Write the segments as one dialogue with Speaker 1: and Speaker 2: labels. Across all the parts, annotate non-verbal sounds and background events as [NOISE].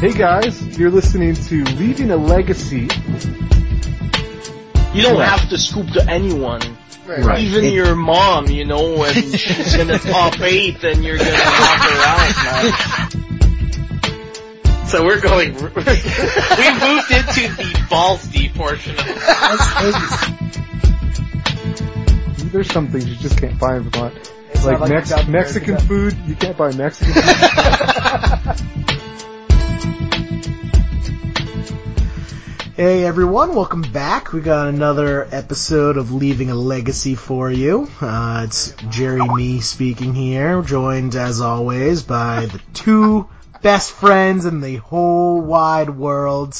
Speaker 1: Hey guys, you're listening to Leaving a Legacy.
Speaker 2: You don't
Speaker 1: Right.
Speaker 2: have to scoop to anyone.
Speaker 1: Right.
Speaker 2: Even your mom, you know, [LAUGHS] when she's in the top eight, then [LAUGHS] you're gonna knock her out,
Speaker 3: [LAUGHS]
Speaker 2: man. So we're going. [LAUGHS] we moved into the balls deep portion of the
Speaker 1: There's some things you just can't buy in Vermont.
Speaker 4: It's
Speaker 1: like
Speaker 4: not you
Speaker 1: Mex-
Speaker 4: got the
Speaker 1: Mexican
Speaker 4: American
Speaker 1: food, you can't buy Mexican food.
Speaker 4: guy. Hey everyone, welcome back. We got another episode of Leaving a Legacy for you. Uh, it's Jerry Me speaking here, joined as always by the two best friends in the whole wide
Speaker 5: [LAUGHS]
Speaker 4: world.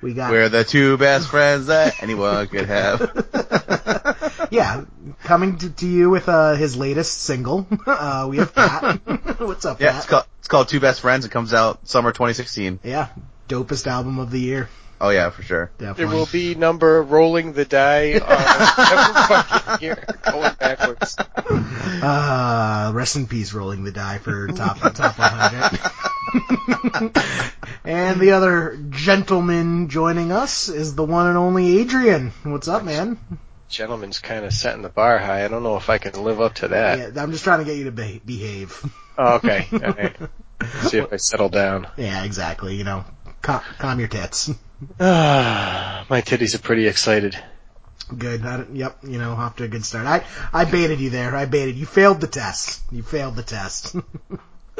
Speaker 4: We got
Speaker 5: We're the two best friends that anyone could [LAUGHS] have.
Speaker 4: yeah, coming to, to you with uh, his latest single. [LAUGHS] Uh, we have Pat. [LAUGHS] What's up,
Speaker 5: Yeah,
Speaker 4: Pat?
Speaker 5: it's called it's called Two Best Friends. It comes out summer 2016.
Speaker 4: yeah, dopest album of the year.
Speaker 5: Oh yeah, for sure.
Speaker 4: Definitely.
Speaker 3: There will be number rolling the die on every fucking year going backwards.
Speaker 4: Uh, rest in peace, rolling the die for top top 100.
Speaker 3: [LAUGHS]
Speaker 4: and the other gentleman joining us is the one and only Adrian. What's up, man?
Speaker 3: Gentleman's kind of setting the bar high. I don't know if I can live up to that.
Speaker 4: Yeah, I'm just trying to get you to be- behave.
Speaker 3: Oh, okay. All right. See if I settle down.
Speaker 4: [LAUGHS] Yeah, exactly. You know, calm, calm your tits.
Speaker 3: Ah, [SIGHS] my titties are pretty excited.
Speaker 4: Good. I don't- yep. You know, off to a good start. I I baited you there. I baited. You failed the test. You failed the test. [LAUGHS]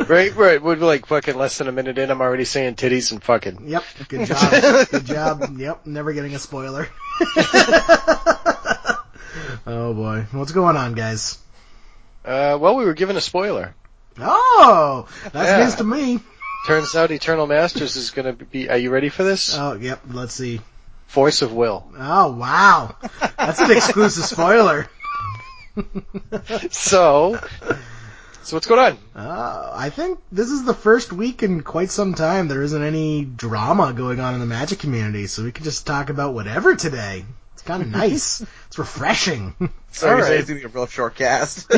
Speaker 3: Right, right. We're like fucking less than a minute in. I'm already saying titties and fucking.
Speaker 4: Yep. Good job. good job. Yep. Never getting a spoiler. [LAUGHS] oh boy. What's going on, guys?
Speaker 3: Uh, well, we were given a spoiler.
Speaker 4: Oh, that's
Speaker 3: Yeah.
Speaker 4: news to me.
Speaker 3: Turns out Eternal Masters is gonna be, are you ready for this?
Speaker 4: Oh, yep. Let's see.
Speaker 3: Force of Will.
Speaker 4: Oh, wow. That's an exclusive spoiler.
Speaker 3: So, so what's going on?
Speaker 4: Uh, I think this is the first week in quite some time there isn't any drama going on in the magic community, so we can just talk about whatever today.
Speaker 3: [LAUGHS]
Speaker 4: It's kind of nice. it's refreshing. [LAUGHS]
Speaker 5: So you're
Speaker 3: All
Speaker 5: saying
Speaker 3: right.
Speaker 5: it's gonna be a real short [LAUGHS] cast.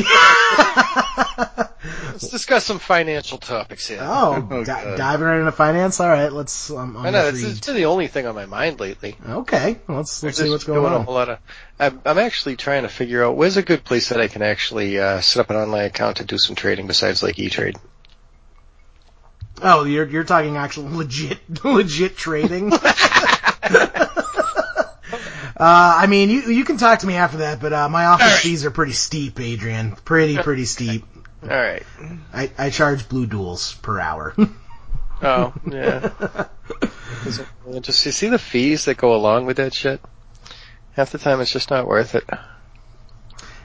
Speaker 3: Let's discuss some financial topics here.
Speaker 4: Oh,
Speaker 5: Oh,
Speaker 4: di-
Speaker 5: God.
Speaker 4: diving right into finance. All right, let's. Um, I'm
Speaker 3: I know it's,
Speaker 4: intrigued.
Speaker 3: it's been the only thing on my mind lately.
Speaker 4: Okay, let's let's see
Speaker 3: Just
Speaker 4: what's going
Speaker 3: doing a
Speaker 4: on.
Speaker 3: whole lot of. I'm, I'm actually trying to figure out where's a good place that I can actually uh, set up an online account to do some trading besides like E-Trade.
Speaker 4: Oh, you're you're talking actual [LAUGHS] legit
Speaker 3: [LAUGHS]
Speaker 4: legit trading. [LAUGHS] uh, I mean, you you can talk to me after that, but uh, my office fees are pretty steep, Adrian. Pretty pretty steep.
Speaker 3: All right.
Speaker 4: I, I charge blue duels per
Speaker 5: [LAUGHS]
Speaker 4: hour.
Speaker 3: Oh [LAUGHS] yeah. Just you see the fees that go along with that shit. Half the time it's just not worth it.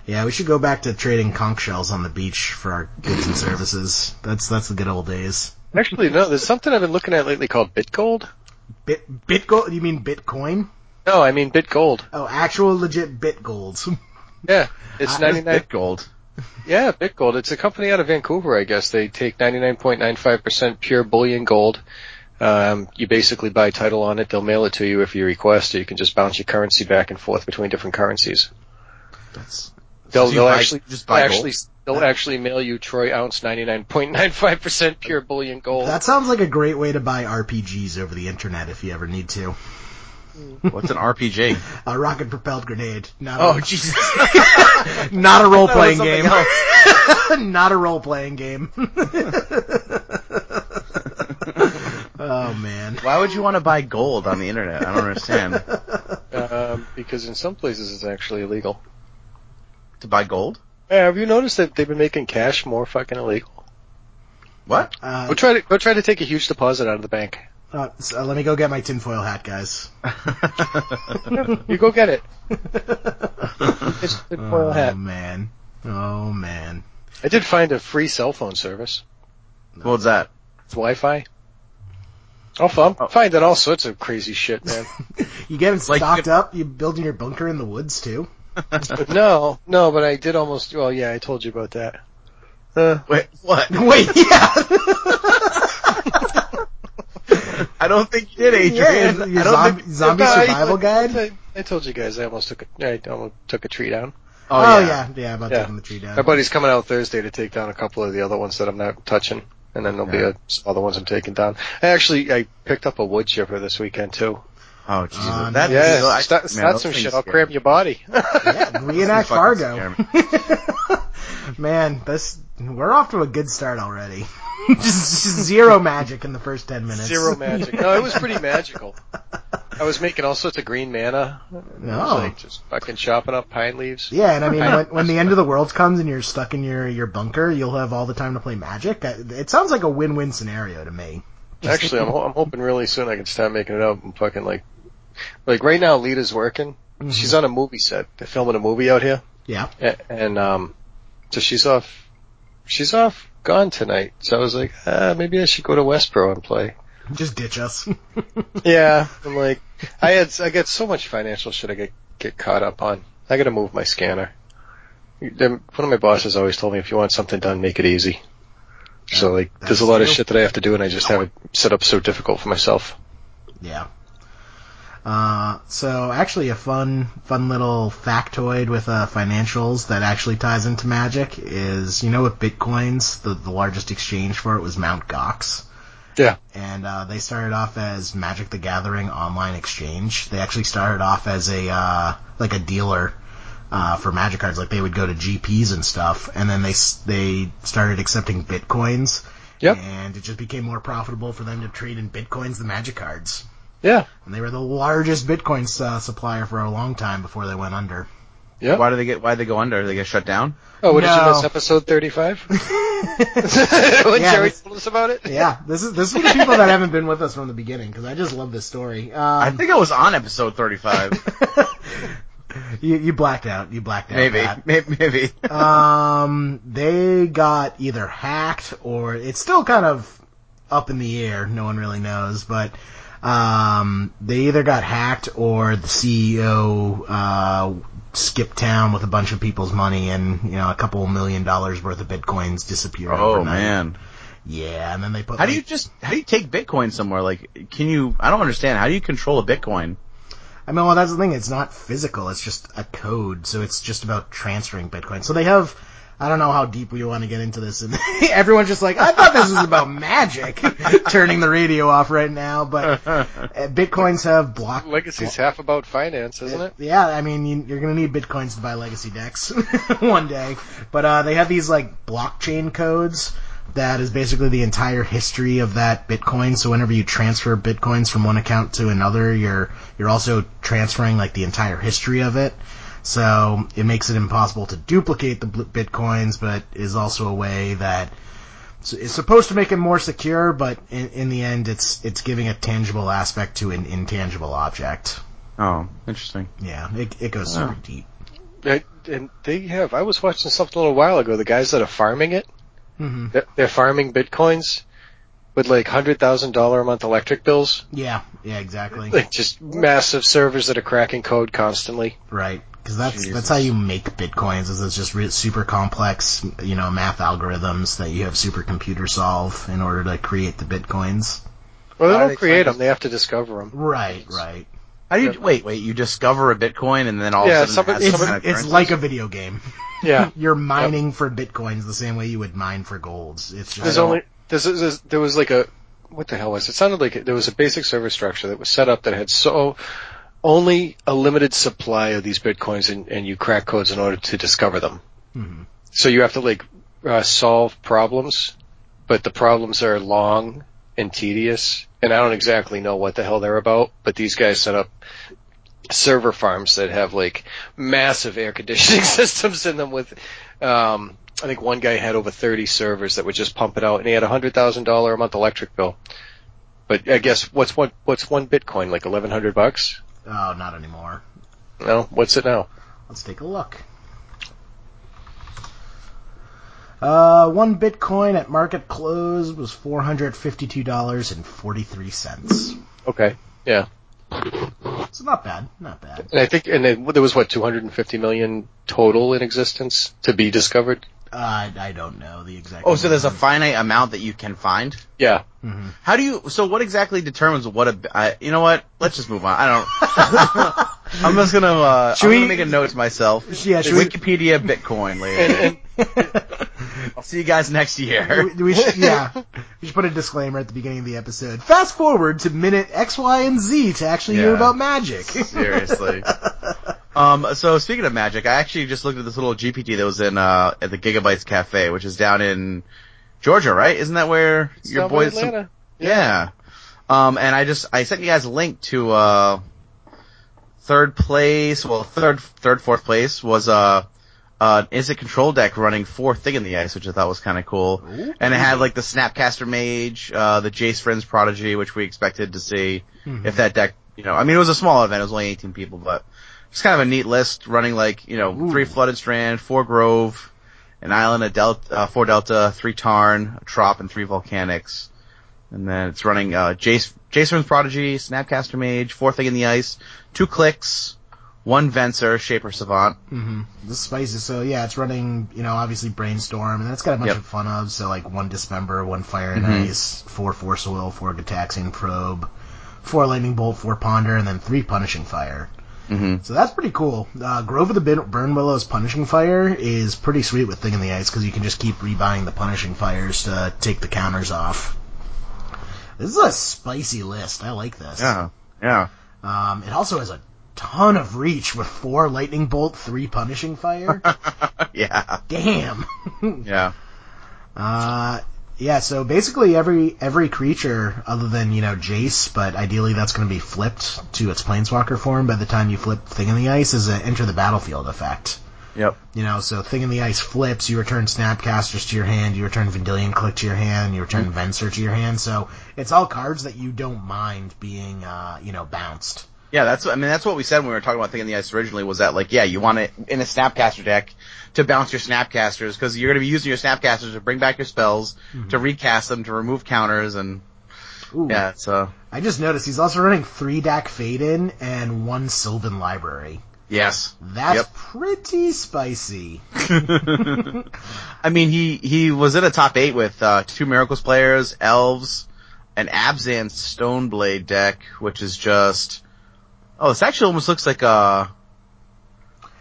Speaker 4: yeah, we should go back to trading conch shells on the beach for our goods and services. That's that's the good old days.
Speaker 3: Actually, no. There's something I've been looking at lately called BitGold.
Speaker 4: Bit Bitgo? You mean Bitcoin?
Speaker 3: No, I mean BitGold.
Speaker 4: Oh, actual legit bit golds.
Speaker 3: Yeah, it's
Speaker 5: [LAUGHS]
Speaker 3: ninety nine.
Speaker 5: Gold.
Speaker 3: Yeah, BitGold. It's a company out of Vancouver, I guess. They take 99.95% pure bullion gold. Um, you basically buy title on it. They'll mail it to you if you request, or you can just bounce your currency back and forth between different currencies.
Speaker 5: That's
Speaker 3: They'll,
Speaker 5: So you
Speaker 3: they'll
Speaker 5: buy-
Speaker 3: actually
Speaker 5: just buy
Speaker 3: they'll
Speaker 5: gold?
Speaker 3: actually [LAUGHS] they'll actually mail you troy ounce 99.95% pure bullion
Speaker 5: Oh.
Speaker 3: gold.
Speaker 4: That sounds like a great way to buy RPGs over the internet if you ever need to.
Speaker 5: [LAUGHS] what's an RPG?
Speaker 4: A rocket propelled grenade. Not
Speaker 5: oh
Speaker 4: a,
Speaker 5: [LAUGHS] Jesus!
Speaker 4: not a role playing
Speaker 5: something
Speaker 4: game. [LAUGHS] not a role playing game. [LAUGHS] oh man.
Speaker 5: Why would you want to buy gold on the internet? I don't [LAUGHS] understand.
Speaker 3: um, because in some places it's actually illegal.
Speaker 5: to buy gold?
Speaker 3: Yeah, have you noticed that they've been making cash more fucking illegal?
Speaker 5: [LAUGHS] What?
Speaker 4: [LAUGHS] Uh,
Speaker 3: Go try to go try to take a huge deposit out of the bank.
Speaker 4: uh, so let me go get my tinfoil hat,
Speaker 5: [LAUGHS]
Speaker 4: guys.
Speaker 3: You go get it. It's a foil
Speaker 4: Oh
Speaker 5: Um,
Speaker 3: hat.
Speaker 4: man. Oh man.
Speaker 3: I did find a free cell phone service.
Speaker 5: What's [LAUGHS] that?
Speaker 3: It's Wi-Fi. I'll f- I'm finding all sorts of crazy shit, man.
Speaker 4: You getting
Speaker 5: Like-
Speaker 4: stocked up? You building your bunker in the
Speaker 3: [LAUGHS]
Speaker 4: woods too?
Speaker 3: But no, no, but I did almost. Well, yeah, I told you about that. Uh,
Speaker 5: Wait, what?
Speaker 4: Wait, [LAUGHS] yeah.
Speaker 5: [LAUGHS] I don't think you did,
Speaker 4: yeah
Speaker 5: Adrian.
Speaker 4: your
Speaker 5: I don't
Speaker 4: zombie,
Speaker 5: think. oh,
Speaker 3: [LAUGHS]
Speaker 4: zombie
Speaker 3: no, I-
Speaker 4: survival
Speaker 3: I-
Speaker 4: guide?
Speaker 3: I, I told you guys I almost took a, I almost took a tree down.
Speaker 4: Oh, yeah. yeah, about
Speaker 3: Yeah.
Speaker 4: taking the tree down.
Speaker 3: My buddy's coming out Thursday to take down a couple of the other ones that I'm not touching. and then there'll be a, some other ones I'm taking down. I actually I picked up a wood chipper this weekend too.
Speaker 5: Oh, Jesus.
Speaker 4: Um,
Speaker 5: that's,
Speaker 3: Yeah,
Speaker 5: I-
Speaker 3: it's not, it's
Speaker 5: man,
Speaker 3: not
Speaker 5: those
Speaker 3: some
Speaker 5: things
Speaker 3: shit. I'll
Speaker 5: scare
Speaker 3: cramp
Speaker 5: me.
Speaker 3: your body. [LAUGHS]
Speaker 4: Yeah, reenact
Speaker 5: fucking
Speaker 4: Fargo.
Speaker 5: scare
Speaker 4: [LAUGHS] Man, this we're off to a good start already. [LAUGHS] just, just zero magic in the first ten minutes.
Speaker 3: Zero magic. No, it was pretty
Speaker 4: [LAUGHS]
Speaker 3: magical. I was making all sorts of green mana. I was
Speaker 4: No.
Speaker 3: like just fucking chopping up pine leaves.
Speaker 4: Yeah, and I mean, when, when the end of the world comes and you're stuck in your, your bunker, you'll have all the time to play magic. I- It sounds like a win-win scenario to me.
Speaker 3: Actually, I'm, ho- I'm hoping really soon I can start making it up and fucking like, like right now Lita's working.
Speaker 4: Mm-hmm.
Speaker 3: She's on a movie set. They're filming a movie out here.
Speaker 4: Yeah.
Speaker 3: A- And, um, so she's off, she's off, gone tonight. So I was like, uh, maybe I should go to Westboro and play.
Speaker 4: Just ditch us.
Speaker 3: Yeah. I'm like, I had, I got so much financial shit I get, get caught up on. I gotta move my scanner. Then One of my bosses always told me if you want something done, make it easy. So like, there's a lot of shit that I have to do and I just have it set up so difficult for myself.
Speaker 4: Yeah. Uh, so actually a fun, fun little factoid with, uh, financials that actually ties into magic is, you know, with bitcoins, the, the largest exchange for it was Mount Gox.
Speaker 3: Yeah.
Speaker 4: And, uh, they started off as Magic the Gathering online exchange. They actually started off as a, uh, like a dealer, uh, for magic cards. Like they would go to GPs and stuff. And then they, s- they started accepting bitcoins.
Speaker 3: Yep.
Speaker 4: And it just became more profitable for them to trade in bitcoins than magic cards.
Speaker 3: Yeah.
Speaker 4: And they were the largest Bitcoin uh, supplier for a long time before they went under.
Speaker 3: Yeah.
Speaker 5: Why do they get? Why do they go under? Do they get shut down?
Speaker 3: Oh, what did you
Speaker 4: No.
Speaker 3: miss? Episode [LAUGHS] 35? when
Speaker 4: Yeah,
Speaker 3: Jerry
Speaker 4: this-
Speaker 3: told us about it?
Speaker 4: Yeah, this is this is for the people that haven't been with us from the beginning because I just love this story.
Speaker 5: I
Speaker 4: Um,
Speaker 5: think I was on episode thirty-five.
Speaker 4: [LAUGHS] you, you blacked out. You blacked out.
Speaker 5: maybe,
Speaker 4: Pat.
Speaker 5: [LAUGHS] maybe, maybe.
Speaker 4: Um, they got either hacked or it's still kind of up in the air. No one really knows, but um, they either got hacked or the CEO uh, skipped town with a bunch of people's money and you know a couple million dollars worth of bitcoins disappeared.
Speaker 5: oh
Speaker 4: overnight.
Speaker 5: man,
Speaker 4: yeah, and then they put
Speaker 5: how do
Speaker 4: like-
Speaker 5: you just how do you take Bitcoin somewhere? Like, can you? I don't understand. How do you control a Bitcoin?
Speaker 4: I mean, well, that's the thing. It's not physical. It's just a code. So it's just about transferring Bitcoin. So they have, I don't know how deep we want to get into this. And [LAUGHS] everyone's just like, I thought this was about magic. [LAUGHS] Turning the radio off right now. But uh, Bitcoins have
Speaker 3: [LAUGHS]
Speaker 4: block.
Speaker 3: Legacy's half about finance, isn't it?
Speaker 4: Yeah, I mean, you, you're gonna need bitcoins to buy legacy decks [LAUGHS] one day. But uh, they have these like blockchain codes that is basically the entire history of that bitcoin. So whenever you transfer bitcoins from one account to another, you're you're also transferring like the entire history of it. So it makes it impossible to duplicate the bl- bitcoins, but is also a way that it's supposed to make it more secure. But in, in the end, it's it's giving a tangible aspect to an intangible object.
Speaker 5: Oh, interesting.
Speaker 4: Yeah, it, it goes super deep.
Speaker 3: I- And they have, I was watching something a little while ago, the guys that are farming it,
Speaker 4: Mhm.
Speaker 3: they're- they're farming bitcoins with like $100,000 a month electric bills, [LAUGHS]
Speaker 4: Yeah, yeah, exactly.
Speaker 3: like just massive servers that are cracking code constantly.
Speaker 4: Right, because that's that's how you make bitcoins. Is it's just re- super complex, you know, math algorithms that you have supercomputer solve in order to create the bitcoins.
Speaker 3: Well, they
Speaker 5: How do
Speaker 3: don't
Speaker 5: they
Speaker 3: create
Speaker 5: find
Speaker 3: them, they have to discover them.
Speaker 4: Right, right.
Speaker 5: How do you wait? Wait, you discover a Bitcoin and then all
Speaker 3: Yeah,
Speaker 5: of a
Speaker 3: some-
Speaker 5: sudden it has
Speaker 4: It's
Speaker 5: some kind of
Speaker 4: it's
Speaker 5: currency?
Speaker 4: like a video game.
Speaker 3: Yeah.
Speaker 4: [LAUGHS] You're mining for bitcoins the same way you would mine for golds. It's
Speaker 3: There's
Speaker 4: just
Speaker 3: only there's, there's, there was like a what the hell was it? It sounded like there was a basic server structure that was set up that had so only a limited supply of these bitcoins, and, and you crack codes in order to discover them.
Speaker 4: mm-hmm.
Speaker 3: So you have to like uh, solve problems, but the problems are long and tedious, and I don't exactly know what the hell they're about. But these guys set up server farms that have like massive air conditioning [LAUGHS] systems in them with um, I think one guy had over 30 servers that would just pump it out, and he had a hundred thousand dollar a month electric bill. But I guess what's one what's one Bitcoin like eleven hundred bucks?
Speaker 4: oh, not anymore.
Speaker 3: No, what's it now?
Speaker 4: Let's take a look. Uh, one bitcoin at market close was four hundred fifty-two dollars and forty-three cents.
Speaker 3: Okay, yeah,
Speaker 4: So not bad, not bad.
Speaker 3: and I think and then there was what two hundred and fifty million total in existence to be discovered.
Speaker 4: Uh, I, I don't know the exact.
Speaker 5: oh, so there's a
Speaker 4: number.
Speaker 5: finite amount that you can find.
Speaker 3: Yeah,
Speaker 5: How do you? So what exactly determines what a? I, you know what? Let's just move on. I don't. [LAUGHS] I'm just gonna. Uh, I'm
Speaker 4: we-
Speaker 5: gonna make a note to myself.
Speaker 4: Yeah, should we-
Speaker 5: Wikipedia Bitcoin later. I'll see you guys next year.
Speaker 4: [LAUGHS] We- we should- yeah, You should put a disclaimer at the beginning of the episode. Fast forward to minute X, Y, and Z to actually hear
Speaker 5: Yeah.
Speaker 4: about magic.
Speaker 5: Seriously. Um, so speaking of magic, I actually just looked at this little GPT that was in uh, at the Gigabytes Cafe, which is down in Georgia, right? Isn't that where
Speaker 3: It's
Speaker 5: your
Speaker 3: down by
Speaker 5: boys?
Speaker 3: Atlanta.
Speaker 5: yeah. Um, and I just I sent you guys a link to uh, third place. Well, third, third, fourth place was uh, uh, is it control deck running four thing in the ice, which I thought was kind of cool. And it had like the Snapcaster Mage, uh, the Jace Friends Prodigy, which we expected to see if that deck, you know, I mean, it was a small event. It was only 18 people, but it's kind of a neat list running like, you know, three Flooded Strand, four Grove, an Island, a Delta, uh, four Delta, three Tarn, a Trop, and three Volcanics. And then it's running, uh, Jace, Jace Friends Prodigy, Snapcaster Mage, four thing in the ice, two clicks, one Venser, Shaper Savant.
Speaker 4: the spices. So yeah, it's running, you know, obviously brainstorm, and that's got a bunch
Speaker 5: Yep. Mm-hmm.
Speaker 4: of fun of. So like one dismember, one fire and ice, four force oil, four gataxian probe, four lightning bolt, four ponder, and then three punishing fire. Mm-hmm. So that's pretty cool. Uh, Grove of the Bin- Burn Willow's Punishing Fire is pretty sweet with Thing in the Ice because you can just keep rebuying the Punishing Fires to take the counters off. This is a spicy list. I like this.
Speaker 5: Yeah. Yeah.
Speaker 4: Um, it also has a ton of reach with four lightning bolt, three punishing fire.
Speaker 5: Yeah.
Speaker 4: Damn.
Speaker 5: Yeah.
Speaker 4: Uh, yeah. So basically, every every creature other than you know Jace, but ideally that's going to be flipped to its planeswalker form by the time you flip Thing in the Ice is an enter the battlefield effect.
Speaker 5: Yep.
Speaker 4: You know, so Thing in the Ice flips, you return Snapcasters to your hand, you return Vendilion Click to your hand, you
Speaker 5: Mm.
Speaker 4: return Venser to your hand. So it's all cards that you don't mind being, uh, you know, bounced.
Speaker 5: Yeah, that's I mean that's what we said when we were talking about Thing in the Ice originally was that like yeah you want it in a Snapcaster deck to bounce your Snapcasters because you're going to be using your Snapcasters to bring back your spells
Speaker 4: Mm-hmm.
Speaker 5: to recast them to remove counters and
Speaker 4: Ooh.
Speaker 5: yeah so
Speaker 4: I just noticed he's also running three Dak Faden and one Sylvan Library.
Speaker 5: yes
Speaker 4: That's
Speaker 5: Yep.
Speaker 4: pretty spicy.
Speaker 5: I mean he he was in a top eight with uh, two Miracles players elves an Abzan Stoneblade deck which is just oh this actually almost looks like a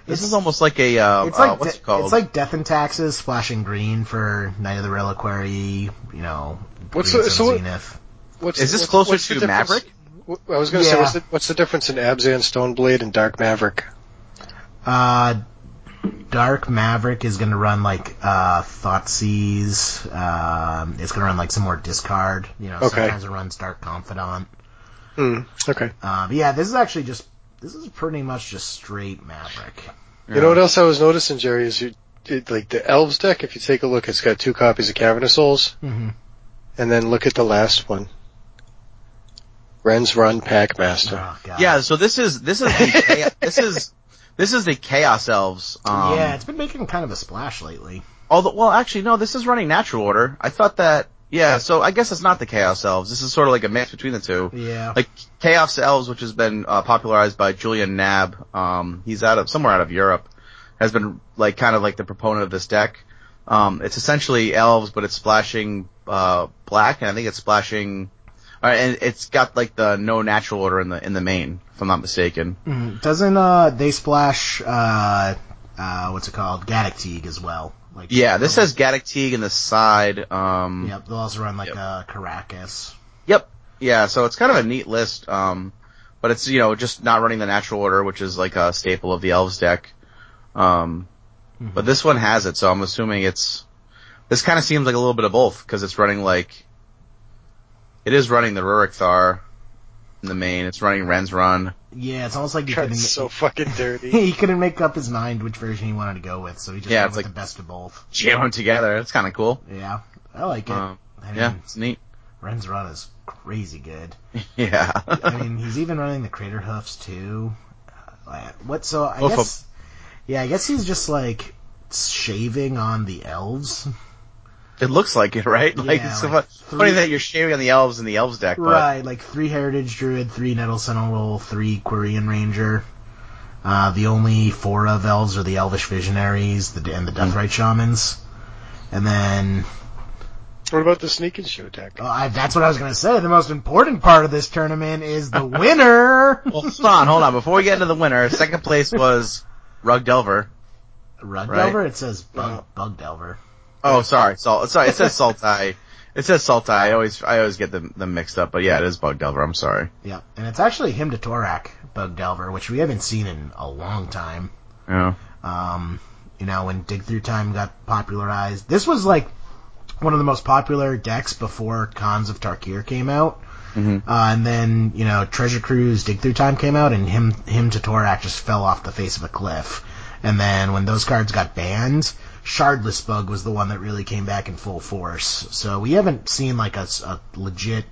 Speaker 5: this
Speaker 4: It's-
Speaker 5: is almost like a uh,
Speaker 4: It's
Speaker 5: uh,
Speaker 4: like
Speaker 5: what's
Speaker 4: de-
Speaker 5: it called
Speaker 4: it's like Death and Taxes, flashing green for Knight of the Reliquary. You know,
Speaker 3: What's
Speaker 4: Greens
Speaker 3: the-
Speaker 4: of
Speaker 3: so what-
Speaker 4: Zenith.
Speaker 3: What's
Speaker 5: is this
Speaker 3: what-
Speaker 5: closer
Speaker 3: what's the
Speaker 5: to
Speaker 3: difference-
Speaker 5: Maverick
Speaker 3: wh- I was going to
Speaker 4: Yeah.
Speaker 3: say, what's the, what's the difference in Abzan, Stoneblade, and Dark Maverick?
Speaker 4: Uh, Dark Maverick is going to run like uh, Thoughtseize. Um, it's going to run like some more discard. You know,
Speaker 3: Okay.
Speaker 4: sometimes it runs Dark Confidant.
Speaker 3: Hmm. Okay.
Speaker 4: Uh, but yeah, this is actually just this is pretty much just straight Maverick.
Speaker 3: You know what else I was noticing, Jerry, is you, it, like the Elves deck. If you take a look, it's got two copies of Cavernous Souls,
Speaker 4: Mm-hmm.
Speaker 3: and then look at the last one, Ren's Run Pack [LAUGHS] Master.
Speaker 4: Oh, God.
Speaker 5: Yeah, so this is this is the chaos, this is this is the chaos elves. Um,
Speaker 4: yeah, it's been making kind of a splash lately.
Speaker 5: Although, well, actually, no, this is running natural order. I thought that. Yeah, so I guess it's not the chaos elves. This is sort of like a mix between the two.
Speaker 4: Yeah.
Speaker 5: Like chaos elves, which has been uh, popularized by Julian Nab. Um, he's out of somewhere out of Europe. Has been like kind of like the proponent of this deck. Um, it's essentially elves, but it's splashing uh, black, and I think it's splashing. All right, and it's got like the no natural order in the in the main, if I'm not mistaken.
Speaker 4: Mm, Doesn't uh they splash uh uh what's it called Gaddock Teague as well? Like
Speaker 5: Yeah, this says Gaddock Teague in the side. Um,
Speaker 4: Yep, they'll also run like
Speaker 5: Yep.
Speaker 4: uh Caracas.
Speaker 5: Yep. Yeah, so it's kind of a neat list, um, but it's, you know, just not running the natural order, which is like a staple of the elves deck. Um,
Speaker 4: Mm-hmm.
Speaker 5: but this one has it, so I'm assuming it's, this kind of seems like a little bit of both, cause it's running like, it is running the Rurik Thar in the main, it's running Ren's Run. [LAUGHS]
Speaker 4: Yeah, it's almost like he
Speaker 3: God,
Speaker 4: couldn't
Speaker 3: It's
Speaker 4: [LAUGHS]
Speaker 3: so fucking dirty.
Speaker 4: he couldn't make up his mind which version he wanted to go with, so he just
Speaker 5: Yeah,
Speaker 4: went
Speaker 5: it's
Speaker 4: with
Speaker 5: like-
Speaker 4: the best of both.
Speaker 5: Jam them together, that's kinda cool.
Speaker 4: Yeah. Mm-hmm. I like it.
Speaker 5: Um,
Speaker 4: I mean,
Speaker 5: yeah, it's neat. [LAUGHS]
Speaker 4: Ren's run is crazy good.
Speaker 5: Yeah.
Speaker 4: I mean, he's even running the crater hoofs too. Uh, What so I
Speaker 5: Hoof
Speaker 4: guess Yeah, I guess he's just like shaving on the elves.
Speaker 5: it looks like it, right? Like,
Speaker 4: Yeah,
Speaker 5: it's
Speaker 4: like
Speaker 5: so fu- funny
Speaker 4: three-
Speaker 5: that you're shaving on the elves in the elves deck, but
Speaker 4: Right, like three Heritage Druid, three Nettle Sentinel, three Quirion Ranger. Uh, the only four of elves are the Elvish Visionaries the, and the
Speaker 5: Hmm.
Speaker 4: Deathrite Shamans. And then,
Speaker 3: what about the Sneak and Shoot deck?
Speaker 4: oh, I, that's what I was going to say. The most important part of this tournament is
Speaker 5: [LAUGHS]
Speaker 4: the winner!
Speaker 5: Well, hold on, hold on. Before we get into the winner, second place was Rug Delver.
Speaker 4: Rug
Speaker 5: Right.
Speaker 4: Delver? It says Bug, Bug Delver.
Speaker 5: Oh, sorry, Salt. Sorry, it says Saltai. It says Salty. I always I always get them, them mixed up, but yeah, it is Bug Delver. I'm sorry.
Speaker 4: Yeah, and it's actually him to Torak, Bug Delver, which we haven't seen in a long time.
Speaker 5: Yeah.
Speaker 4: Um, you know, when Dig Through Time got popularized, this was like one of the most popular decks before Cons of Tarkir came out. Uh, and then you know Treasure Cruise Dig Through Time came out, and him him to Torak just fell off the face of a cliff. And then when those cards got banned, Shardless Bug was the one that really came back in full force. So we haven't seen like a, s- a legit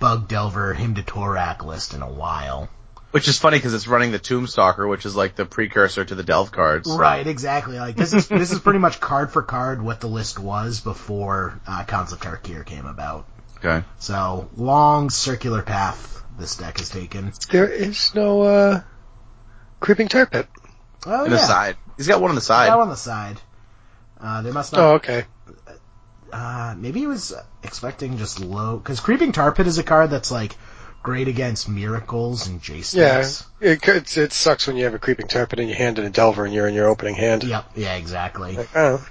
Speaker 4: Bug Delver him to Torak list in a while.
Speaker 5: Which is funny because it's running the Tombstalker, which is like the precursor to the Delve cards.
Speaker 4: Right, exactly. Like this is this is pretty much card for card what the list was before uh, Concept Tarkir came about.
Speaker 5: Okay.
Speaker 4: So long circular path this deck has taken.
Speaker 3: There is no uh, creeping tar pit.
Speaker 4: Oh
Speaker 5: And
Speaker 4: yeah,
Speaker 5: the side. He's got one on the side.
Speaker 4: that on the side. Uh, they must
Speaker 3: Oh,
Speaker 4: not.
Speaker 3: okay.
Speaker 4: Uh, maybe he was expecting just low because creeping tar pit is a card that's like great against miracles and J
Speaker 3: Yeah,
Speaker 4: sticks.
Speaker 3: it, c- it's, it sucks when you have a creeping tar pit in your hand and a delver and you're in your opening hand.
Speaker 4: Yep. Yeah. Exactly.
Speaker 3: Like, oh.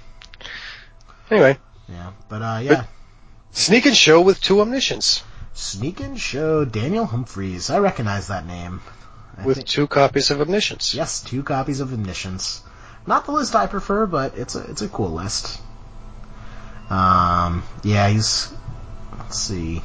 Speaker 3: Anyway,
Speaker 4: Yeah. But uh, yeah.
Speaker 3: sneak and show with two omniscience
Speaker 4: Sneak and show Daniel Humphreys. I recognize that name. I
Speaker 3: with
Speaker 4: think-
Speaker 3: two copies of omniscience.
Speaker 4: Yes, two copies of Omniscience. Not the list I prefer, but it's a it's a cool list. Um, yeah, he's. Let's see.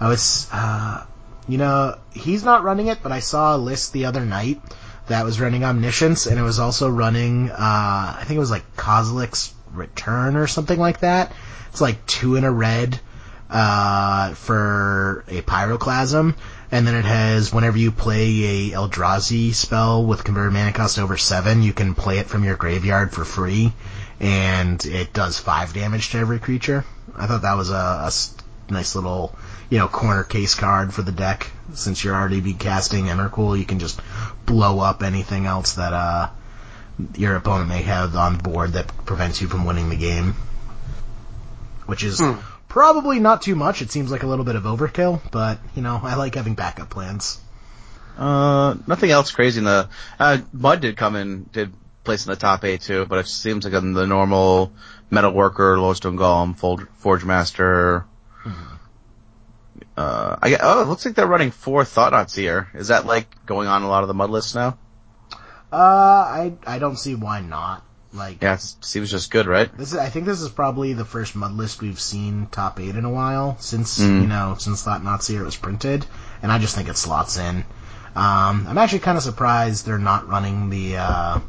Speaker 4: I was, uh, you know, he's not running it, but I saw a list the other night that was running Omniscience, and it was also running, uh, I think it was like Kozlik's Return or something like that. It's like two in a red, uh, for a Pyroclasm, and then it has whenever you play a Eldrazi spell with converted mana cost over seven, you can play it from your graveyard for free, and it does five damage to every creature. I thought that was a, a s- nice little, you know, corner case card for the deck. Since you're already be casting Emrakul, you can just blow up anything else that uh, your opponent may have on board that prevents you from winning the game. Which is probably not too much. It seems like a little bit of overkill, but you know, I like having backup plans.
Speaker 5: Uh, nothing else crazy in the. Uh, Mud did come in, did place in the top eight too, but it seems like on the normal Metal Worker, Lowstone Golem, Fold, Forge Master. Mm-hmm. Uh, I, gue- oh, it looks like they're running four Thought Knots here. Is that like going on a lot of the mud lists now?
Speaker 4: Uh, I I don't see why not. Like
Speaker 5: Yeah, it seems just good, right?
Speaker 4: this, is, I think this is probably the first mud list we've seen top eight in a while since you know since Thought Nazi was printed, and I just think it slots in. Um, I'm actually kind of surprised they're not running the. Uh,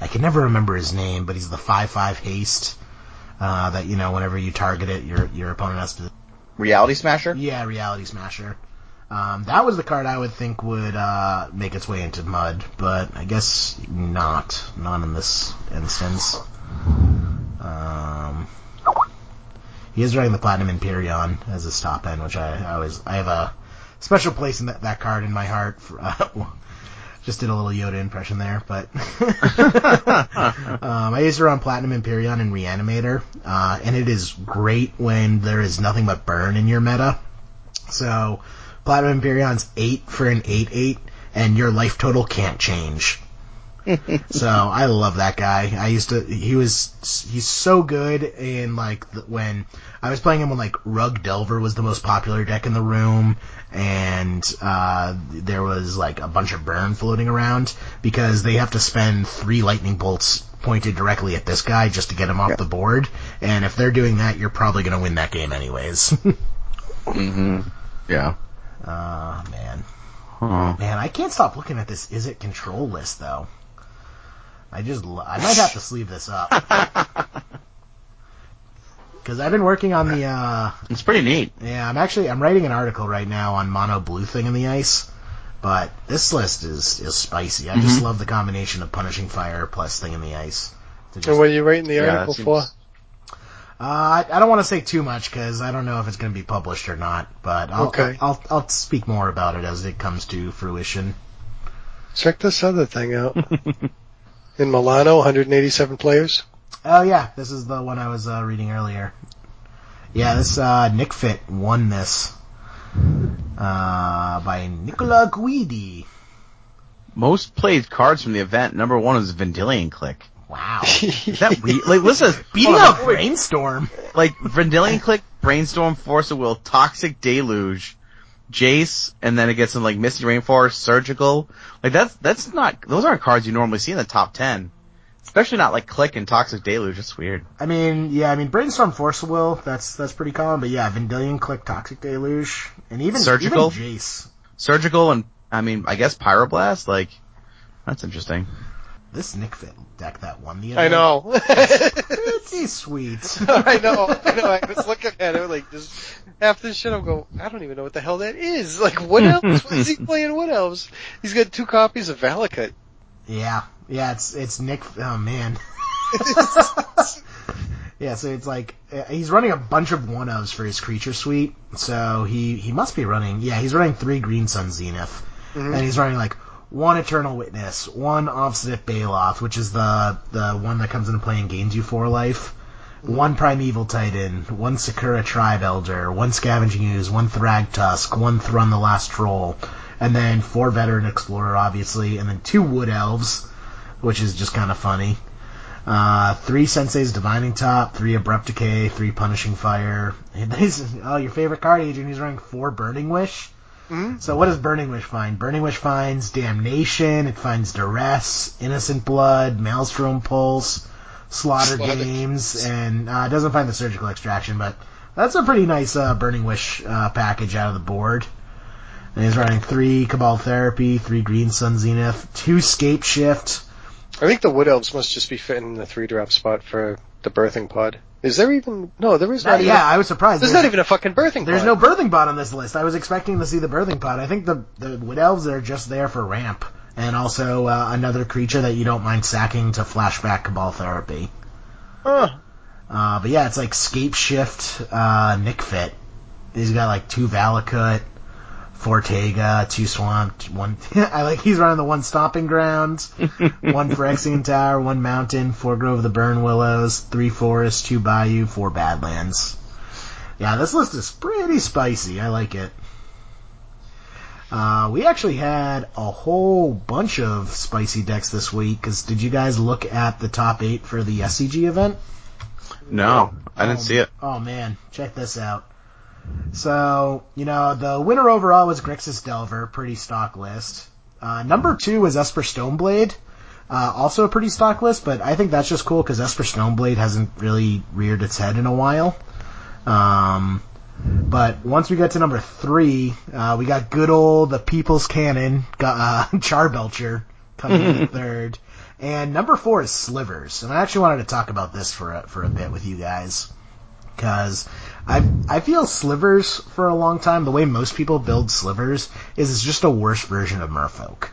Speaker 4: I can never remember his name, but he's the five five haste. Uh, that you know, whenever you target it, your your opponent has to
Speaker 5: Reality Smasher?
Speaker 4: Yeah, Reality Smasher. Um, that was the card I would think would uh, make its way into mud, but I guess not. Not in this instance. Um, he is running the Platinum Imperion as his top end, which I, I always I have a special place in that, that card in my heart. For, [LAUGHS] uh, just did a little Yoda impression there, but [LAUGHS] um, I used to run Platinum Imperion and Reanimator, uh, and it is great when there is nothing but burn in your meta. So Platinum Imperion's eight for an eight eight, and your life total can't change. so I love that guy. I used to. He was. He's so good in like the, when I was playing him when like Rug Delver was the most popular deck in the room, and uh, there was like a bunch of burn floating around because they have to spend three lightning bolts pointed directly at this guy just to get him off the board. And if they're doing that, you're probably going to win that game anyways. [LAUGHS]
Speaker 5: Mm-hmm. Yeah.
Speaker 4: Ah man.
Speaker 5: Huh.
Speaker 4: Man, I can't stop looking at this is it control list though. I just lo- I might have to sleeve
Speaker 3: [LAUGHS]
Speaker 4: this up. Cuz I've been working on the uh
Speaker 5: It's pretty neat.
Speaker 4: yeah, I'm actually I'm writing an article right now on mono blue thing in the ice. But this list is is spicy. I
Speaker 3: Mm-hmm.
Speaker 4: just love the combination of punishing fire plus thing in the ice. To just-
Speaker 3: And what are you writing the
Speaker 5: Yeah,
Speaker 3: article
Speaker 5: that seems-
Speaker 3: for?
Speaker 4: Uh, I, I don't want to say too much because I don't know if it's going to be published or not. But I'll,
Speaker 3: Okay.
Speaker 4: I'll, I'll speak more about it as it comes to fruition.
Speaker 3: Check this other thing
Speaker 5: [LAUGHS]
Speaker 3: out. in Milano, 187 players.
Speaker 4: Oh yeah, this is the one I was uh, reading earlier. Yeah, this uh, Nick Fit won this uh, by Nicola Guidi.
Speaker 5: Most played cards from the event, number one is Vendilion Click.
Speaker 4: Wow,
Speaker 3: [LAUGHS]
Speaker 5: Is that re- like, listen,
Speaker 4: beating
Speaker 5: [LAUGHS] hold on,
Speaker 4: out
Speaker 5: before we-
Speaker 4: brainstorm.
Speaker 5: like Vendilion Click Brainstorm, Force of Will, Toxic Deluge, Jace, and then it gets in like Misty Rainforest, Surgical. Like that's that's not those aren't cards you normally see in the top ten. Especially not like Click and Toxic Deluge. It's weird.
Speaker 4: I mean, yeah, I mean, brainstorm force will. That's that's pretty common, but yeah, Vendillion, click, toxic deluge, and even
Speaker 5: Surgical?
Speaker 4: even Jace.
Speaker 5: Surgical and I mean I guess Pyroblast. Like that's interesting.
Speaker 4: This Nick Fit deck that won the
Speaker 3: I
Speaker 4: event,
Speaker 3: know.
Speaker 4: Pretty sweet.
Speaker 3: [LAUGHS] I know. I know. I was looking at it like this. After this shit, I'm going. I don't even know what the hell that is. Like what elves? what
Speaker 5: [LAUGHS]
Speaker 3: is he playing? What elves? He's got two copies of Valakut.
Speaker 4: yeah, yeah, it's it's Nick. Oh man. yeah, so it's like uh, he's running a bunch of one ofs for his creature suite. So he he must be running. Yeah, he's running three Green Sun Zenith, and he's running like one Eternal Witness, one Obstinate Baloth, which is the the one that comes into play and gains you four life. One Primeval Titan, one Sakura Tribe Elder, one Scavenging Ooze, one Thrag Tusk, one Thrun the Last Troll, and then four Veteran Explorer, obviously, and then two Wood Elves, which is just kind of funny. Uh, three Sensei's Divining Top, three Abrupt Decay, three Punishing Fire. [LAUGHS] And this is- oh, your favorite card, Adrian. He's running four Burning Wish. So what does Burning Wish find? Burning Wish finds Damnation, it finds Duress, Innocent Blood, Maelstrom Pulse, Slaughter,
Speaker 3: Slaughter.
Speaker 4: Games, and uh, it doesn't find the Surgical Extraction, but that's a pretty nice uh, Burning Wish uh, package out of the board. And he's running three Cabal Therapy, three Green Sun Zenith, two Scape Shift.
Speaker 3: I think the wood elves must just be fitting in the three drop spot for the birthing pod. Is there even? No, there is
Speaker 4: Uh,
Speaker 3: not.
Speaker 4: yeah,
Speaker 3: even,
Speaker 4: I was surprised.
Speaker 3: there's
Speaker 4: There's-
Speaker 3: not even a fucking birthing.
Speaker 4: There's
Speaker 3: pod.
Speaker 4: no birthing pod on this list. I was expecting to see the birthing pod. I think the the wood elves are just there for ramp and also uh, another creature that you don't mind sacking to flashback cabal therapy. Uh, but yeah, it's like scape shift, uh, Nick fit. He's got like two Valakut, Fortega, two Swamp, one. [LAUGHS] I like he's running the one Stomping Grounds, one Phyrexian Tower, one Mountain, four Grove of the Burn Willows, three Forests, two Bayou, four Badlands. Yeah, this list is pretty spicy. I like it. Uh, we actually had a whole bunch of spicy decks this week. Cause did you guys look at the top eight for the SCG event?
Speaker 5: No, I didn't
Speaker 4: Oh,
Speaker 5: see it.
Speaker 4: Oh man, check this out. So, you know, the winner overall was Grixis Delver, pretty stock list. Uh, number two was Esper Stoneblade, uh, also a pretty stock list, but I think that's just cool because Esper Stoneblade hasn't really reared its head in a while. Um, but once we got to number three, uh, we got good old the People's Cannon, got, uh, [LAUGHS] Charbelcher coming in third. And number four is Slivers, and I actually wanted to talk about this for a, for a bit with you guys because I I feel slivers for a long time. The way most people build slivers is it's just a worse version of Merfolk.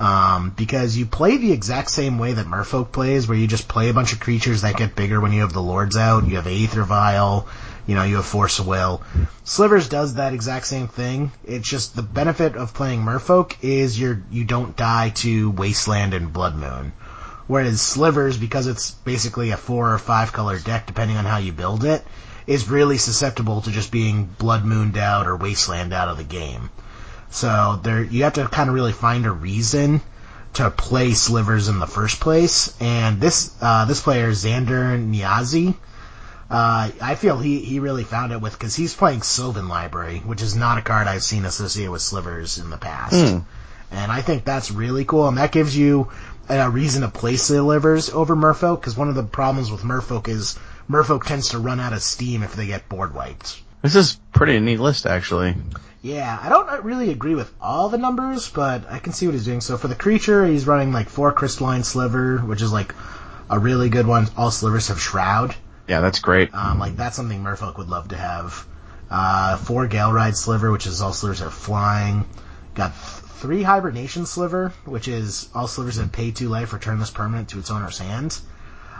Speaker 4: Um, because you play the exact same way that Merfolk plays, where you just play a bunch of creatures that get bigger when you have the Lords out. You have Aether Vial, you know, you have Force of Will. Slivers does that exact same thing. It's just the benefit of playing Merfolk is you're you don't die to Wasteland and Blood Moon. Whereas Slivers, because it's basically a four or five color deck, depending on how you build it, is really susceptible to just being Blood Mooned out or Wasteland out of the game. So there, you have to kind of really find a reason to play Slivers in the first place. And this uh, this player, Xander Niazi, uh, I feel he, he really found it with because he's playing Sylvan Library, which is not a card I've seen associated with Slivers in the past. And I think that's really cool. And that gives you a reason to play Slivers over Merfolk, because one of the problems with Merfolk is Merfolk tends to run out of steam if they get board wiped.
Speaker 5: This is pretty neat list actually.
Speaker 4: Yeah, I don't really agree with all the numbers, but I can see what he's doing. So for the creature, he's running like four crystalline sliver, which is like a really good one. All slivers have shroud.
Speaker 5: Yeah, that's great.
Speaker 4: Um, like that's something Merfolk would love to have. Uh, four Gale Ride Sliver, which is all slivers have flying. Got th- three Hibernation Sliver, which is all slivers have pay two life, return this permanent to its owner's hand.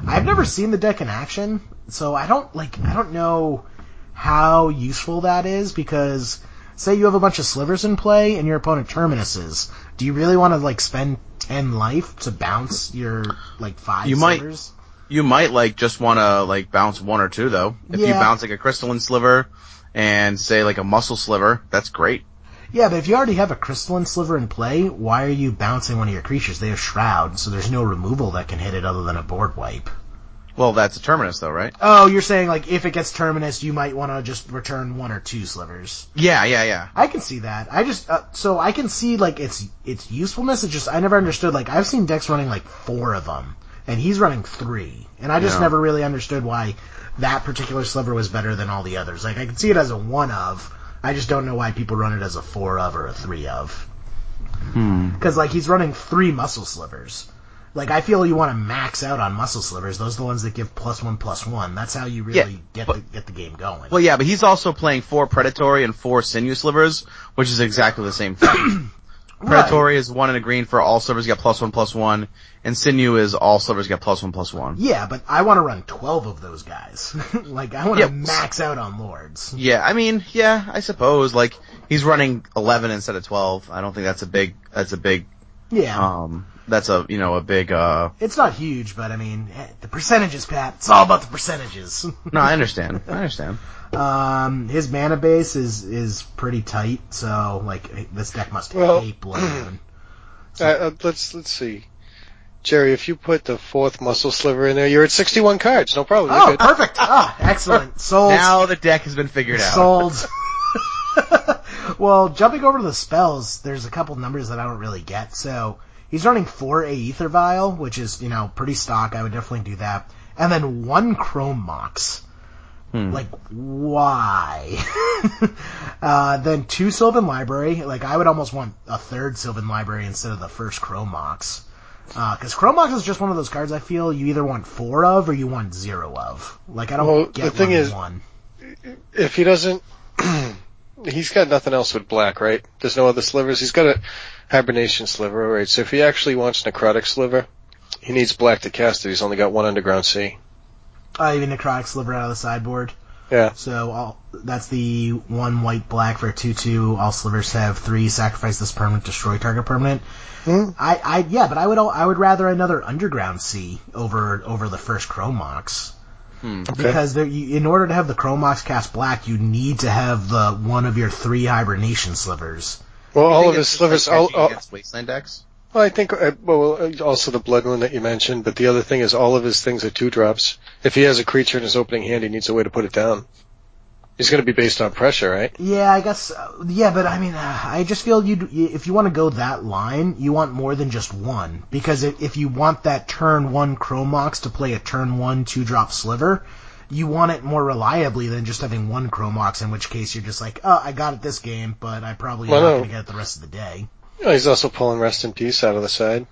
Speaker 4: I've never seen the deck in action, so I don't like I don't know how useful that is because say you have a bunch of slivers in play and your opponent terminuses. Do you really want to like spend ten life to bounce your like five
Speaker 5: You might-
Speaker 4: slivers?
Speaker 5: You might like just want to like bounce one or two though. If you
Speaker 4: Yeah.
Speaker 5: bounce like a crystalline sliver and say like a muscle sliver, that's great.
Speaker 4: Yeah, but if you already have a crystalline sliver in play, why are you bouncing one of your creatures? They have shroud, so there's no removal that can hit it other than a board wipe.
Speaker 5: Well, that's a terminus, though, right?
Speaker 4: Oh, you're saying like if it gets terminus, you might want to just return one or two slivers.
Speaker 5: Yeah, yeah, yeah.
Speaker 4: I can see that. I just uh, so I can see like its its usefulness. It's just I never understood. Like I've seen Dex running like four of them, and he's running three, and I just
Speaker 5: Yeah.
Speaker 4: never really understood why that particular sliver was better than all the others. Like I can see it as a one of. I just don't know why people run it as a four of or a three of.
Speaker 5: Hmm.
Speaker 4: Because like he's running three muscle slivers. Like I feel you want to max out on muscle slivers. Those are the ones that give plus one plus one. That's how you really
Speaker 5: Yeah,
Speaker 4: get
Speaker 5: but-
Speaker 4: the, get the game going.
Speaker 5: Well, yeah, but he's also playing four predatory and four sinew slivers, which is exactly the same thing. Predatory is one and a green for all slivers get plus one plus one, and sinew is all slivers get plus one plus one.
Speaker 4: Yeah, but I want to run twelve of those guys. [LAUGHS] like I want to
Speaker 5: Yeah. Uh-huh.
Speaker 4: max out on lords.
Speaker 5: Yeah, I mean, yeah, I suppose like he's running eleven instead of twelve. I don't think that's a big that's a big
Speaker 4: Yeah,
Speaker 5: um that's a you know a big uh
Speaker 4: it's not huge, but I mean eh, the percentages, Pat. It's all about the percentages. [LAUGHS]
Speaker 5: no I understand I understand
Speaker 4: um, his mana base is is pretty tight, so like this deck must
Speaker 3: Well-
Speaker 4: hate Bloodhound.
Speaker 3: Uh, uh, let's let's see, Jerry. If you put the fourth muscle sliver in there, you're at 61 cards. No problem.
Speaker 4: oh,
Speaker 3: You're good.
Speaker 4: perfect! Ah, excellent. Sold.
Speaker 5: now the deck has been figured out
Speaker 4: Sold. [LAUGHS] well, jumping over to the spells, there's a couple numbers that I don't really get. So he's running four Aether Vial, which is, you know, pretty stock. I would definitely do that. And then one Chrome Mox.
Speaker 5: Hmm.
Speaker 4: Like, why? [LAUGHS] uh, then two Sylvan Library. Like, I would almost want a third Sylvan Library instead of the first Chrome Mox. Because Chrome Mox is just one of those cards I feel you either want four of or you want zero of. Like, I don't
Speaker 3: Well,
Speaker 4: get
Speaker 3: the thing
Speaker 4: running
Speaker 3: is-
Speaker 4: one.
Speaker 3: If he doesn't, [CLEARS THROAT] he's got nothing else with black, right? There's no other slivers. He's got a hibernation sliver, all right? So if he actually wants necrotic sliver, he needs black to cast it. He's only got one underground sea.
Speaker 4: Uh, even necrotic sliver out of the sideboard.
Speaker 3: Yeah.
Speaker 4: So all, that's the one white black for a two two. All slivers have three. Sacrifice this permanent. Destroy target permanent. I, I yeah, but I would al- I would rather another underground sea over over the first Chromox. Because there, you, in order to have the Chromox cast black, you need to have the one of your three hibernation slivers.
Speaker 3: Well, all of
Speaker 5: think
Speaker 3: his
Speaker 5: it's just,
Speaker 3: slivers.
Speaker 5: like,
Speaker 3: All,
Speaker 5: catching
Speaker 3: all,
Speaker 5: against wasteland decks
Speaker 3: well, I think. uh, Well, uh, also the blood moon that you mentioned, but the other thing is all of his things are two drops. If he has a creature in his opening hand, he needs a way to put it down. He's going to be based on pressure, right?
Speaker 4: Yeah, I guess. Uh, yeah, but I mean, uh, I just feel you. If you want to go that line, you want more than just one because if, if you want that turn one Chromox to play a turn one two drop sliver, you want it more reliably than just having one Chromox. In which case, you're just like, oh, I got it this game, but I probably am
Speaker 3: Well,
Speaker 4: not
Speaker 3: no.
Speaker 4: going to get it the rest of the day.
Speaker 3: Oh, He's also pulling rest in peace out of the side.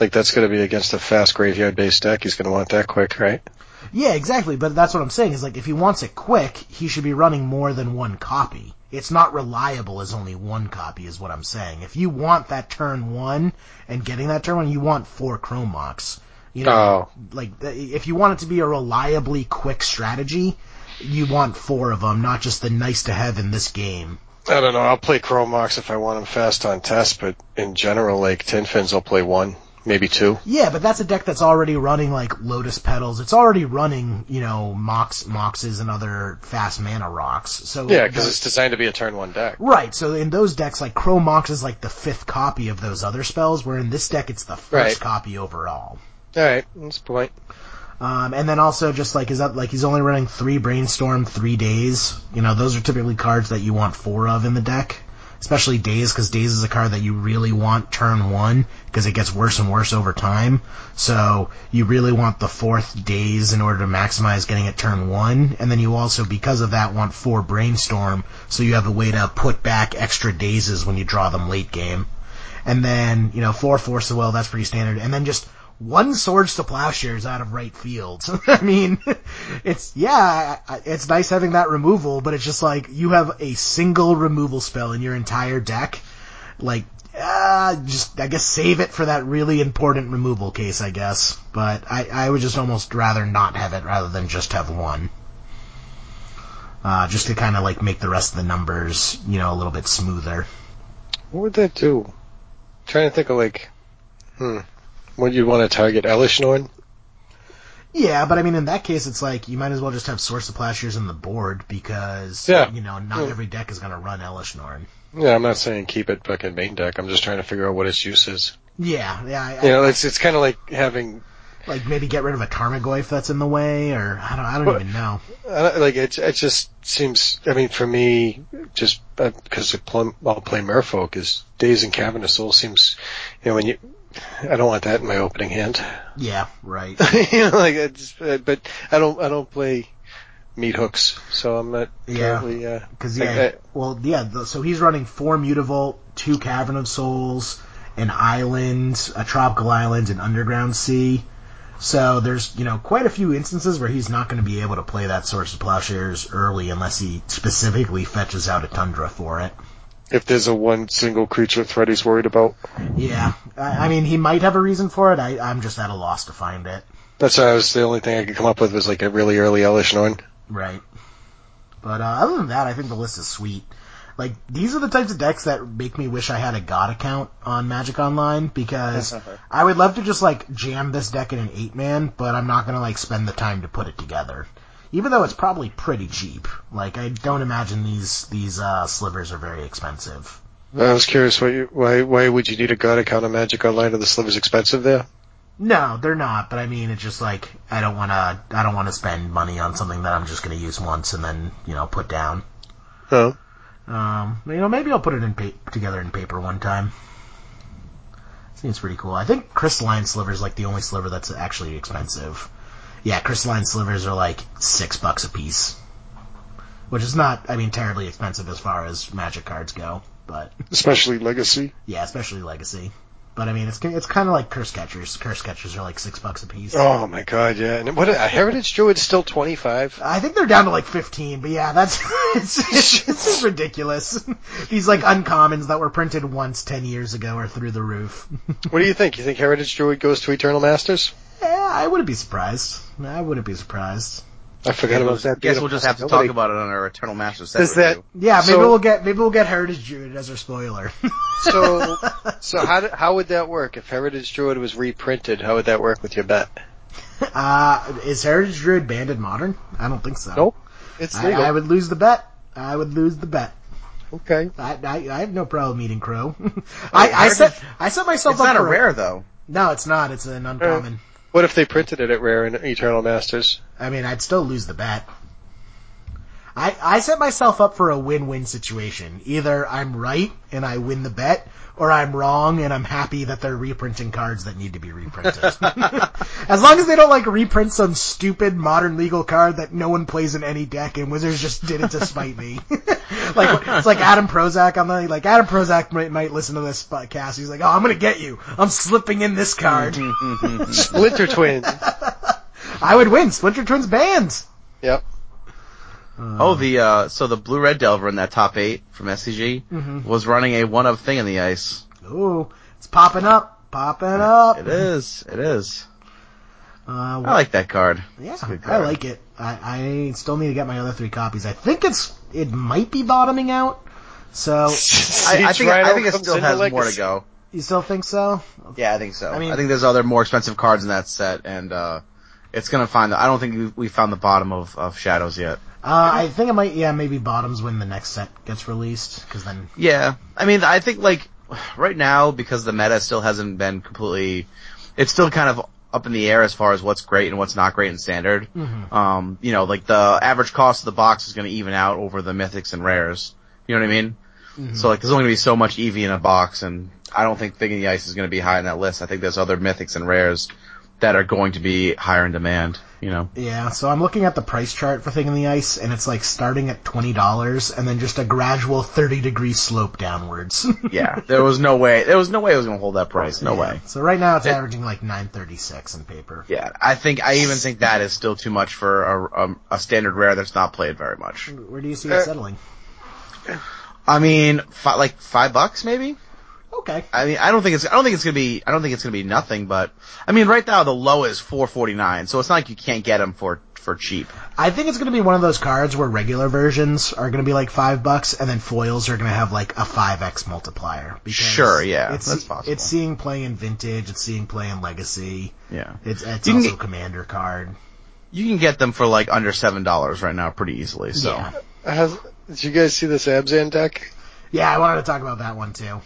Speaker 3: Like that's going to be against a fast graveyard based deck. He's going to want that quick, right?
Speaker 4: Yeah, exactly. But that's what I'm saying is like if he wants it quick, he should be running more than one copy. It's not reliable as only one copy is what I'm saying. If you want that turn one and getting that turn one, you want four Chromox. You
Speaker 3: Uh.
Speaker 4: know, like th- if you want it to be a reliably quick strategy, you want four of them, not just the nice to have in this game.
Speaker 3: I don't know. I'll play Chromox if I want him fast on test, but in general, like Tinfins, I'll play one, maybe two.
Speaker 4: Yeah, but that's a deck that's already running like Lotus Petals. It's already running, you know, Mox, Moxes and other fast mana rocks. So
Speaker 3: Yeah, because it's designed to be a turn one deck.
Speaker 4: Right, so in those decks, like Chromox is like the fifth copy of those other spells, where in this deck it's the first
Speaker 3: Right.
Speaker 4: copy overall.
Speaker 3: All right, that's a point.
Speaker 4: Um, and then also just like is that like he's only running three brainstorm, three days. You know, those are typically cards that you want four of in the deck, especially days because days is a card that you really want turn one because it gets worse and worse over time. So you really want the fourth days in order to maximize getting it turn one, and then you also because of that want four brainstorm so you have a way to put back extra dazes when you draw them late game. And then, you know, four force of will, that's pretty standard. And then just one swords to plowshares out of right field. [LAUGHS] I mean, it's, yeah, I- I- it's nice having that removal, but it's just like, you have a single removal spell in your entire deck. Like, uh, just, I guess save it for that really important removal case, I guess. But I, I would just almost rather not have it rather than just have one. Uh, just to kind of like make the rest of the numbers, you know, a little bit smoother.
Speaker 3: What would that do? trying to think of like, hmm, what you'd want to target Elishnorn.
Speaker 4: Yeah, but I mean, in that case, it's like you might as well just have source of plashers in the board because
Speaker 3: Yeah.
Speaker 4: you know not
Speaker 3: Yeah.
Speaker 4: every deck is going to run Elishnorn.
Speaker 3: Yeah, I'm not saying keep it back in main deck. I'm just trying to figure out what its use is.
Speaker 4: Yeah, yeah, I,
Speaker 3: You know, it's it's kind of like having
Speaker 4: Like maybe get rid of a Tarmogoyf that's in the way, or I don't, I don't
Speaker 3: Well-
Speaker 4: even know.
Speaker 3: Uh, like it, it just seems. I mean, for me, just because I plum, I'll play Merfolk is Days in Cabin of Souls seems. You know, when you, I don't want that in my opening hand. [LAUGHS]
Speaker 4: Yeah, right.
Speaker 3: you know, like it's, uh, but I don't, I don't play meat hooks, so I'm not
Speaker 4: Yeah.
Speaker 3: currently. Uh,
Speaker 4: Because
Speaker 3: I-
Speaker 4: yeah,
Speaker 3: I-
Speaker 4: well, yeah. The, so he's running four Mutavolt, two Cavern of Souls, an island, a tropical island, an underground sea. So there's you know quite a few instances where he's not going to be able to play that Source of Plowshares early unless he specifically fetches out a Tundra for it.
Speaker 3: if there's a one single creature threat he's worried about,
Speaker 4: Yeah, I, I mean he might have a reason for it. I, I'm just at a loss to find it.
Speaker 3: that's why I was the only thing I could come up with was like a really early Elish Norn.
Speaker 4: Right. But uh, other than that, I think the list is sweet. Like these are the types of decks that make me wish I had a god account on Magic Online because I would love to just like jam this deck in an eight man, but I'm not gonna like spend the time to put it together. Even though it's probably pretty cheap. Like I don't imagine these these uh, slivers are very expensive.
Speaker 3: I was curious why you, why why would you need a god account on Magic Online if the sliver's expensive there?
Speaker 4: No, they're not. But I mean, it's just like I don't wanna I don't wanna spend money on something that I'm just gonna use once and then you know put down.
Speaker 3: Oh,
Speaker 4: Um, you know, maybe I'll put it in pa- together in paper one time. Seems pretty cool. I think crystalline sliver is like the only sliver that's actually expensive. Yeah, crystalline slivers are like six bucks a piece, which is not, I mean, terribly expensive as far as magic cards go. But
Speaker 3: especially Legacy.
Speaker 4: yeah, especially legacy. But I mean, it's ki- it's kind of like curse catchers. Curse catchers are like six bucks a piece.
Speaker 3: Oh my god, yeah. And what a Heritage Druid's still twenty five.
Speaker 4: I think they're down to like 15, but yeah, that's [LAUGHS] it's, it's, it's just ridiculous. [LAUGHS] These like uncommons that were printed once 10 years ago are through the roof. [LAUGHS]
Speaker 3: What do you think? You think Heritage Druid goes to Eternal Masters?
Speaker 4: yeah, I wouldn't be surprised. I wouldn't be surprised.
Speaker 3: I forgot about that.
Speaker 5: guess
Speaker 3: being
Speaker 5: we'll
Speaker 3: a
Speaker 5: just have to talk
Speaker 3: possibility.
Speaker 5: about it on our Eternal Masters set
Speaker 3: Does that
Speaker 5: review.
Speaker 4: Yeah, maybe
Speaker 3: So-
Speaker 4: we'll get maybe we'll get Heritage Druid as our spoiler. [LAUGHS]
Speaker 3: so so how do, how would that work if Heritage Druid was reprinted? How would that work with your bet?
Speaker 4: uh, is Heritage Druid banned in modern? I don't think so.
Speaker 3: Nope. It's
Speaker 4: I,
Speaker 3: legal.
Speaker 4: I would lose the bet. I would lose the bet.
Speaker 3: okay.
Speaker 4: I, I, I have no problem eating crow. [LAUGHS] I, I set I set myself
Speaker 5: It's
Speaker 4: up
Speaker 5: not a
Speaker 4: for
Speaker 5: rare though.
Speaker 4: No, it's not. It's
Speaker 3: Uh,
Speaker 4: an uncommon.
Speaker 3: What if they printed it at Rare and Eternal Masters?
Speaker 4: I mean, I'd still lose the bet. I, I set myself up for a win-win situation. Either I'm right and I win the bet, or I'm wrong and I'm happy that they're reprinting cards that need to be reprinted. as long as they don't like reprint some stupid modern legal card that no one plays in any deck and Wizards just did it to spite me. [LAUGHS] like, it's like Adam Prozac on the, like Adam Prozac might, might listen to this podcast. He's like, oh, I'm gonna get you. I'm slipping in this card.
Speaker 3: Splinter Twin.
Speaker 4: I would win. Splinter Twins banned.
Speaker 3: [LAUGHS] Yep.
Speaker 5: Oh, the uh, so the blue red delver in that top eight from SCG was running a one of thing in the ice.
Speaker 4: Ooh, it's popping up, popping up.
Speaker 5: It is, it is.
Speaker 4: Uh,
Speaker 5: I like that card.
Speaker 4: yeah,
Speaker 5: It's a good
Speaker 4: I
Speaker 5: card.
Speaker 4: like it. I, I still need to get my other three copies. I think it's it might be bottoming out. So
Speaker 5: I, I
Speaker 3: Siege
Speaker 5: think I
Speaker 3: Rhino
Speaker 5: think it
Speaker 3: comes
Speaker 5: still
Speaker 3: into
Speaker 5: has more to
Speaker 3: Legacy.
Speaker 5: go.
Speaker 4: you still think so?
Speaker 5: Yeah, I think so.
Speaker 4: I
Speaker 5: I,
Speaker 4: mean-
Speaker 5: think there's other more expensive cards in that set, and uh, it's gonna find. I don't think we, we found the bottom of, of shadows yet.
Speaker 4: Uh, I think it might. Yeah, maybe bottoms when the next set gets released because then
Speaker 5: Yeah, I mean, I think like right now because the meta still hasn't been completely, it's still kind of up in the air as far as what's great and what's not great in standard. Um, you know, like the average cost of the box is going to even out over the mythics and rares. You know what I mean? So like, there's only going to be so much EV in a box, and I don't think Thing in the Ice is going to be high on that list. I think there's other mythics and rares that are going to be higher in demand. You know,
Speaker 4: yeah. So I'm looking at the price chart for Thing in the Ice, and it's like starting at twenty dollars and then just a gradual thirty degree slope downwards. [LAUGHS]
Speaker 5: yeah. There was no way. There was no way it was going to hold that price. No way.
Speaker 4: so right now it's
Speaker 5: It-
Speaker 4: averaging like nine thirty six in paper.
Speaker 5: Yeah, I think I even think that is still too much for a, um, a standard rare that's not played very much.
Speaker 4: Where do you
Speaker 5: Uh,
Speaker 4: see it settling?
Speaker 5: I mean, fi- like five bucks maybe.
Speaker 4: Okay.
Speaker 5: I mean, I don't think it's I don't think it's gonna be I don't think it's gonna be nothing. But I mean, right now the low is four forty nine, so it's not like you can't get them for for cheap.
Speaker 4: I think it's going to be one of those cards where regular versions are going to be like five bucks, and then foils are going to have like a five x multiplier. Because
Speaker 5: Sure, yeah,
Speaker 4: it's,
Speaker 5: that's possible.
Speaker 4: It's seeing play in vintage. It's seeing play in legacy.
Speaker 5: Yeah,
Speaker 4: It's it's
Speaker 5: You can
Speaker 4: also a
Speaker 5: get-
Speaker 4: commander card.
Speaker 5: you can get them for like under seven dollars right now pretty easily. So
Speaker 4: Yeah,
Speaker 3: How's- did you guys see this Abzan deck?
Speaker 4: yeah. I wanted to talk about that one too.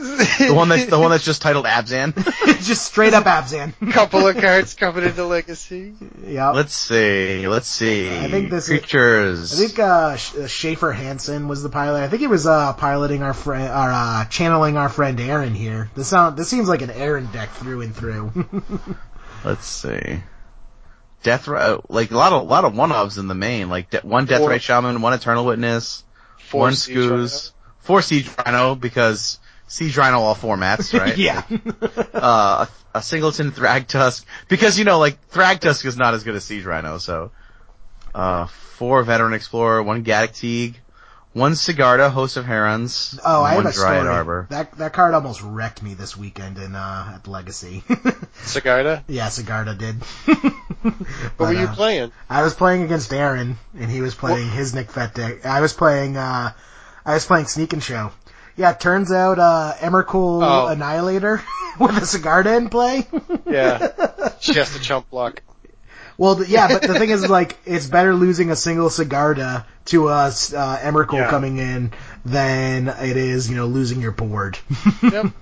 Speaker 5: The one that's the one that's just titled Abzan.
Speaker 4: [LAUGHS]
Speaker 5: [LAUGHS]
Speaker 4: Just straight up Abzan.
Speaker 3: [LAUGHS] couple of cards coming into Legacy.
Speaker 4: [LAUGHS] yep.
Speaker 5: Let's see. Let's see.
Speaker 4: I think this is-
Speaker 5: creatures.
Speaker 4: I think uh, Sh- uh, Schaefer Hansen was the pilot. I think he was uh, piloting our friend, or uh, channeling our friend Aaron here. This sound this seems like an Aaron deck through and through. [LAUGHS]
Speaker 5: Let's see. Death Ra- like a lot of lot of one ofs in the main. Like de- one Death
Speaker 3: Four-
Speaker 5: Ray Shaman, one Eternal Witness,
Speaker 3: Four
Speaker 5: one
Speaker 3: Siege
Speaker 5: Scooz, four Siege Rhino because Siege Rhino
Speaker 4: [LAUGHS]
Speaker 5: all formats, right? [LAUGHS]
Speaker 4: yeah,
Speaker 5: Uh, a, a singleton Thragtusk because you know like Thragtusk is not as good as Siege Rhino, so uh, four Veteran Explorer, one Gaddock Teague, one Sigarda, Host of Herons,
Speaker 4: Oh, I have
Speaker 5: and one
Speaker 4: a story.
Speaker 5: Dryad Arbor.
Speaker 4: That that card almost wrecked me this weekend in uh, at Legacy. [LAUGHS]
Speaker 3: Sigarda?
Speaker 4: yeah, Sigarda did. [LAUGHS]
Speaker 3: What were
Speaker 4: But,
Speaker 3: you
Speaker 4: uh,
Speaker 3: playing?
Speaker 4: I was playing against Aaron, and he was playing his Nick Vet deck. I was playing, uh, I was playing Sneak and Show. Yeah, it turns out, uh, Emmercool
Speaker 3: Oh.
Speaker 4: Annihilator [LAUGHS] with a Sigarda in play. [LAUGHS]
Speaker 5: [LAUGHS]
Speaker 3: Yeah. She has to chump block.
Speaker 4: well, th- yeah, but the
Speaker 3: [LAUGHS]
Speaker 4: thing is, like, it's better losing a single Sigarda to a s- uh, Emmercool
Speaker 3: Yeah.
Speaker 4: coming in than it is, you know, losing your board. [LAUGHS]
Speaker 3: Yep.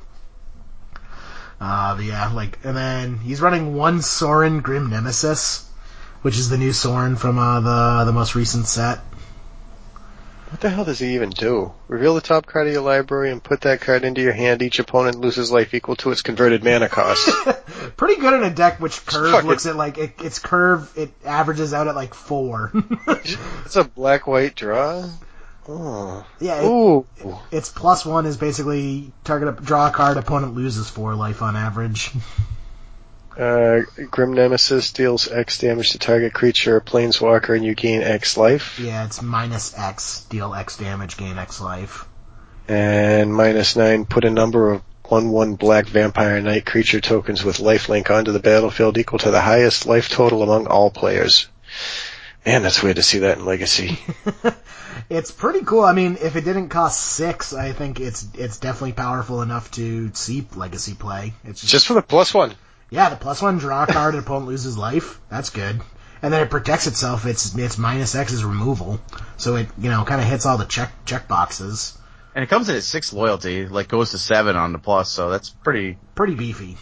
Speaker 4: Uh, but yeah, like, and then he's running one Soren Grim Nemesis, which is the new Soren from, uh, the, the most recent set. [LAUGHS]
Speaker 3: What the hell does he even do? Reveal the top card of your library and put that card into your hand. Each opponent loses life equal to its converted mana
Speaker 5: [LAUGHS]
Speaker 3: cost.
Speaker 4: pretty good in a deck which curve
Speaker 3: Fuck it.
Speaker 4: looks at like it, its curve it averages out at
Speaker 3: [LAUGHS]
Speaker 4: like four.
Speaker 3: it's a black white draw. Oh.
Speaker 4: yeah, it,
Speaker 3: Ooh.
Speaker 4: its plus one is basically target a, draw a card, opponent loses four life on average.
Speaker 3: Uh, Grim Nemesis deals X damage to target creature or planeswalker and you gain X life.
Speaker 4: yeah, it's minus X, deal X damage, gain X life.
Speaker 3: And minus nine, put a number of 1-1 black vampire knight creature tokens with lifelink onto the battlefield equal to the highest life total among all players. Man, that's weird to see that in Legacy.
Speaker 4: It's pretty cool. I mean, if it didn't cost six, I think it's it's definitely powerful enough to see legacy play. It's
Speaker 3: [LAUGHS]
Speaker 4: just,
Speaker 3: Just for the plus one.
Speaker 4: yeah, the plus one draw a card, and opponent loses life. That's good. And then it protects itself. It's it's minus X is removal, so it you know kind of hits all the check check boxes.
Speaker 5: And it comes in at six loyalty, like goes to seven on the plus, so that's pretty.
Speaker 4: pretty beefy.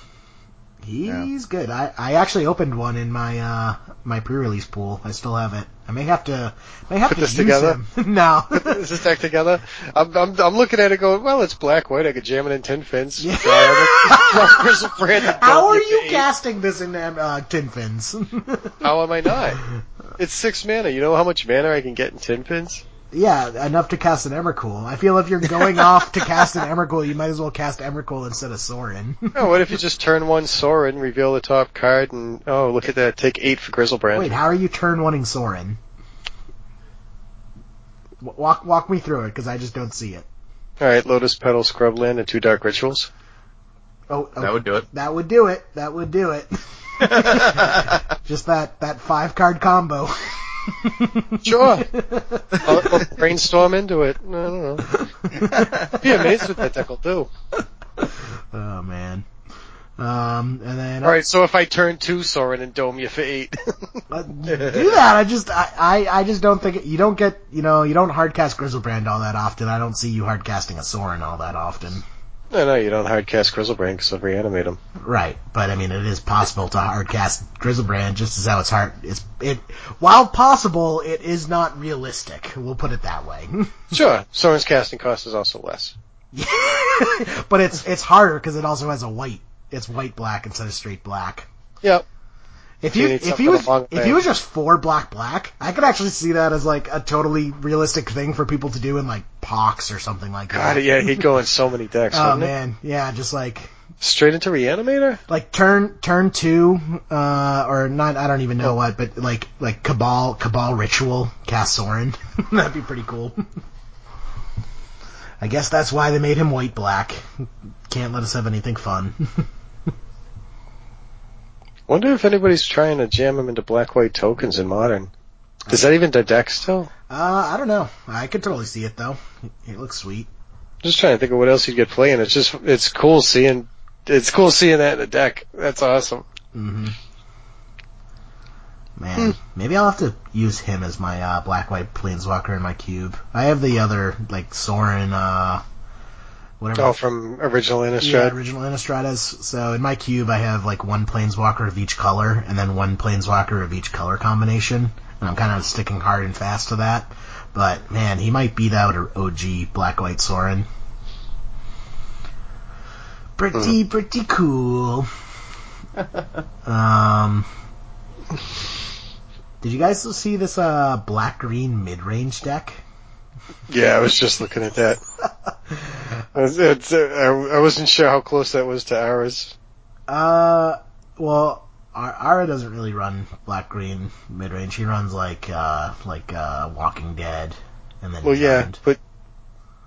Speaker 4: He's good. I, I actually opened one in my uh my pre-release pool. I still have it. I may have to may have
Speaker 3: Put
Speaker 4: to
Speaker 3: this
Speaker 4: use
Speaker 3: together?
Speaker 4: him. [LAUGHS] no.
Speaker 3: [LAUGHS] Is this deck together? I'm, I'm, I'm looking at it going, well, it's black, white, I could jam it in tin fins.
Speaker 4: Yeah.
Speaker 3: [LAUGHS] Chris Brandon,
Speaker 4: How
Speaker 3: don't
Speaker 4: are
Speaker 3: get
Speaker 4: you
Speaker 3: paid.
Speaker 4: casting this in uh, tin fins? [LAUGHS]
Speaker 3: How am I not? It's six mana. You know how much mana I can get in tin pins?
Speaker 4: yeah, enough to cast an Emrakul. I feel if you're
Speaker 3: [LAUGHS]
Speaker 4: going off to cast an Emrakul, you might as well cast Emrakul instead of Sorin. [LAUGHS]
Speaker 3: No, Oh, what if you just turn one Sorin, reveal the top card, and oh, look at that, take eight for Grizzlebrand.
Speaker 4: Wait, how are you turn oneing Sorin? W- Walk walk me through it because I just don't see it.
Speaker 3: Alright, Lotus Petal, Scrubland, and two Dark Rituals.
Speaker 4: Oh, oh
Speaker 5: That would do it.
Speaker 4: That would do it. That would
Speaker 3: [LAUGHS]
Speaker 4: do it. [LAUGHS] Just that, that five card combo. [LAUGHS]
Speaker 3: Sure. I'll, I'll brainstorm into it. I don't know. [LAUGHS] Be amazed what that deck will do.
Speaker 4: Oh man. Um, and then
Speaker 3: Alright, so if I turn two Sorin and dome you for eight.
Speaker 4: uh, do that. I just I, I, I just don't think it, you don't get you know you don't hard cast Grizzlebrand all that often. I don't see you hard casting a Soren all that often.
Speaker 3: [LAUGHS] No, no, you don't hard cast Grizzlebrand because they'll reanimate him.
Speaker 4: Right, but I mean it is possible to hard cast Grizzlebrand just as how it's hard. It's it while possible it is not realistic. We'll put it that way. [LAUGHS]
Speaker 3: Sure, Soren's casting cost is also less.
Speaker 4: [LAUGHS] but it's it's harder because it also has a white. It's white black instead of straight black.
Speaker 3: Yep.
Speaker 4: If
Speaker 3: You
Speaker 4: you
Speaker 3: need
Speaker 4: if
Speaker 3: something
Speaker 4: you was
Speaker 3: along
Speaker 4: if
Speaker 3: the-
Speaker 4: you was just four black black, I could actually see that as like a totally realistic thing for people to do in like pox or something like
Speaker 3: God,
Speaker 4: that.
Speaker 3: yeah, he'd go in so many decks,
Speaker 4: [LAUGHS] Oh
Speaker 3: wouldn't it?
Speaker 4: man, yeah, just like
Speaker 3: Straight into Reanimator?
Speaker 4: like turn turn two, uh, or not. I don't even know what, but like like cabal cabal ritual cast Sorin. [LAUGHS] That'd be pretty cool. I guess that's why they made him white black. Can't let us have anything fun. [LAUGHS]
Speaker 3: Wonder if anybody's trying to jam him into black white tokens in modern. Is that even the deck still?
Speaker 4: Uh, I don't know. I could totally see it though. It looks sweet.
Speaker 3: Just trying to think of what else you'd get playing. It's just it's cool seeing it's cool seeing that in a deck. That's awesome.
Speaker 4: hmm Man, maybe I'll have to use him as my uh, black white planeswalker in my cube. I have the other like Soren. Uh, whatever.
Speaker 3: Oh, from original
Speaker 4: yeah,
Speaker 3: Innistrad.
Speaker 4: original Innistradas. So in my cube, I have like one planeswalker of each color, and then one planeswalker of each color combination, and I'm kind of sticking hard and fast to that. But man, he might beat out an OG Black White Sorin. Pretty, pretty cool. um, did you guys see this uh black green mid range deck?
Speaker 3: Yeah, I was just looking at that. It's- it's, uh, I I wasn't sure how close that was to ours.
Speaker 4: Uh, well, Ar- Ara doesn't really run black green mid range. She runs like uh like uh Walking Dead, and then
Speaker 3: Well, yeah,
Speaker 4: Drowned.
Speaker 3: but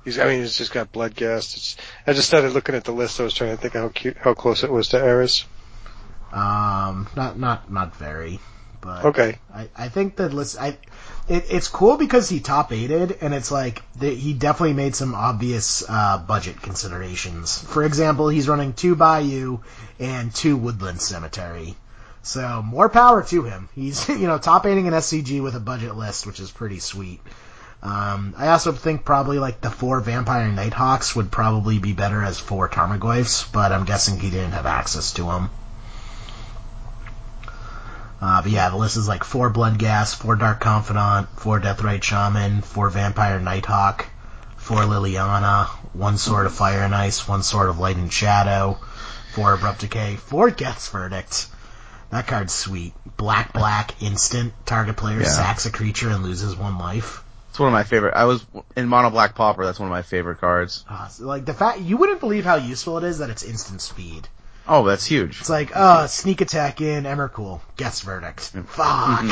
Speaker 3: he's, I mean, he's just got blood gas. It's, I just started looking at the list. I was trying to think how cute, how close it was to ours.
Speaker 4: um, not not not very, but
Speaker 3: Okay,
Speaker 4: I I think that list I. It, it's cool because he top aided, and it's like the, he definitely made some obvious uh, budget considerations. For example, he's running two Bayou and two Woodland Cemetery, so more power to him. He's [LAUGHS] you know top aiding an SCG with a budget list, which is pretty sweet. Um, I also think probably like the four Vampire Nighthawks would probably be better as four Tarmogoyfs, but I'm guessing he didn't have access to them. Uh, but yeah, the list is like four Blood Gas, four Dark Confidant, four Deathrite Shaman, four Vampire Nighthawk, four Liliana, one Sword of Fire and Ice, one Sword of Light and Shadow, four Abrupt Decay, four Death's Verdict. That card's sweet. Black, black, instant. Target player
Speaker 5: Yeah.
Speaker 4: sacks a creature and loses one life.
Speaker 5: It's one of my favorite. I was in Mono Black Pauper. That's one of my favorite cards.
Speaker 4: Uh, so, like the fact you wouldn't believe how useful it is that it's instant speed.
Speaker 5: Oh, that's huge.
Speaker 4: It's like, uh, sneak attack in Emmercool, gets verdict. Fuck.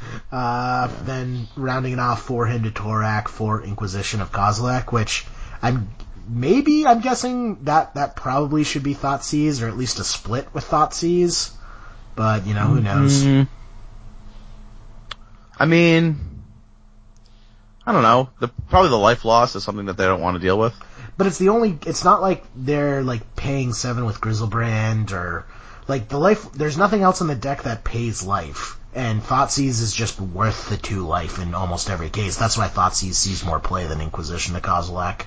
Speaker 4: [LAUGHS] uh, then rounding it off, four Hindu Torak, four Inquisition of Kozilek, which I'm maybe I'm guessing that that probably should be Thoughtseize or at least a split with Thoughtseize. But you know who knows.
Speaker 5: Mm. I mean, I don't know. The probably the life loss is something that they don't want to deal with.
Speaker 4: But it's the only. It's not like they're like paying seven with Grizzlebrand or like the life. There's nothing else in the deck that pays life, and Thoughtseize is just worth the two life in almost every case. That's why Thoughtseize sees more play than Inquisition to Kozilek.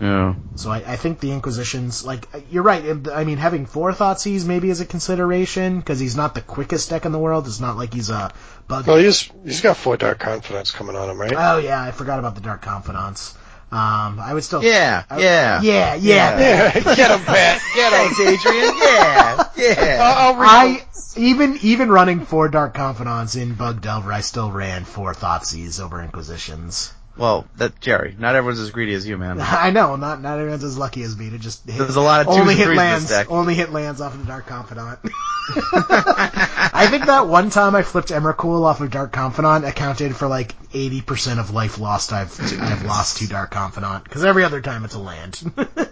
Speaker 5: Yeah.
Speaker 4: So I, I think the Inquisition's like you're right. and- I mean, having four Thoughtseize maybe is a consideration because he's not the quickest deck in the world. It's not like he's a bug
Speaker 3: well, he's he's got four dark confidants coming on him, right?
Speaker 4: Oh yeah, I forgot about the Dark Confidants. Um, I would still.
Speaker 5: Yeah.
Speaker 4: I-
Speaker 5: yeah.
Speaker 4: Yeah. Yeah.
Speaker 3: yeah, [LAUGHS] get him, Pat. [LAUGHS] Get him.
Speaker 5: Thanks, Adrian. [LAUGHS] Yeah. Yeah.
Speaker 3: I'll, I'll read
Speaker 4: I even even running four Dark Confidants in Bug Delver, I still ran four Thoughtseize over Inquisitions. [LAUGHS]
Speaker 5: Well, that Jerry. Not everyone's as greedy as you, man.
Speaker 4: I know, not not everyone's as lucky as me to just hit,
Speaker 5: There's a lot of twos
Speaker 4: only
Speaker 5: and
Speaker 4: hit
Speaker 5: threes in this
Speaker 4: lands
Speaker 5: deck.
Speaker 4: only hit lands off of the Dark Confidant. [LAUGHS] I think that one time I flipped Emrakul off of Dark Confidant accounted for like eighty percent of life lost I've I've lost to Dark Confidant because every other time it's a land. [LAUGHS]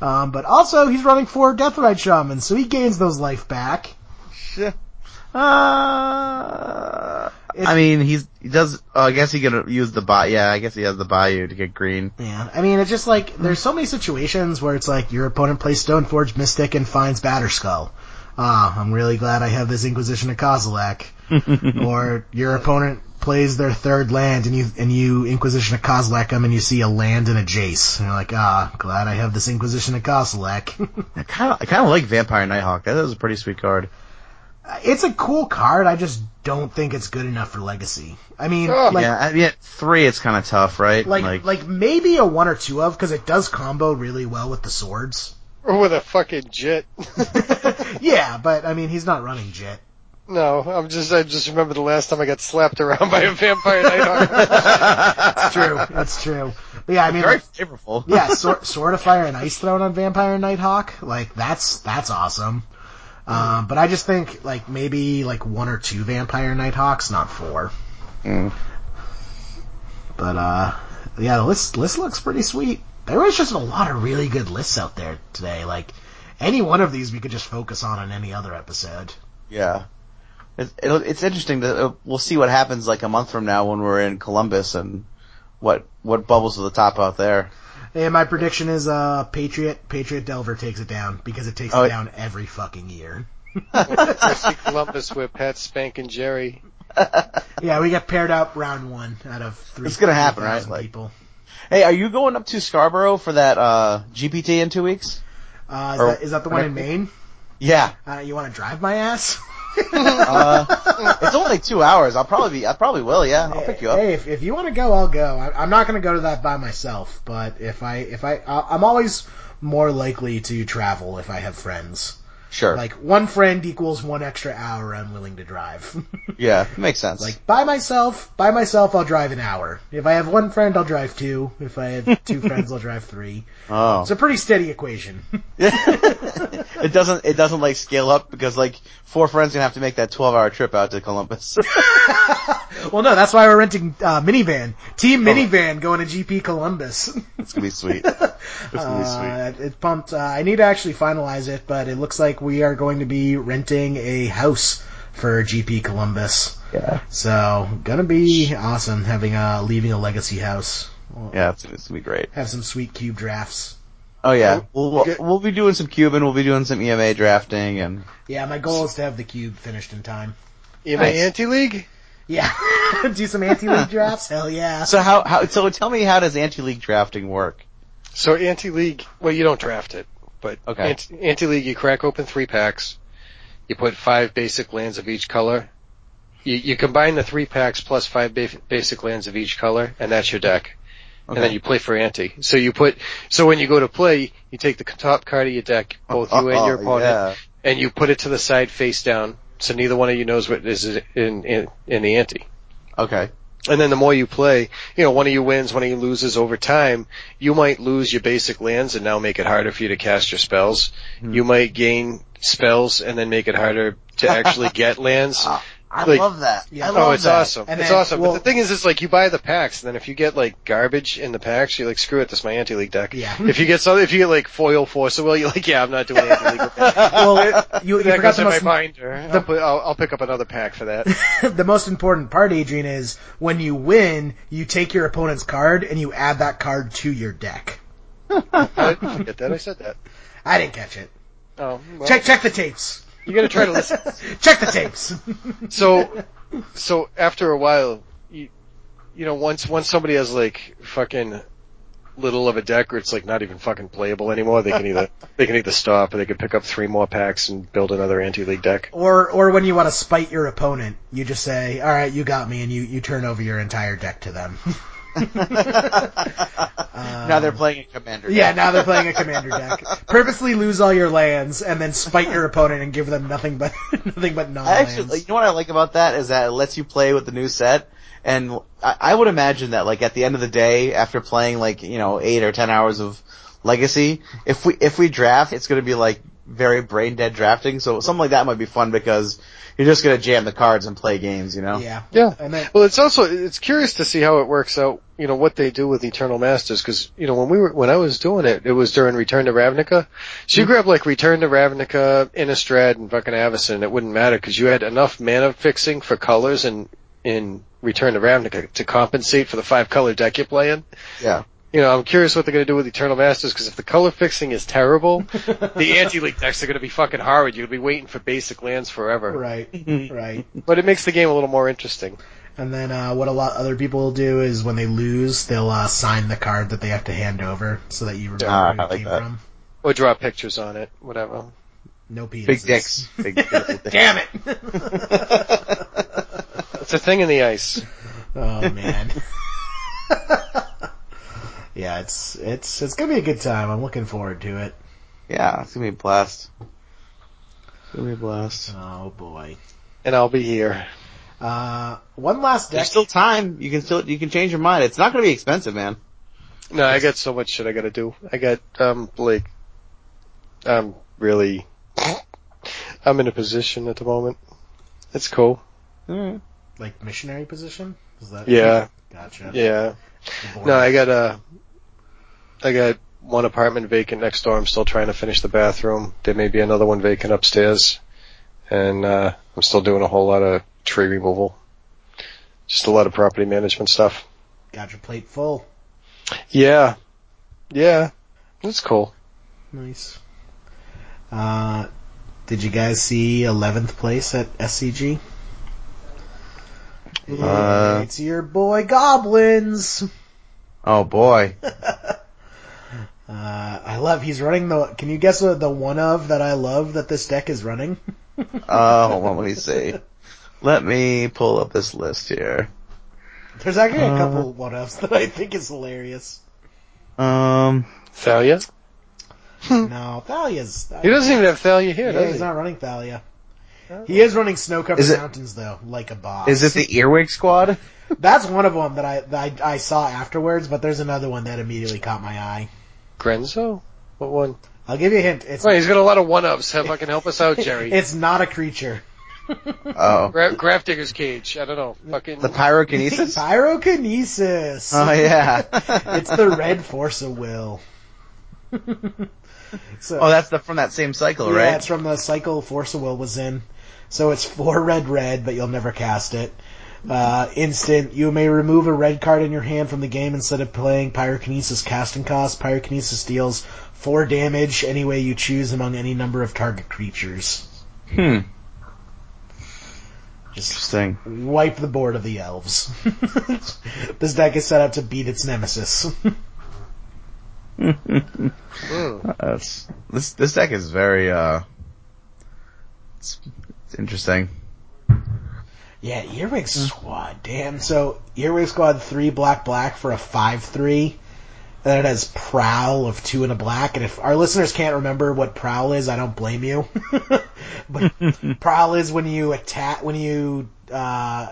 Speaker 4: um, but also he's running four Deathrite Shamans, so he gains those life back.
Speaker 5: Uh, I
Speaker 4: It's-
Speaker 5: mean, he's he does. Uh, I guess he could use the bayou. Yeah, I guess he has the bayou to get green.
Speaker 4: Yeah, I mean, it's just like there's so many situations where it's like your opponent plays Stoneforge Mystic and finds Batterskull. Ah, I'm really glad I have this Inquisition of Kozilek. or your opponent plays their third land and you and you Inquisition of Kozilek them and you see a land and a Jace and you're like, ah, glad I have this Inquisition of Kozilek. [LAUGHS]
Speaker 5: I kind of, I kind of like Vampire Nighthawk. That is a pretty sweet card.
Speaker 4: it's a cool card. I just don't think it's good enough for Legacy. I mean,
Speaker 3: Oh,
Speaker 4: like,
Speaker 5: yeah, I mean, at three, it's kind of tough, right?
Speaker 4: like like [LAUGHS] maybe a one or two of because it does combo really well with the swords.
Speaker 3: or with a fucking jet.
Speaker 4: Yeah, but I mean, he's not running Jet.
Speaker 3: [LAUGHS] no, I'm just I just remember the last time I got slapped around by a vampire [LAUGHS] nighthawk.
Speaker 4: That's true. That's true. But yeah, I mean,
Speaker 5: very
Speaker 4: like,
Speaker 5: flavorful.
Speaker 4: yeah, sword, sword of fire and ice thrown on Vampire Nighthawk, like that's that's awesome. Um, but I just think like maybe like one or two Vampire Nighthawks, not four.
Speaker 5: Mm.
Speaker 4: But uh, yeah, the list list looks pretty sweet. There was just a lot of really good lists out there today. Like any one of these, we could just focus on in any other episode.
Speaker 5: Yeah. It's, it'll, it's interesting that uh, we'll see what happens like a month from now when we're in Columbus and what what bubbles to the top out there.
Speaker 4: And my prediction is uh, Patriot Patriot Delver takes it down because it takes
Speaker 5: Oh,
Speaker 4: it
Speaker 5: it-
Speaker 4: down every fucking year.
Speaker 3: I see Columbus with Pat spanking Jerry.
Speaker 4: Yeah, we got paired up round one out of three.
Speaker 5: It's gonna happen, right?
Speaker 4: 3,000
Speaker 5: Like-
Speaker 4: people.
Speaker 5: Hey, are you going up to Scarborough for that uh, GPT in two weeks?
Speaker 4: Uh, is,
Speaker 5: Or-
Speaker 4: that, is that the one in Maine?
Speaker 5: Yeah,
Speaker 4: Uh, you want to drive my
Speaker 5: [LAUGHS]
Speaker 4: ass? [LAUGHS]
Speaker 5: uh, it's only like two hours. I'll probably be. I probably will. Yeah, I'll pick you up.
Speaker 4: Hey, if, if you want to go, I'll go. I, I'm not going to go to that by myself, but if I if I I- I'm always more likely to travel if I have friends.
Speaker 5: Sure.
Speaker 4: Like one friend equals one extra hour I'm willing to drive. [LAUGHS]
Speaker 5: yeah, makes sense.
Speaker 4: like by myself, by myself I'll drive an hour. If I have one friend, I'll drive two. If I have
Speaker 5: [LAUGHS]
Speaker 4: two friends, I'll drive three.
Speaker 5: oh,
Speaker 4: It's a pretty steady equation.
Speaker 5: it doesn't. It doesn't like scale up because like four friends gonna have to make that twelve hour trip out to Columbus. [LAUGHS]
Speaker 4: well, no, that's why we're renting uh, minivan, team
Speaker 3: Oh.
Speaker 4: minivan, going to GP Columbus. [LAUGHS]
Speaker 5: it's gonna be sweet. It's gonna be sweet.
Speaker 4: Uh, it pumped. Uh, I need to actually finalize it, but it looks like we are going to be renting a house for GP Columbus.
Speaker 5: Yeah.
Speaker 4: So gonna be awesome having a leaving a legacy house.
Speaker 5: Yeah, it's, it's gonna be great.
Speaker 4: Have some sweet cube drafts.
Speaker 5: Oh yeah, we'll we'll,
Speaker 3: get-
Speaker 5: we'll be doing some Cuban. We'll be doing some EMA drafting and
Speaker 4: Yeah, my goal is to have the cube finished in time.
Speaker 3: In
Speaker 5: Nice.
Speaker 3: my anti league?
Speaker 4: Yeah, [LAUGHS] do some [LAUGHS] anti-league drafts. Hell yeah.
Speaker 5: so how how so tell me how does anti league drafting work?
Speaker 3: So anti league, well, you don't draft it, but
Speaker 5: Okay.
Speaker 3: anti league, you crack open three packs, you put five basic lands of each color. You, you combine the three packs plus five ba- basic lands of each color, and that's your deck.
Speaker 5: Okay.
Speaker 3: And then you play for anti. So you put, so when you go to play, you take the top card of your deck, both you and your
Speaker 5: Oh,
Speaker 3: opponent,
Speaker 5: yeah.
Speaker 3: and you put it to the side face down, so neither one of you knows what is in in, in the ante.
Speaker 5: Okay.
Speaker 3: And then the more you play, you know, one of you wins, one of you loses over time, you might lose your basic lands and now make it harder for you to cast your spells.
Speaker 4: Hmm.
Speaker 3: You might gain spells and then make it harder to actually
Speaker 4: [LAUGHS]
Speaker 3: get lands.
Speaker 5: Ah, I
Speaker 3: Like-
Speaker 5: love that.
Speaker 4: Yeah.
Speaker 5: I
Speaker 4: Oh,
Speaker 5: love
Speaker 3: oh, it's
Speaker 5: that.
Speaker 3: awesome.
Speaker 4: And
Speaker 3: it's
Speaker 4: then-
Speaker 3: awesome. [LAUGHS]
Speaker 4: well-
Speaker 3: but the thing is, it's like you buy the packs, and then if you get like garbage in the packs, you're like, screw it, this is my anti-league deck.
Speaker 4: Yeah.
Speaker 3: if you get some, if you get like foil force, well, you're like, yeah, I'm not doing
Speaker 4: [LAUGHS]
Speaker 3: anti-league with that.
Speaker 4: well, [LAUGHS] you, you
Speaker 3: that goes
Speaker 4: forgot the
Speaker 3: in my
Speaker 4: most
Speaker 3: binder. I'll, put, I'll, I'll pick up another pack for
Speaker 4: [LAUGHS]
Speaker 3: that.
Speaker 4: the most important part, Adrian, is when you win, you take your opponent's card and you add that card to your deck.
Speaker 3: I didn't get that. I said that.
Speaker 4: I didn't catch it.
Speaker 3: Oh, well,
Speaker 4: Check check the
Speaker 5: [LAUGHS]
Speaker 4: tapes.
Speaker 3: You gotta try to listen.
Speaker 4: Check the tapes.
Speaker 3: So, so after a while, you, you know, once once somebody has like fucking little of a deck, or it's like not even fucking playable anymore, they can either they can either stop, or they can pick up three more packs and build another anti-league deck.
Speaker 4: or or when you want to spite your opponent, you just say, "All right, you got me," and you you turn over your entire deck to them.
Speaker 5: [LAUGHS]
Speaker 4: [LAUGHS]
Speaker 5: now they're playing a commander.
Speaker 4: yeah, now they're playing a commander deck. Purposely lose all your lands and then spite your opponent and give them nothing but [LAUGHS] nothing but
Speaker 5: I
Speaker 4: non-lands.
Speaker 5: actually, you know what I like about that is that it lets you play with the new set, and I, I would imagine that like at the end of the day, after playing like you know eight or ten hours of Legacy, if we if we draft, it's going to be like very brain dead drafting. So something like that might be fun because you're just going to jam the cards and play games, you know?
Speaker 4: yeah,
Speaker 3: Yeah.
Speaker 4: and then
Speaker 3: Well, it's also it's curious to see how it works out. You know what they do with Eternal Masters because you know when we were when I was doing it, it was during Return to Ravnica. So you grabbed like Return to Ravnica, Innistrad, and fucking Avison. It wouldn't matter because you had enough mana fixing for colors and in Return to Ravnica to compensate for the five color deck you're playing.
Speaker 5: Yeah.
Speaker 3: You know, I'm curious what they're going to do with Eternal Masters because if the color fixing is terrible, the anti-leak decks are going to be fucking hard. You'll be waiting for basic lands forever.
Speaker 5: [LAUGHS]
Speaker 4: right, right.
Speaker 3: But it makes the game a little more interesting.
Speaker 4: And then uh, what a lot other people will do is when they lose, they'll uh, sign the card that they have to hand over so that you remember
Speaker 5: Ah,
Speaker 4: who
Speaker 5: I
Speaker 4: it
Speaker 5: like
Speaker 4: came
Speaker 5: that.
Speaker 4: from.
Speaker 3: Or draw pictures on it, whatever.
Speaker 4: No penises.
Speaker 5: Big dicks. Big dicks.
Speaker 4: Damn it!
Speaker 3: It's a thing in the ice.
Speaker 5: [LAUGHS]
Speaker 4: Oh man. [LAUGHS] yeah, it's it's it's gonna be a good time. I'm looking forward to it.
Speaker 5: Yeah, it's gonna be a blast. It's gonna be a blast.
Speaker 4: Oh boy.
Speaker 3: And I'll be here.
Speaker 4: Uh, one last deck.
Speaker 5: There's still time. You can still you can change your mind. It's not gonna be expensive, man.
Speaker 3: No, I got so much shit I gotta do. I got, um, like, I'm really, I'm in a position at the moment. It's cool.
Speaker 5: Alright.
Speaker 4: like missionary position. Is that?
Speaker 3: Yeah.
Speaker 4: Gotcha.
Speaker 3: Yeah.
Speaker 4: The
Speaker 3: No, I
Speaker 4: board.
Speaker 3: got, uh, I got one apartment vacant next door. I'm still trying to finish the bathroom. There may be another one vacant upstairs. And, uh, I'm still doing a whole lot of tree removal. Just a lot of property management stuff.
Speaker 4: got your plate full.
Speaker 3: Yeah. Yeah. That's cool.
Speaker 4: Nice. Uh, did you guys see 11th place at SCG?
Speaker 5: Uh,
Speaker 3: Uh,
Speaker 4: it's your boy Goblins.
Speaker 5: Oh boy.
Speaker 4: Uh, I love. He's running the. Can you guess what the one of that I love that this deck is running? [LAUGHS]
Speaker 5: Uh, hold on, let me see. Let me pull up this list here.
Speaker 4: There's actually a
Speaker 3: Uh.
Speaker 4: couple one ofs that I think is hilarious.
Speaker 5: Um,
Speaker 3: Thalia?
Speaker 4: no, Thalia's.
Speaker 3: Hmm. He doesn't even have Thalia here,
Speaker 4: Yeah,
Speaker 3: does
Speaker 4: he's
Speaker 3: he?
Speaker 4: not running Thalia. He is running snow covered
Speaker 5: Is it-
Speaker 4: mountains though, like a boss.
Speaker 5: is it the
Speaker 4: [LAUGHS]
Speaker 5: Earwig Squad?
Speaker 4: That's one of them that I, that I I saw afterwards, but there's another one that immediately caught my eye.
Speaker 3: Grenzo? What one?
Speaker 4: I'll give you a hint. It's
Speaker 3: Wait, he's got a lot of one-ups. Have fucking help us out, [LAUGHS] Jerry.
Speaker 4: it's not a creature.
Speaker 5: Oh,
Speaker 3: Gra- Graph Digger's Cage. I don't know. Fucking
Speaker 4: [LAUGHS]
Speaker 5: the Pyrokinesis.
Speaker 4: Pyrokinesis.
Speaker 5: Oh yeah.
Speaker 4: [LAUGHS] it's the red force of
Speaker 5: [LAUGHS]
Speaker 4: will. so,
Speaker 5: Oh, that's the from that same cycle,
Speaker 4: yeah,
Speaker 5: right?
Speaker 4: it's from the cycle Force of Will was in. So it's four red red, but you'll never cast it. Uh, instant, you may remove a red card in your hand from the game instead of playing Pyrokinesis casting cost. Pyrokinesis deals four damage any way you choose among any number of target creatures.
Speaker 5: Hmm.
Speaker 4: Just
Speaker 5: Interesting.
Speaker 4: wipe the board of the elves. this deck is set up to beat its nemesis.
Speaker 5: [LAUGHS] That's this this deck is very uh it's, it's interesting.
Speaker 4: Yeah, Earwig Squad. Damn. So Earwig Squad three black black for a five three. And it has prowl of two and a black. And if our listeners can't remember what prowl is, I don't blame you. [LAUGHS] but prowl is when you attack when you uh,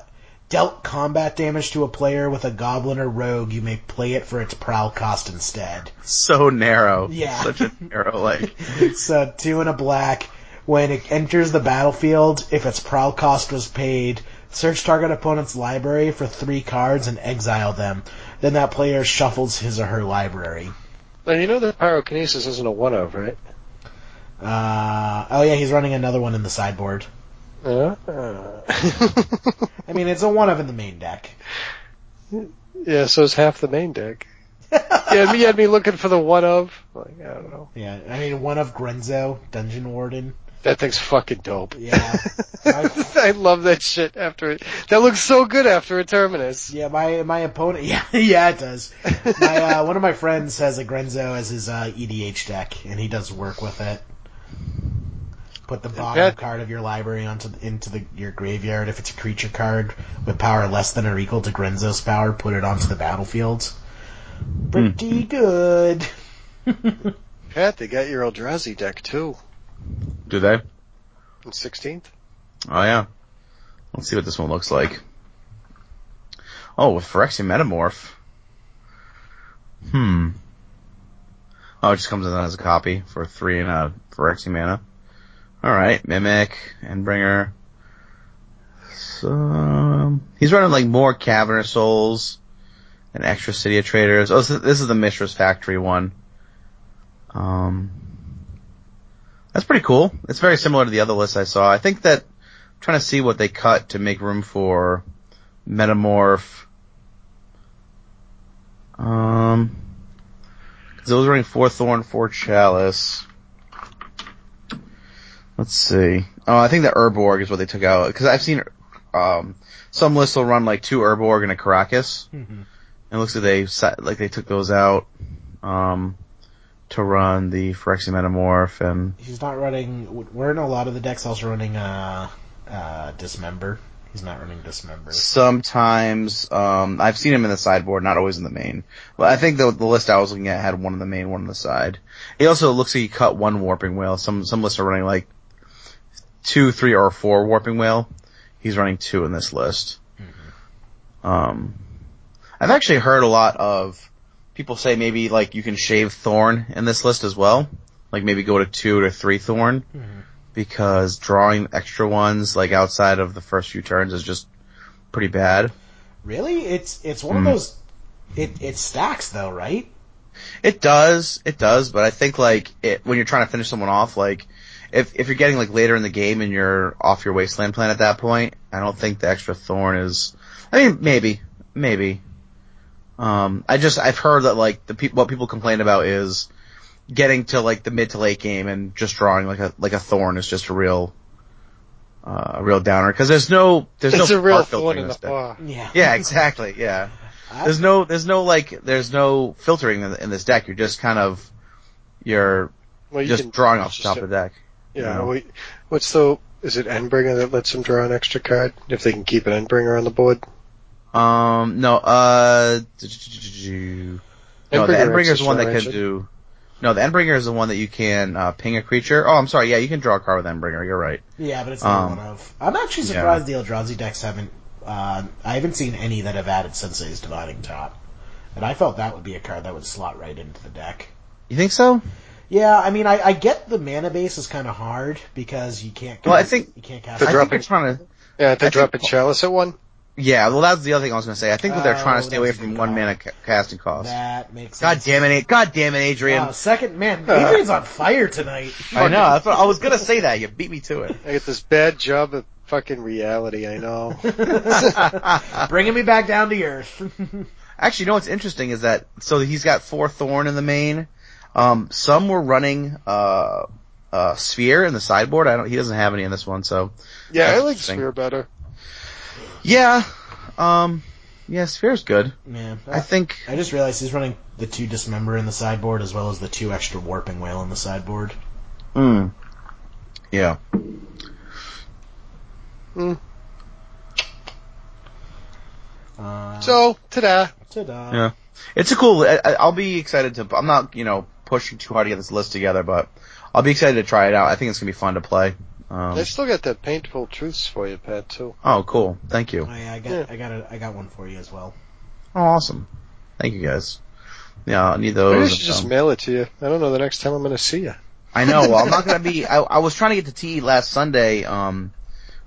Speaker 4: dealt combat damage to a player with a goblin or rogue, you may play it for its prowl cost instead.
Speaker 5: So narrow.
Speaker 4: Yeah.
Speaker 5: Such a narrow like
Speaker 4: So uh, two and a black. When it enters the battlefield, if its prowl cost was paid, search target opponent's library for three cards and exile them. Then that player shuffles his or her library.
Speaker 3: Now, you know that Pyrokinesis isn't a one-of, right?
Speaker 4: Uh, oh yeah, he's running another one in the sideboard.
Speaker 3: [LAUGHS] Uh,
Speaker 4: I mean, it's a one of in the main deck. [LAUGHS]
Speaker 3: yeah, so it's half the main deck. yeah, me had me looking for the one-of. Like, I don't know.
Speaker 4: Yeah, I mean, one of Grenzo, Dungeon Warden.
Speaker 3: That thing's fucking dope. [LAUGHS]
Speaker 4: Yeah. I-
Speaker 3: I love that shit after it. That looks so good after a terminus.
Speaker 4: Yeah, my my opponent. [LAUGHS] Yeah, yeah, it does. My
Speaker 3: [LAUGHS]
Speaker 4: uh, one of my friends has a Grenzo as his uh, EDH deck, and he does work with it. Put the bottom
Speaker 3: That-
Speaker 4: card of your library onto the, into the, your graveyard. If it's a creature card with power less than or equal to Grenzo's power, put it onto the battlefield. Pretty good.
Speaker 3: Pat, they got your Eldrazi deck too.
Speaker 5: do they?
Speaker 3: Sixteenth.
Speaker 5: Oh yeah. Let's see what this one looks like. Oh, with Phyrexian Metamorph. Hmm. Oh, it just comes in as a copy for three and a Phyrexian mana. Alright, Mimic, Endbringer. So, he's running like more Cavernous Souls and extra City of Traders. Oh, so this is the Mistress Factory one. Um, that's pretty cool. It's very similar to the other list I saw. I think that trying to see what they cut to make room for Metamorph. Um, 'cause it was running four Thorn, four Chalice. Let's see. Oh, I think the Urborg is what they took out because I've seen um some lists will run like two Urborg and a Caracas.
Speaker 4: Mhm.
Speaker 5: And it looks like they si- like they took those out um to run the Phyrexian Metamorph and
Speaker 4: [LAUGHS] He's not running. We're in a lot of the decks also running uh, uh, Dismember. He's not running Dismember.
Speaker 5: Sometimes, um, I've seen him in the sideboard, not always in the main. But I think the, the list I was looking at had one in the main, one on the side. It also looks like he cut one warping whale. Some, some lists are running like two, three, or four warping whale. He's running two in this list. Um, I've actually heard a lot of people say maybe like you can shave thorn in this list as well. Like maybe go to two to three thorn. Because drawing extra ones like outside of the first few turns is just pretty bad.
Speaker 4: Really? It's it's one of those. It it stacks though, right?
Speaker 5: It does, it does, but I think like it, when you're trying to finish someone off, like if if you're getting like later in the game and you're off your wasteland plan at that point, I don't think the extra thorn is. I mean, maybe, maybe. Um, I just I've heard that like the peop what people complain about is getting to like the mid to late game and just drawing like a like a thorn is just a real. Uh, a real downer because there's no there's
Speaker 3: It's
Speaker 5: no
Speaker 3: a real
Speaker 5: heart filtering
Speaker 3: thorn in the
Speaker 5: this deck.
Speaker 3: paw.
Speaker 4: Yeah.
Speaker 5: Yeah, exactly. Yeah, There's no, there's no like, there's no filtering in, in this deck. You're just kind of, you're
Speaker 3: Well, you
Speaker 5: just
Speaker 3: can-
Speaker 5: drawing off
Speaker 3: just
Speaker 5: the top
Speaker 3: a-
Speaker 5: of the deck.
Speaker 3: Yeah.
Speaker 5: know.
Speaker 3: Wait, what's the? Is it Endbringer that lets them draw an extra card if they can keep an Endbringer on the board?
Speaker 5: Um, no, uh, no, the Endbringer is
Speaker 3: extra
Speaker 5: one that
Speaker 3: range,
Speaker 5: can
Speaker 3: right?
Speaker 5: do. No, the Endbringer is the one that you can uh, ping a creature. Oh, I'm sorry. Yeah, you can draw a card with Endbringer. You're right.
Speaker 4: Yeah, but it's not
Speaker 5: Um,
Speaker 4: one of. I'm actually
Speaker 5: yeah.
Speaker 4: surprised the Eldrazi decks haven't. Uh, I haven't seen any that have added Sensei's Dividing Top, and I felt that would be a card that would slot right into the deck.
Speaker 5: You think so?
Speaker 4: Yeah, I mean, I, I get the mana base is kind of hard because you can't.
Speaker 5: Well, I
Speaker 4: cast-
Speaker 5: think-
Speaker 4: you can't cast.
Speaker 3: The
Speaker 5: I
Speaker 3: drop
Speaker 5: think they're
Speaker 3: it.
Speaker 5: trying to.
Speaker 3: Yeah, they
Speaker 5: I
Speaker 3: drop a
Speaker 5: think-
Speaker 3: chalice at one.
Speaker 5: Yeah, well, that's the other thing I was going to say. I think that they're
Speaker 4: Oh,
Speaker 5: trying to stay away
Speaker 4: that's a
Speaker 5: from
Speaker 4: good
Speaker 5: one
Speaker 4: call.
Speaker 5: mana ca- casting cost.
Speaker 4: that makes
Speaker 5: God
Speaker 4: sense.
Speaker 5: damn it! God damn it, Adrian!
Speaker 4: Wow, second man, Adrian's on fire
Speaker 5: [LAUGHS]
Speaker 4: tonight.
Speaker 5: Uh, I know. That's what, I was going to say that. You beat me to it.
Speaker 3: I get this bad job of fucking reality. I [LAUGHS] know.
Speaker 4: Bringing me back down to earth. [LAUGHS]
Speaker 5: Actually, you know what's interesting is that so he's got four thorn in the main. Um, some were running uh, uh, sphere in the sideboard. I don't. He doesn't have any in this one, so
Speaker 3: yeah,
Speaker 5: That's
Speaker 3: I like
Speaker 5: interesting.
Speaker 3: Sphere better.
Speaker 5: yeah. Um, yeah, sphere's good.
Speaker 4: yeah,
Speaker 5: I think.
Speaker 4: I just realized he's running the two dismember in the sideboard as well as the two extra warping whale in the sideboard.
Speaker 5: Mm, yeah.
Speaker 4: Uh,
Speaker 3: So, ta-da.
Speaker 4: ta-da.
Speaker 5: Yeah. It's a cool. I, I- I'll be excited to. I'm not, you know, pushing too hard to get this list together, but I'll be excited to try it out. I think it's gonna be fun to play. Um,
Speaker 3: They still got that painful truths for you, Pat. Too.
Speaker 5: oh, cool. Thank you.
Speaker 4: Oh, yeah, I got,
Speaker 3: Yeah.
Speaker 4: I got, a, I got one for you as well.
Speaker 5: Oh, awesome. Thank you guys. Yeah, I need those.
Speaker 3: Maybe I should just
Speaker 5: Um,
Speaker 3: mail it to you. I don't know the next time I'm going to see you.
Speaker 5: I know. Well, I'm not gonna be. I, I was trying to get to TE last Sunday, um,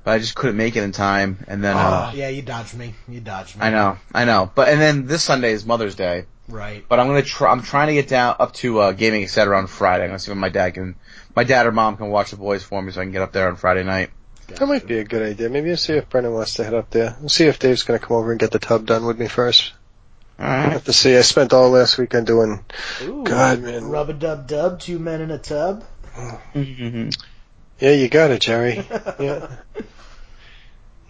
Speaker 5: but I just couldn't make it in time. And then,
Speaker 3: Ah.
Speaker 5: uh,
Speaker 4: yeah, you dodged me. You dodged me.
Speaker 5: I know, I know. But and then this Sunday is Mother's Day.
Speaker 4: Right.
Speaker 5: But I'm gonna try. I'm trying to get down up to uh, gaming etc. on Friday. I'm gonna see if my dad can, my dad or mom can watch the boys for me, so I can get up there on Friday night.
Speaker 3: That might be a good idea. Maybe I'll see if Brendan wants to head up there. We'll see if Dave's going to come over and get the tub done with me first.
Speaker 5: All right.
Speaker 3: [LAUGHS] Have to see. I spent all last weekend doing.
Speaker 4: Ooh,
Speaker 3: God, man.
Speaker 4: Rub a dub dub, two men in a tub.
Speaker 3: Yeah, you got it,
Speaker 4: [LAUGHS]
Speaker 3: Jerry. Yeah.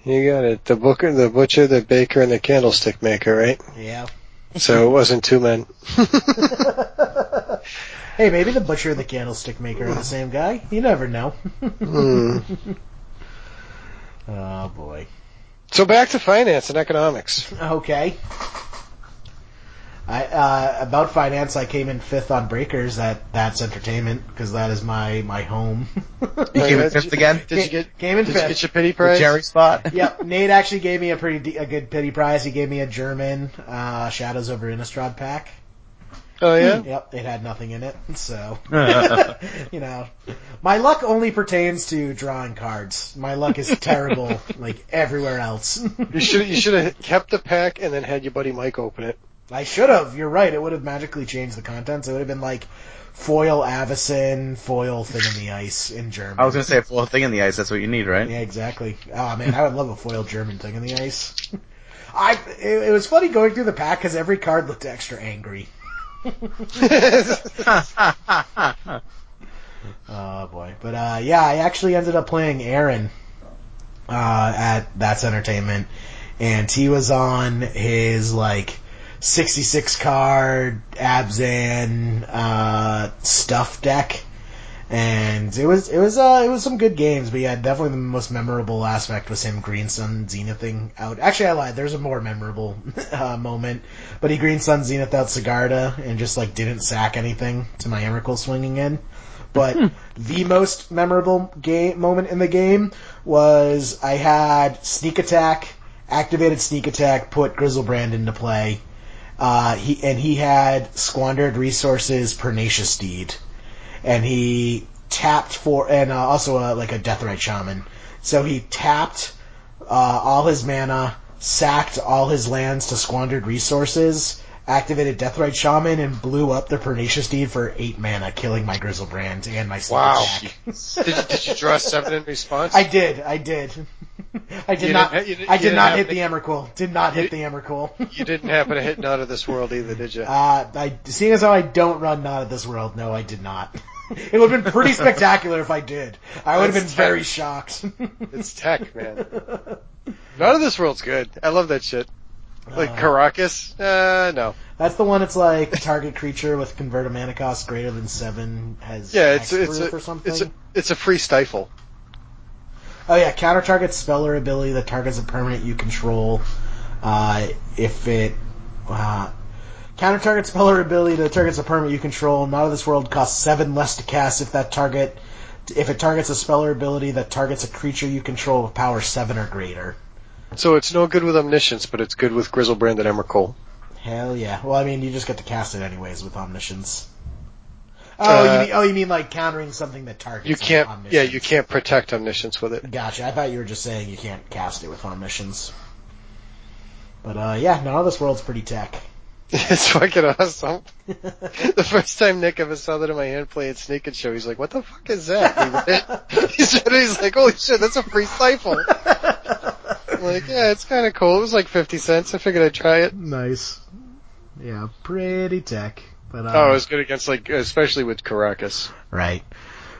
Speaker 3: You got it. The booker, the butcher, the baker, and the candlestick maker, right?
Speaker 4: [LAUGHS] Yeah.
Speaker 3: So it wasn't two men.
Speaker 4: hey, maybe the butcher and the candlestick maker are the same guy. You never know.
Speaker 3: Hmm.
Speaker 4: [LAUGHS] oh boy.
Speaker 3: So back to finance and economics.
Speaker 4: Okay. I uh, about finance. I came in fifth on breakers. That that's entertainment because that is my my home. [LAUGHS]
Speaker 5: You came
Speaker 3: Did
Speaker 5: in
Speaker 3: you-
Speaker 5: fifth again.
Speaker 3: Did you get?
Speaker 4: came in
Speaker 3: Did you
Speaker 4: fifth.
Speaker 3: get your pity
Speaker 5: The
Speaker 3: prize?
Speaker 4: [LAUGHS]
Speaker 5: Jerry spot.
Speaker 4: yep, Nate actually gave me a pretty de- a good pity prize. He gave me a German uh, Shadows over Innistrad pack.
Speaker 3: Oh yeah.
Speaker 4: Yep, it had nothing in it, [LAUGHS] so you know, my luck only pertains to drawing cards. My luck is terrible, like everywhere else. [LAUGHS]
Speaker 3: You should you should have kept the pack and then had your buddy Mike open it.
Speaker 4: I should have. You're right. It would have magically changed the contents. It would have been like foil Avison, foil thing in the ice in German.
Speaker 5: I was gonna say a full thing in the ice. That's what you need, right?
Speaker 4: Yeah, exactly. Oh man, I would love a foil German thing in the ice. [LAUGHS] I it, it was funny going through the pack because every card looked extra angry. Oh boy, but uh, yeah, I actually ended up playing Aaron uh, at That's Entertainment, and he was on his like 66 card Abzan uh, stuff deck, and it was it was uh, it was some good games, but yeah, definitely the most memorable aspect was him green sun zenithing out. Actually, I lied. There's a more memorable [LAUGHS] uh, moment, but he green sun zenith out Sigarda and just like didn't sack anything to my Emrakul swinging in. But the most memorable game moment in the game was I had sneak attack, activated sneak attack, put Grizzlebrand into play, uh, he and he had squandered resources, pernicious deed, and he tapped for and uh, also uh like a deathrite shaman. So he tapped uh, all his mana, sacked all his lands to squandered resources, activated deathrite shaman, and blew up the pernicious deed for eight mana, killing my Grizzlebrand and my sneak
Speaker 3: Wow.
Speaker 4: attack.
Speaker 3: Did you, did you draw
Speaker 4: [LAUGHS]
Speaker 3: seven in response?
Speaker 4: I did, I did. [LAUGHS] I did
Speaker 3: You
Speaker 4: not.
Speaker 3: didn't- you didn't-
Speaker 4: I
Speaker 3: you
Speaker 4: did
Speaker 3: didn't
Speaker 4: not
Speaker 3: have
Speaker 4: hit
Speaker 3: the-
Speaker 4: the Emrakul. Did not hit
Speaker 3: You-
Speaker 4: the Emrakul.
Speaker 3: You didn't happen
Speaker 4: [LAUGHS]
Speaker 3: to hit Not of This World either, did you?
Speaker 4: Uh, I, seeing as how I don't run Not of This World, no, I did not. [LAUGHS] it would have been pretty spectacular if I did. I would have been
Speaker 3: That's terrible.
Speaker 4: very shocked. [LAUGHS]
Speaker 3: It's tech, man. Not of This World's good. I love that shit. Like Caracas? Uh, no.
Speaker 4: That's the one. It's like target creature with convert a mana cost greater than seven has
Speaker 3: Yeah, it's
Speaker 4: hexproof
Speaker 3: it's a,
Speaker 4: or something.
Speaker 3: it's a it's a free stifle.
Speaker 4: Oh yeah, counter target speller ability that targets a permanent you control. Uh, if it uh, counter target speller ability that targets a permanent you control, not of this world costs seven less to cast if that target if it targets a speller ability that targets a creature you control with power seven or greater.
Speaker 3: So it's no good with omniscience, but it's good with Grizzlebrand and Emrakul.
Speaker 4: Hell yeah. Well, I mean, you just get to cast it anyways with omniscience. Oh,
Speaker 3: Uh,
Speaker 4: you mean, oh, you mean like countering something that targets
Speaker 3: You can't.
Speaker 4: omniscience.
Speaker 3: Yeah, you can't protect omniscience with it. [LAUGHS]
Speaker 4: Gotcha. I thought you were just saying you can't cast it with omniscience. But uh, yeah, no, this world's
Speaker 3: [LAUGHS]
Speaker 4: pretty tech.
Speaker 3: It's fucking awesome. the first time Nick ever saw that in my hand play at Sneak and Show, he's like, "What the fuck is that?" He [LAUGHS] read it. He's, read it, he's like, "Holy shit, that's a free
Speaker 4: [LAUGHS]
Speaker 3: stifle!" I'm like, yeah, it's kind of cool. It was like fifty cents. I figured I'd try it.
Speaker 4: nice. Yeah, pretty tech. But uh,
Speaker 3: Oh, it was good against like, especially with Caracas.
Speaker 4: right.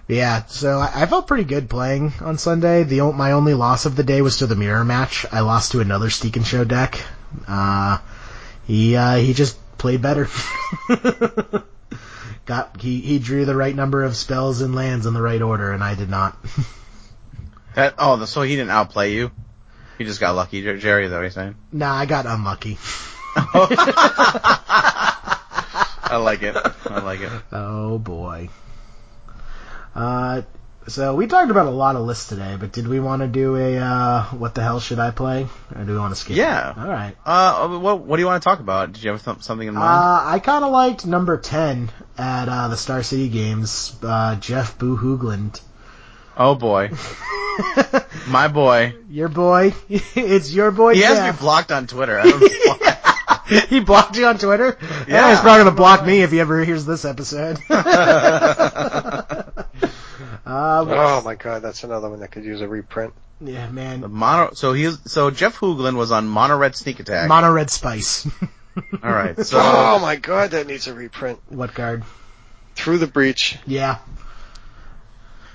Speaker 4: Yeah, so I, I felt pretty good playing on Sunday. The o- my only loss of the day was to the mirror match. I lost to another Steak and Show deck. Uh, he uh, he just played better. [LAUGHS] Got he he drew the right number of spells and lands in the right order, and I did not.
Speaker 5: [LAUGHS] That, oh, the- so he didn't outplay you. He just got lucky, Jer- Jerry. Though he's saying,
Speaker 4: Nah, I got unlucky. [LAUGHS]
Speaker 5: I like it. I like it.
Speaker 4: Oh boy. Uh, so we talked about a lot of lists today, but did we want to do a uh, what the hell should I play, or do we want to skip? it?
Speaker 5: Yeah.
Speaker 4: All right.
Speaker 5: Uh, what what do you want to talk about? Did you have some- something in mind?
Speaker 4: Uh, I kind of liked number ten at uh, the Star City Games. Uh, Jeff Boo Hoogland, [LAUGHS]
Speaker 5: oh boy, my boy.
Speaker 4: your boy. [LAUGHS] it's your boy.
Speaker 5: He has me
Speaker 4: Jeff.
Speaker 5: blocked on Twitter. I don't know [LAUGHS] why.
Speaker 4: [LAUGHS] he blocked you on Twitter.
Speaker 5: Yeah.
Speaker 4: he's probably gonna block me if he ever hears this episode. [LAUGHS] Uh, um,
Speaker 3: Oh my god, that's another one that could use a reprint.
Speaker 4: yeah, man.
Speaker 5: The mono. So he's so Jeff Hoogland was on Mono Red Sneak Attack.
Speaker 4: Mono red spice. [LAUGHS]
Speaker 5: All right. So
Speaker 3: Oh my god, that needs a reprint.
Speaker 4: what card?
Speaker 3: Through the breach.
Speaker 4: Yeah.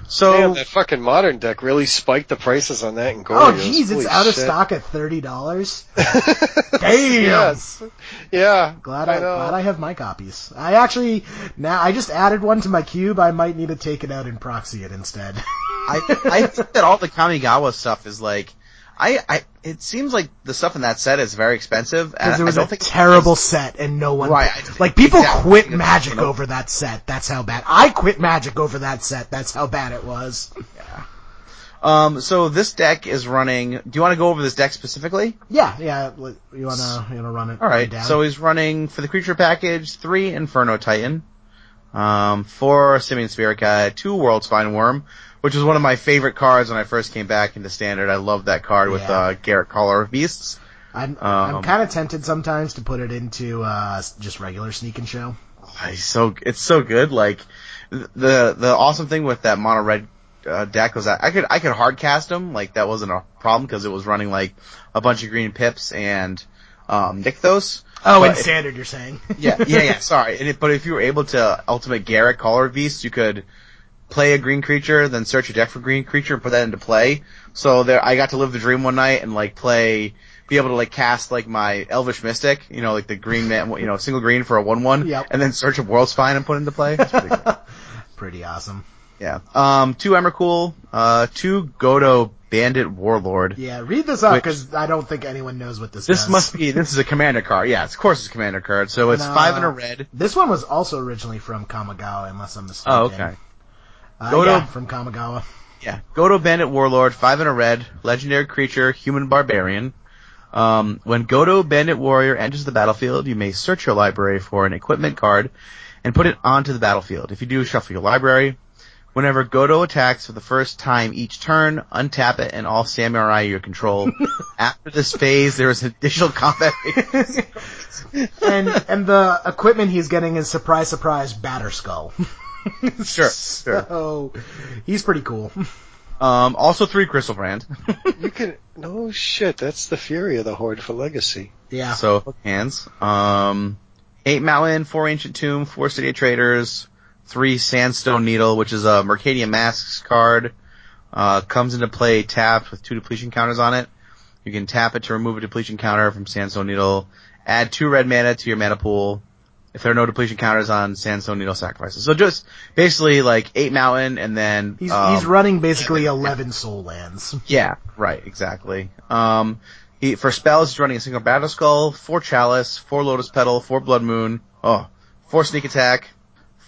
Speaker 3: Damn,
Speaker 5: so
Speaker 3: that fucking modern deck really spiked the prices on that in gold.
Speaker 4: Oh, jeez, it's out of stock at thirty dollars.
Speaker 3: [LAUGHS]
Speaker 4: Damn.
Speaker 3: Yes. Yeah.
Speaker 4: Glad I,
Speaker 3: know.
Speaker 5: uh,
Speaker 4: glad I have my copies. I actually now I just added one to my cube. I might need to take it out and proxy it instead. [LAUGHS]
Speaker 5: I I think that all the Kamigawa stuff is like. I, I, it seems like the stuff in that set is very expensive. and
Speaker 4: Because it
Speaker 5: I
Speaker 4: was
Speaker 5: don't
Speaker 4: a
Speaker 5: think
Speaker 4: terrible set and no one
Speaker 5: Right, I-
Speaker 4: like people
Speaker 5: exactly.
Speaker 4: quit
Speaker 5: Because-
Speaker 4: magic over that set. That's how bad. I quit magic over that set. That's how bad it was.
Speaker 5: Um, so this deck is running. Do you want to go over this deck specifically?
Speaker 4: Yeah, yeah. li- You wanna you wanna run it?
Speaker 5: All right.
Speaker 4: Down?
Speaker 5: So he's running for the creature package three Inferno Titan, um, four Simeon Spirit Guy, two World Spine Worm, which was one of my favorite cards when I first came back into Standard. I loved that card with
Speaker 4: Yeah.
Speaker 5: uh, Garrett Caller of Beasts.
Speaker 4: I'm I'm
Speaker 5: um,
Speaker 4: kind of tempted sometimes to put it into uh just regular sneak and show.
Speaker 5: Oh, he's so it's so good. Like th- the the awesome thing with that mono red uh, deck was that I could I could hard cast him. Like that wasn't a problem because it was running like a bunch of green pips and um, Nykthos.
Speaker 4: Oh,
Speaker 5: But
Speaker 4: in
Speaker 5: if-
Speaker 4: standard, you're saying?
Speaker 5: yeah,
Speaker 4: [LAUGHS]
Speaker 5: yeah, yeah. Sorry, and it, but if you were able to ultimate Garrett Caller Beast, you could play a green creature, then search your deck for green creature and put that into play. So there, I got to live the dream one night and like play, be able to like cast like my Elvish Mystic, you know, like the green man, you know, single green for a one-one,
Speaker 4: Yep.
Speaker 5: and then search a World Spine and put it into play. That's pretty cool.
Speaker 4: Pretty awesome.
Speaker 5: [LAUGHS] yeah. Um, two Emrakul, uh, two Godo Bandit Warlord.
Speaker 4: Yeah, read this up
Speaker 5: Which-
Speaker 4: because I don't think anyone knows what this.
Speaker 5: This
Speaker 4: does.
Speaker 5: must be, this is a commander card. Yeah, of course it's a commander card. So it's
Speaker 4: And, uh,
Speaker 5: five and a red.
Speaker 4: This one was also originally from Kamigawa, unless I'm mistaken.
Speaker 5: Oh, okay.
Speaker 4: Uh,
Speaker 5: Go to-
Speaker 4: yeah, from
Speaker 5: [LAUGHS]
Speaker 4: Kamigawa.
Speaker 5: Yeah, Godo Bandit Warlord, five and a red, legendary creature, human barbarian. Um, when Godo Bandit Warrior enters the battlefield, you may search your library for an equipment card and put it onto the battlefield. If you do, shuffle your library. Whenever Godo attacks for the first time each turn, untap it and all samurai you [LAUGHS] control. After this phase, there is additional combat.
Speaker 4: and and the equipment he's getting is surprise, surprise, batter skull.
Speaker 5: [LAUGHS]
Speaker 4: [LAUGHS]
Speaker 5: sure, sure.
Speaker 4: So he's pretty cool. [LAUGHS]
Speaker 5: Um, also three Crystal Brand. [LAUGHS]
Speaker 3: You can no shit. That's the fury of the horde for legacy.
Speaker 4: Yeah.
Speaker 5: So hook hands. Um, eight mountain, four ancient tomb, four city of traders, three sandstone needle, which is a Mercadian masks card. Uh, comes into play tapped with two depletion counters on it. You can tap it to remove a depletion counter from Sandstone Needle. Add two red mana to your mana pool. If there are no depletion counters on Sandstone Needle sacrifices. So just basically like eight mountain and then
Speaker 4: He's
Speaker 5: um,
Speaker 4: he's running basically eleven soul lands. [LAUGHS]
Speaker 5: yeah, right, exactly. Um, he, for spells, he's running a single battle skull, four chalice, four lotus petal, four blood moon, oh, four sneak attack,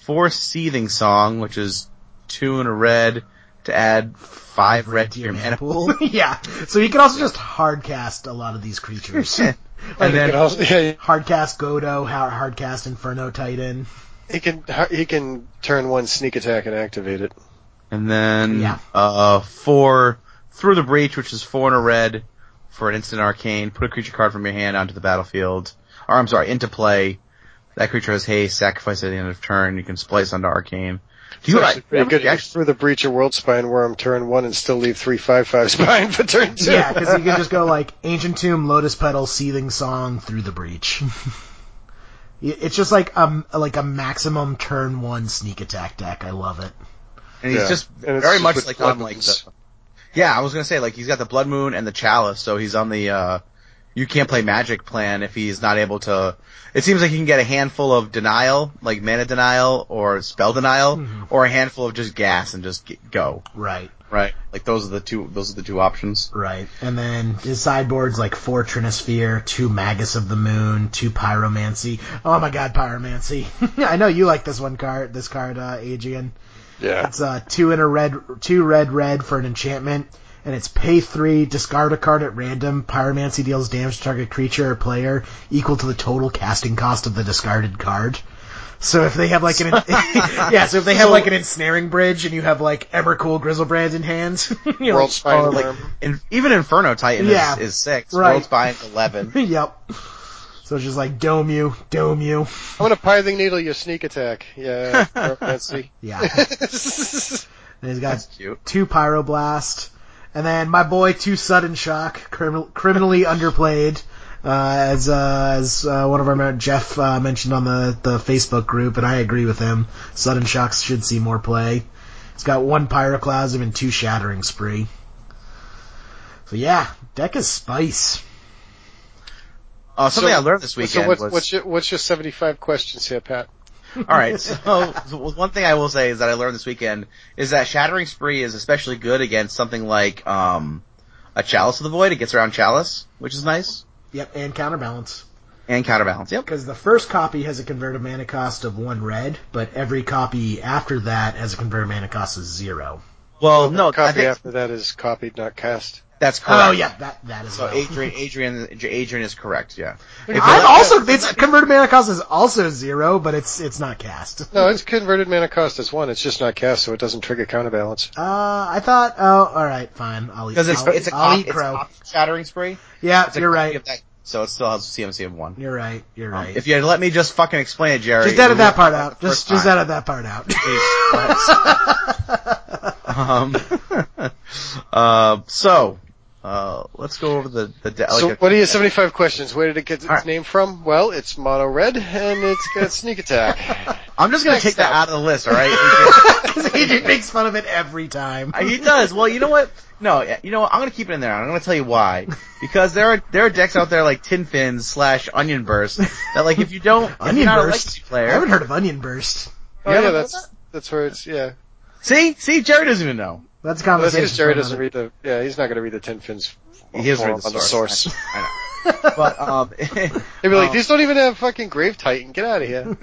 Speaker 5: four seething song, which is two and a red to add five red to your mana pool. [LAUGHS]
Speaker 4: [LAUGHS] yeah. So he can also just hardcast a lot of these
Speaker 5: [LAUGHS]
Speaker 4: creatures.
Speaker 5: and
Speaker 3: He can
Speaker 5: then,
Speaker 3: also- yeah,
Speaker 4: hardcast Godo, ha- hardcast Inferno Titan.
Speaker 3: he can he can turn one sneak attack and activate it.
Speaker 5: and then,
Speaker 4: Yeah.
Speaker 5: uh, four through the breach, which is four and a red for an instant arcane. Put a creature card from your hand onto the battlefield, or I'm sorry, into play. That creature has haste, sacrifice at the end of turn. You can splice onto arcane. Do you
Speaker 3: It's actually
Speaker 5: actually,
Speaker 3: pretty good. You can through the breach of world spine worm turn one and still leave three five five [LAUGHS] spine for turn two.
Speaker 4: Yeah, because you can just go like Ancient Tomb, Lotus Petal, Seething Song, Through the Breach. [LAUGHS] it's just like um like a maximum turn one sneak attack deck. I love it.
Speaker 5: And he's
Speaker 3: Yeah.
Speaker 5: just
Speaker 3: And it's
Speaker 5: very
Speaker 3: just
Speaker 5: much
Speaker 3: with
Speaker 5: like on
Speaker 3: blood
Speaker 5: like
Speaker 3: moons.
Speaker 5: the, yeah, I was gonna say like he's got the blood moon and the chalice, so he's on the uh you can't play magic plan if he's not able to. It seems like he can get a handful of denial, like mana denial or spell denial,
Speaker 3: Mm-hmm.
Speaker 5: or a handful of just gas and just get, go.
Speaker 4: Right,
Speaker 5: Right, like those are the two. Those are the two options.
Speaker 4: right. And then his sideboards like four Trinisphere, two Magus of the Moon, two Pyromancy. Oh my God, Pyromancy! [LAUGHS] I know you like this one card. This card, uh, Adrian.
Speaker 3: Yeah.
Speaker 4: It's uh, two in a red, two red red for an enchantment, and it's pay three, discard a card at random. Pyromancy deals damage to target creature or player equal to the total casting cost of the discarded card. So if they have like an [LAUGHS] yeah, so if they have like an ensnaring bridge and you have like Evercool Grizzlebrand in hand, [LAUGHS] you're
Speaker 3: World
Speaker 4: like,
Speaker 3: spine
Speaker 5: Or like
Speaker 3: worm.
Speaker 5: in, even Inferno Titan
Speaker 4: Yeah.
Speaker 5: is, is six.
Speaker 4: Right.
Speaker 5: World's Spine
Speaker 3: [LAUGHS]
Speaker 5: is eleven.
Speaker 4: yep. So it's just like dome you, dome you,
Speaker 3: I'm gonna pithing needle your sneak attack.
Speaker 4: [LAUGHS]
Speaker 3: Yeah. [LAUGHS] Pyromancy.
Speaker 4: yeah. And he's got
Speaker 5: Cute.
Speaker 4: two pyroblast, and then my boy two sudden shock, crim- criminally [LAUGHS] underplayed. Uh, as uh, as uh, one of our men- Jeff uh, mentioned on the the Facebook group, and I agree with him. Sudden shocks should see more play. It's got one pyroclasm and two shattering spree. So yeah, deck is spice.
Speaker 5: Uh, something
Speaker 3: So-
Speaker 5: I learned this weekend
Speaker 3: so what's,
Speaker 5: was
Speaker 3: what's your what's your 75 questions here, Pat?
Speaker 5: All right.
Speaker 4: [LAUGHS]
Speaker 5: So, so one thing I will say is that I learned this weekend is that Shattering Spree is especially good against something like um, a Chalice of the Void. It gets around Chalice, which is nice,
Speaker 4: Yep, and counterbalance
Speaker 5: and Counterbalance. Yep.
Speaker 4: because the first copy has a converted mana cost of one red, but every copy after that has a converted mana cost of zero.
Speaker 5: Well, no, I
Speaker 3: Copy
Speaker 5: think
Speaker 3: after that is copied, not cast.
Speaker 5: that's correct.
Speaker 4: Oh yeah, that that is
Speaker 5: So
Speaker 4: well.
Speaker 5: Adrian, Adrian, Adrian is correct. Yeah.
Speaker 4: I'm also it's converted mana cost is also zero, but it's it's not
Speaker 5: [LAUGHS]
Speaker 4: cast. Uh,
Speaker 3: No, it's converted mana cost as one. It's just not cast, so it doesn't trigger counterbalance.
Speaker 4: I thought. Oh, all right, fine. I'll eat.
Speaker 5: Because it's
Speaker 4: I'll,
Speaker 5: it's a
Speaker 4: I'll
Speaker 5: cop,
Speaker 4: eat
Speaker 5: it's
Speaker 4: crow.
Speaker 5: cop Shattering Spree.
Speaker 4: yeah,
Speaker 5: It's a
Speaker 4: you're
Speaker 5: copy
Speaker 4: right.
Speaker 5: of that, so it still has CMC of one.
Speaker 4: You're right. You're right.
Speaker 5: If you had let me just fucking explain it, Jerry.
Speaker 4: just edit
Speaker 5: we
Speaker 4: that part
Speaker 5: wouldn't have
Speaker 4: out.
Speaker 5: the
Speaker 4: Just just
Speaker 5: first time.
Speaker 4: edit that part out. [LAUGHS]
Speaker 5: Um, [LAUGHS] uh, so, uh, let's go over the, the, de-
Speaker 3: so,
Speaker 5: like a-
Speaker 3: what are your 75 questions? Where did it get its
Speaker 5: Alright.
Speaker 3: name from? Well, it's mono red, and it's got sneak
Speaker 5: [LAUGHS]
Speaker 3: attack. Oh,
Speaker 5: I'm just gonna
Speaker 3: Next
Speaker 5: take that
Speaker 3: up.
Speaker 5: out of the
Speaker 4: [LAUGHS]
Speaker 5: list, alright?
Speaker 4: Because Adrian makes fun of it every time.
Speaker 5: he does. Well, you know what? No, you know what? I'm gonna keep it in there. and I'm gonna tell you why. Because there are, there are decks out there like Tin Fins slash Onion Burst that like if you don't, if you're
Speaker 4: Onion
Speaker 5: not a
Speaker 4: burst.
Speaker 5: legacy
Speaker 4: [LAUGHS] I
Speaker 5: player.
Speaker 4: haven't heard of onion burst.
Speaker 3: oh,
Speaker 5: haven't
Speaker 3: yeah,
Speaker 5: heard
Speaker 3: that's, that's where it's, yeah.
Speaker 5: See? See? Jerry doesn't even know.
Speaker 4: That's
Speaker 3: That's
Speaker 4: a conversation.
Speaker 3: because Jerry
Speaker 4: for
Speaker 3: doesn't
Speaker 4: another-
Speaker 3: read the, yeah, he's not going to read the Tin Fins
Speaker 5: He doesn't
Speaker 3: forum
Speaker 5: read the
Speaker 3: on the
Speaker 5: source.
Speaker 3: source.
Speaker 5: [LAUGHS]
Speaker 4: [LAUGHS]
Speaker 5: But, um,
Speaker 3: They'd be like,
Speaker 5: Um,
Speaker 3: these don't even have fucking Grave Titan. Get out of here.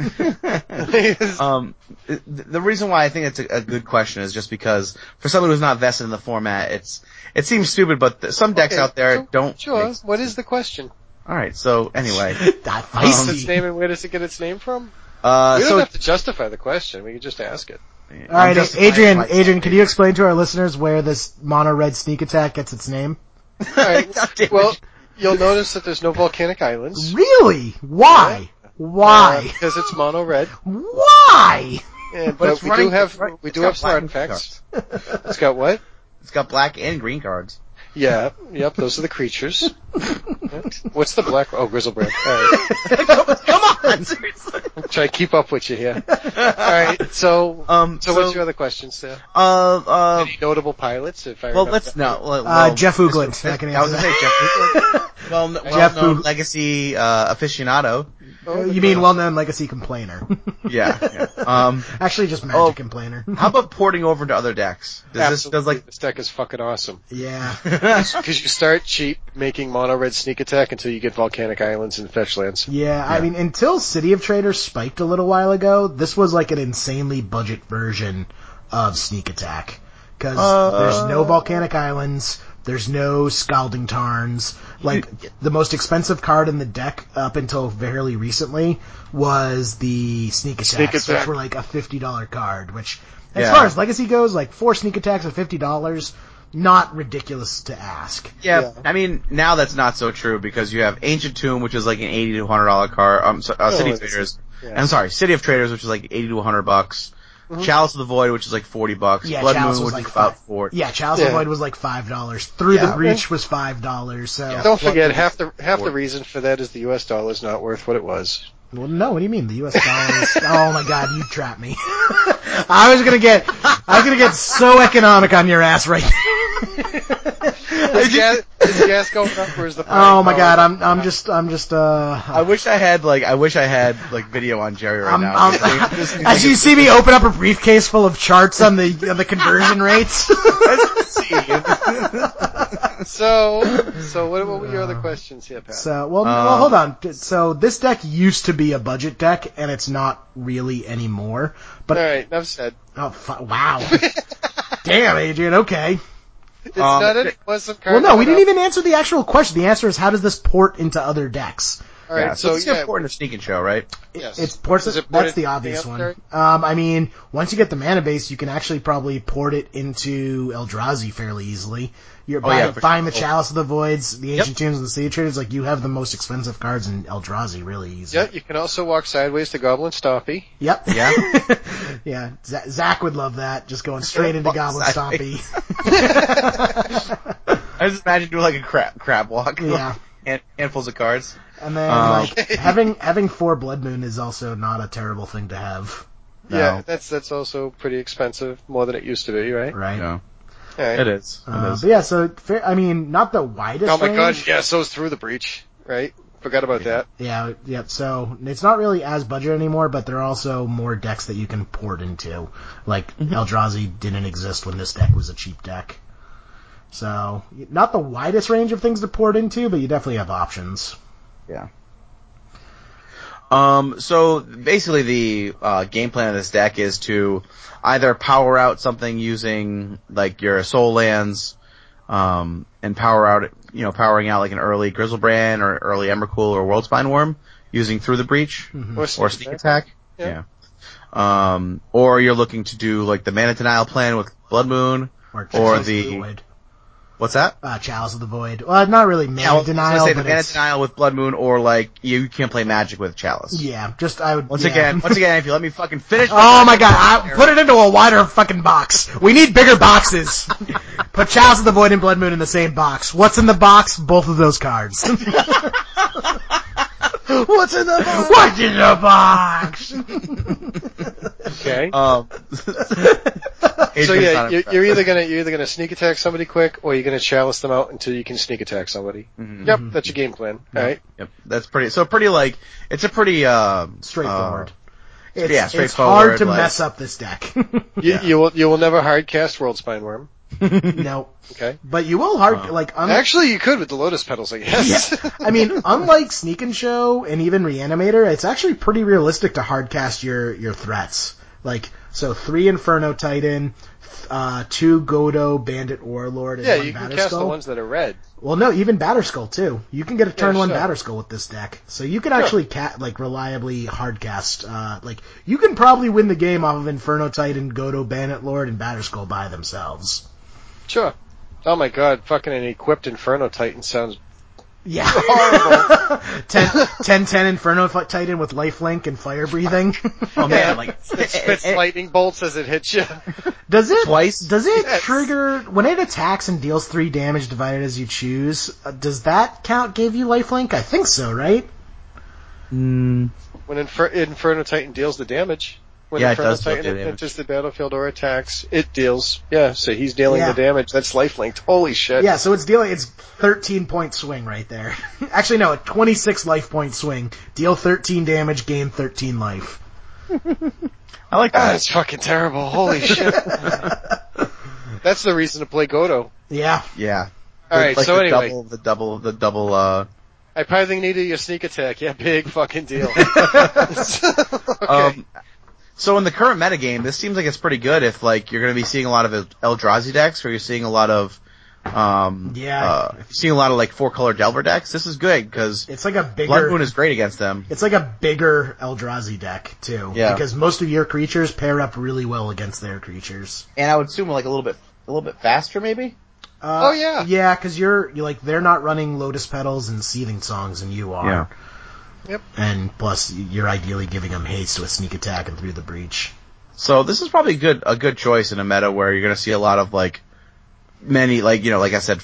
Speaker 5: [LAUGHS]
Speaker 3: [LAUGHS]
Speaker 5: um, th- the reason why I think it's a, a good question is just because for someone who's not vested in the format, it's it seems stupid, but th- some decks
Speaker 3: Okay,
Speaker 5: out there
Speaker 3: so-
Speaker 5: don't. Um,
Speaker 3: Sure. What is the question?
Speaker 5: All right. So
Speaker 3: [LAUGHS]
Speaker 5: anyway,
Speaker 4: That
Speaker 3: What's its
Speaker 4: feisty.
Speaker 3: name and where does it get its name from?
Speaker 5: uh,
Speaker 3: We don't
Speaker 5: so
Speaker 3: have to justify the question. We can just ask it.
Speaker 5: I'm
Speaker 4: all
Speaker 3: [LAUGHS]
Speaker 4: right,
Speaker 5: justifying
Speaker 4: Adrian.
Speaker 5: my-
Speaker 4: Adrian, could you explain to our listeners where this mono red sneak attack gets its name?
Speaker 5: [LAUGHS] God damn it.
Speaker 3: Well, you'll notice that there's no volcanic islands.
Speaker 4: Really? Why?
Speaker 3: Uh,
Speaker 4: Why?
Speaker 3: because it's mono red.
Speaker 5: [LAUGHS]
Speaker 4: Why?
Speaker 3: And,
Speaker 5: But
Speaker 3: but
Speaker 5: it's
Speaker 3: we
Speaker 5: running-
Speaker 3: do have
Speaker 5: it's run-
Speaker 3: we
Speaker 5: it's
Speaker 3: do
Speaker 5: got
Speaker 3: have
Speaker 5: black [LAUGHS]
Speaker 3: Slarn
Speaker 5: and
Speaker 3: facts. It's got what? [LAUGHS]
Speaker 5: It's got black and green cards.
Speaker 3: Yeah, yep, those are the creatures. What's the black? Oh, Grizzlebrand. All right. [LAUGHS]
Speaker 5: Come on, seriously.
Speaker 3: Try to keep up with you here. All right, so,
Speaker 5: Um,
Speaker 3: so,
Speaker 5: so,
Speaker 3: what's your other question, sir?
Speaker 5: uh, uh,
Speaker 3: Any notable pilots, if I
Speaker 5: well,
Speaker 3: remember
Speaker 5: let's
Speaker 3: that?
Speaker 5: no. Well,
Speaker 4: Uh,
Speaker 5: well,
Speaker 4: Jeff
Speaker 5: [LAUGHS]
Speaker 4: Hoogland. That can
Speaker 5: I was
Speaker 4: answer
Speaker 5: gonna say Jeff.
Speaker 3: [LAUGHS]
Speaker 5: Hoogland. well,
Speaker 4: Jeff
Speaker 5: well-known
Speaker 4: Hoog-
Speaker 5: legacy uh, aficionado.
Speaker 4: that. [LAUGHS] You mean well-known legacy
Speaker 5: [LAUGHS]
Speaker 4: complainer?
Speaker 5: Yeah.
Speaker 3: [LAUGHS]
Speaker 5: yeah. Um,
Speaker 4: Actually, just magic
Speaker 5: Oh.
Speaker 4: complainer.
Speaker 5: [LAUGHS] how about porting over to other decks? Does
Speaker 3: Absolutely.
Speaker 5: this does like?
Speaker 3: this deck is fucking awesome.
Speaker 4: yeah.
Speaker 5: [LAUGHS]
Speaker 3: Because you start cheap making mono red sneak attack until you get volcanic islands and fetch lands.
Speaker 4: Yeah, I mean, until City of Traders spiked a little while ago, this was like an insanely budget version of Sneak Attack. Because there's no Volcanic Islands, there's no Scalding Tarns. Like, the most expensive card in the deck up until fairly recently was the Sneak Attacks,
Speaker 3: Attack.
Speaker 4: which were like a $50 card, which, as
Speaker 5: Yeah.
Speaker 4: far as Legacy goes, like four Sneak Attacks at $50, not ridiculous to ask.
Speaker 5: Yeah, I mean now that's not so true because you have Ancient Tomb, which is like an eighty to hundred dollar car. Um, so, uh, City of
Speaker 3: it's-
Speaker 5: Traders.
Speaker 3: yeah.
Speaker 5: I'm sorry, City of Traders, which is like eighty to hundred bucks. Chalice of the Void, which is like forty bucks.
Speaker 4: Yeah,
Speaker 5: Blood
Speaker 4: Chalice
Speaker 5: Moon,
Speaker 4: was
Speaker 5: which
Speaker 4: like
Speaker 5: is about
Speaker 4: five-
Speaker 5: forty.
Speaker 4: Yeah, Chalice
Speaker 3: Yeah.
Speaker 4: of Void was like five dollars. Through
Speaker 5: Yeah.
Speaker 4: the Breach was five dollars. So
Speaker 3: Don't forget, half the half the reason for that is the U.S. dollar is not worth what it was.
Speaker 4: Well, no. What do you mean? The U.S. dollar? Is, [LAUGHS] oh my God, you trapped me. [LAUGHS] I was gonna get, I was gonna get so economic on your ass [LAUGHS] right.
Speaker 3: Is gas, is gas going up or is the
Speaker 4: [LAUGHS] oh my God, I'm, I'm just, I'm just, uh.
Speaker 5: I wish I had like I wish I had like video on Jerry right
Speaker 4: I'm,
Speaker 5: now.
Speaker 4: I'm, [LAUGHS] as you see me open up a briefcase full of charts on the on the conversion
Speaker 5: [LAUGHS]
Speaker 4: rates. [LAUGHS]
Speaker 3: so so. What, what were your other questions here, Pat?
Speaker 4: So, well, well, hold on. So this deck used to be a budget deck, and it's not really anymore. But
Speaker 3: All right, enough said.
Speaker 4: [LAUGHS] Oh, fu- wow.
Speaker 3: [LAUGHS]
Speaker 4: Damn, Adrian, okay.
Speaker 3: It's
Speaker 5: Um,
Speaker 3: not it. It was some card.
Speaker 4: Well, no, we
Speaker 3: going
Speaker 4: didn't
Speaker 3: up.
Speaker 4: even answer the actual question. The answer is how does this port into other decks?
Speaker 3: All right,
Speaker 5: yeah, so,
Speaker 3: so,
Speaker 5: it's
Speaker 3: yeah,
Speaker 5: important to sneak and show, right?
Speaker 3: yes.
Speaker 4: It's ports,
Speaker 3: Does it port
Speaker 4: that's
Speaker 3: it
Speaker 4: the
Speaker 3: into
Speaker 4: obvious
Speaker 3: the
Speaker 4: one.
Speaker 3: other?
Speaker 4: Um, I mean, once you get the mana base, you can actually probably port it into Eldrazi fairly easily. You're buy-
Speaker 5: yeah, for
Speaker 4: buying the
Speaker 5: sure.
Speaker 4: Chalice of the Voids, the Ancient Tombs, and the Sea of Traders, like, you have the most expensive cards in Eldrazi really easy.
Speaker 3: Yeah, you can also walk sideways to Goblin Stompy.
Speaker 4: Yep.
Speaker 5: Yeah.
Speaker 4: [LAUGHS] yeah. Z- Zach would love that, just going straight into Goblin
Speaker 5: Sideways. [LAUGHS]
Speaker 4: Stompy.
Speaker 5: [LAUGHS] I just imagine doing like a crab crab walk. [LAUGHS]
Speaker 4: Yeah.
Speaker 5: and handfuls of cards.
Speaker 4: And then
Speaker 5: Um,
Speaker 4: like having having four blood moon is also not a terrible thing to have,
Speaker 3: Yeah,
Speaker 5: No.
Speaker 3: that's that's also pretty expensive, more than it used to be, right?
Speaker 4: right?
Speaker 5: No,
Speaker 3: All right.
Speaker 5: it is. It
Speaker 4: Uh,
Speaker 5: is.
Speaker 4: but yeah, so fair, I mean, not the widest.
Speaker 3: Oh my god,
Speaker 4: range.
Speaker 3: yeah, so's through the breach, right? Forgot about that.
Speaker 4: Yeah, yeah. So it's not really as budget anymore, but there are also more decks that you can port into. Like
Speaker 5: Mm-hmm.
Speaker 4: Eldrazi didn't exist when this deck was a cheap deck, so not the widest range of things to port into, but you definitely have options.
Speaker 5: Yeah. Um, so basically the uh, game plan of this deck is to either power out something using like your soul lands, um, and power out, you know, powering out like an early Grizzlebrand or early Emrakul or Worldspine Worm using through the breach
Speaker 4: Mm-hmm.
Speaker 5: or sneak attack.
Speaker 3: Yeah.
Speaker 5: Yeah. Um, or you're looking to do like the mana denial plan with Blood Moon.
Speaker 4: Or,
Speaker 5: Or
Speaker 4: Chalice of
Speaker 5: the-
Speaker 4: void.
Speaker 5: What's that?
Speaker 4: Uh, Chalice of the Void. Well, not really mana
Speaker 5: Yeah, I was gonna
Speaker 4: denial,
Speaker 5: say
Speaker 4: but
Speaker 5: the mana
Speaker 4: it's,
Speaker 5: denial with Blood Moon or like you can't play Magic with Chalice.
Speaker 4: yeah, just I would
Speaker 5: Once
Speaker 4: yeah.
Speaker 5: again, once again, if you let me fucking finish.
Speaker 4: [LAUGHS] Oh my god, I,
Speaker 5: [LAUGHS]
Speaker 4: put it into a wider fucking box. We need bigger
Speaker 5: [LAUGHS]
Speaker 4: boxes. Put Chalice of the Void and Blood Moon in the same box. What's in the box? Both of those
Speaker 5: [LAUGHS]
Speaker 4: cards. What's in the box? What's in the box?
Speaker 3: Okay.
Speaker 5: [LAUGHS] Um,
Speaker 3: so yeah, you're, you're either gonna you're either gonna sneak attack somebody quick, or you're gonna chalice them out until you can sneak attack somebody.
Speaker 5: Mm-hmm.
Speaker 3: Yep, that's your game plan. All right.
Speaker 5: Yep, that's pretty. So pretty like it's a pretty um,
Speaker 4: [LAUGHS] Straightforward.
Speaker 5: uh,
Speaker 4: It's,
Speaker 5: yeah,
Speaker 4: it's
Speaker 5: straightforward,
Speaker 4: hard to
Speaker 5: like-
Speaker 4: mess up this deck. [LAUGHS]
Speaker 3: You, you will you will never hard cast World Spine Worm.
Speaker 4: no.
Speaker 3: Okay.
Speaker 4: But you will hard, like, unlike
Speaker 3: Actually, you could with the Lotus Petals, I guess. [LAUGHS]
Speaker 4: [LAUGHS] I mean, unlike Sneak and Show and even Reanimator, it's actually pretty realistic to hardcast your your threats. Like so, three Inferno Titan, th- uh, two Godo Bandit Warlord, and
Speaker 3: yeah,
Speaker 4: one
Speaker 3: you can
Speaker 4: Batter
Speaker 3: cast the
Speaker 4: Skull.
Speaker 3: ones that are red.
Speaker 4: Well, no, even Batterskull too. You can get a turn one
Speaker 3: sure.
Speaker 4: Batter Skull with this deck, so you can actually cat like reliably hardcast. Uh, like you can probably win the game off of Inferno Titan, Godo Bandit Lord, and Batter Skull by themselves.
Speaker 3: Sure. Oh my god, fucking an equipped Inferno Titan sounds
Speaker 4: Yeah. [LAUGHS] ten, 10 10 Inferno fi- Titan with lifelink and fire
Speaker 5: [LAUGHS]
Speaker 4: breathing.
Speaker 5: Oh man, like
Speaker 3: [LAUGHS] It spits
Speaker 5: [LAUGHS] it- it-
Speaker 3: lightning bolts as it hits you. [LAUGHS]
Speaker 4: does it
Speaker 5: Twice?
Speaker 4: Does it
Speaker 3: Yes.
Speaker 4: trigger when it attacks and deals 3 damage divided as you choose? Uh, does that count give you lifelink? I think so, right?
Speaker 5: mm,
Speaker 3: When Infer- Inferno Titan deals the damage. When
Speaker 5: Yeah, it
Speaker 3: Inferno
Speaker 5: does deal
Speaker 3: Titan
Speaker 5: the damage.
Speaker 3: enters the battlefield or attacks, it deals. Yeah, so he's dealing
Speaker 4: Yeah.
Speaker 3: the damage. That's lifelinked. Holy shit.
Speaker 4: Yeah, so it's dealing it's 13 point swing right there. [LAUGHS] Actually no, a 26 life point swing. Deal 13 damage, gain 13 life. [LAUGHS]
Speaker 5: I like
Speaker 3: Ah,
Speaker 5: that.
Speaker 3: it's fucking terrible. Holy shit. That's the reason to play Godo.
Speaker 4: Yeah.
Speaker 5: Yeah.
Speaker 3: All
Speaker 5: Like-
Speaker 3: right,
Speaker 5: like
Speaker 3: so
Speaker 5: the
Speaker 3: anyway,
Speaker 5: double, the double, the double. Uh,
Speaker 3: I probably needed your sneak attack. Yeah, big fucking deal. [LAUGHS] okay.
Speaker 5: um, so in the current metagame, this seems like it's pretty good. If like you're going to be seeing a lot of Eldrazi decks, or you're seeing a lot of, um,
Speaker 4: Yeah.
Speaker 5: uh, seeing a lot of like four color Delver decks, this is good because
Speaker 4: It's like a bigger
Speaker 5: Blood Moon is great against them.
Speaker 4: It's like a bigger Eldrazi deck too,
Speaker 5: Yeah.
Speaker 4: because most of your creatures pair up really well against their creatures.
Speaker 5: And I would assume like a little bit, a little bit faster maybe.
Speaker 4: Uh,
Speaker 3: Oh, yeah.
Speaker 4: yeah, because you're, you're like they're not running Lotus Petals and Seething Songs, and you are.
Speaker 5: Yeah.
Speaker 3: Yep.
Speaker 4: And plus, you're ideally giving them haste with sneak attack and through the breach.
Speaker 5: So this is probably good, a good choice in a meta where you're going to see a lot of like many, like you know, like I said,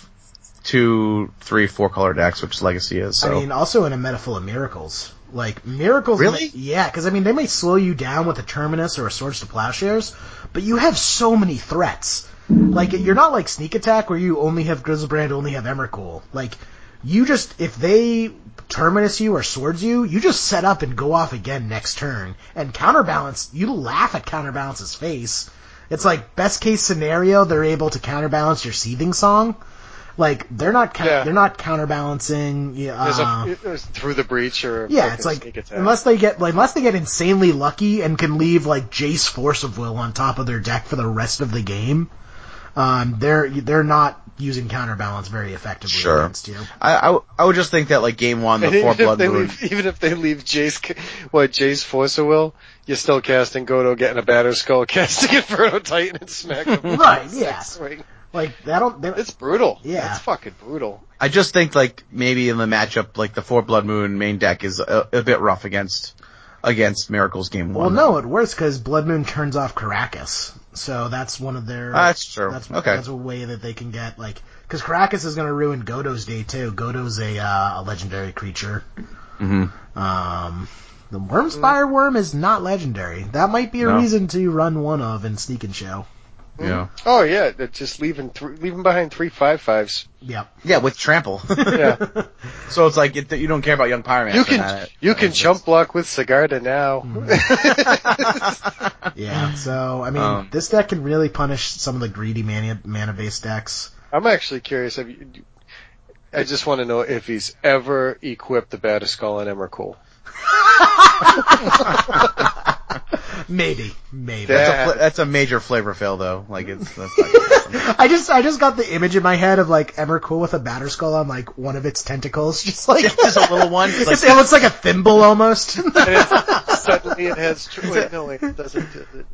Speaker 5: two, three, four color decks, which Legacy is. So
Speaker 4: I mean, also in a meta full of miracles. Like, miracles.
Speaker 5: Really?
Speaker 4: may- yeah, because I mean, they may slow you down with a Terminus or a Swords to Plowshares, but you have so many threats. Like, you're not like Sneak Attack where you only have Grizzlebrand, only have Emrakul. Like, you just, if they Terminus you or Swords you, you just set up and go off again next turn. And Counterbalance, you laugh at Counterbalance's face. It's like, best case scenario, they're able to counterbalance your Seething Song. Like, they're not, coun-
Speaker 3: Yeah.
Speaker 4: they're not counterbalancing, yeah,
Speaker 3: There's a-
Speaker 4: uh,
Speaker 3: it was through the breach or
Speaker 4: yeah,
Speaker 3: fucking
Speaker 4: it's like
Speaker 3: sneak attack.
Speaker 4: unless they get like, unless they get insanely lucky and can leave like Jace Force of Will on top of their deck for the rest of the game, um, they're they're not using counterbalance very effectively
Speaker 5: Sure.
Speaker 4: against you.
Speaker 5: I, I, w- I would just think that like game one, the
Speaker 3: And
Speaker 5: four
Speaker 3: [LAUGHS] even, if
Speaker 5: blood
Speaker 3: [LAUGHS] they
Speaker 5: moon.
Speaker 3: leave, even if they leave Jay's, ca- what, Jay's Force of Will, you're still casting Godo, getting a batter skull, [LAUGHS] casting Inferno Titan and smack him. with
Speaker 4: Right,
Speaker 3: the
Speaker 4: yeah.
Speaker 3: six ring.
Speaker 4: Like that don't. They,
Speaker 3: It's brutal.
Speaker 4: Yeah.
Speaker 3: It's fucking brutal.
Speaker 5: I just think like maybe in the matchup, like the four blood moon main deck is a, a bit rough against against Miracles game
Speaker 4: well,
Speaker 5: one.
Speaker 4: no, it works because Blood Moon turns off Caracas, so that's one of their.
Speaker 5: Ah, that's true.
Speaker 4: That's
Speaker 5: okay,
Speaker 4: That's a way that they can get like because Caracas is going to ruin Godo's day too. Godo's a uh, a legendary creature. Mm-hmm. Um, the Worm's Fireworm is not legendary. That might be a
Speaker 5: No.
Speaker 4: reason to run one of in Sneak and Show.
Speaker 5: yeah,
Speaker 3: Oh yeah, they're just leaving th- leaving behind three five fives.
Speaker 4: Yep.
Speaker 5: yeah, with trample. [LAUGHS]
Speaker 3: Yeah,
Speaker 5: so it's like it, you don't care about young pyromancer.
Speaker 3: you can
Speaker 5: that-
Speaker 3: you can jump block with Sigarda now. [LAUGHS]
Speaker 5: [LAUGHS]
Speaker 4: Yeah. So I mean,
Speaker 5: Um.
Speaker 4: this deck can really punish some of the greedy mana mana based decks.
Speaker 3: I'm actually curious. Have you, I just want to know if he's ever equipped the batter skull and Emrakul.
Speaker 4: Maybe. Maybe.
Speaker 3: That-
Speaker 5: That's a, fl- that's a major flavor fail though. Like it's that's not good.
Speaker 4: [LAUGHS] I just I just got the image in my head of like Emrakul with a batter skull on like one of its tentacles, [LAUGHS] just like
Speaker 5: just a
Speaker 4: [LAUGHS]
Speaker 5: little one. It's like-
Speaker 4: it looks like a thimble
Speaker 5: [LAUGHS]
Speaker 4: almost.
Speaker 3: Suddenly it [LAUGHS] has. Tr- wait, no, wait, it doesn't.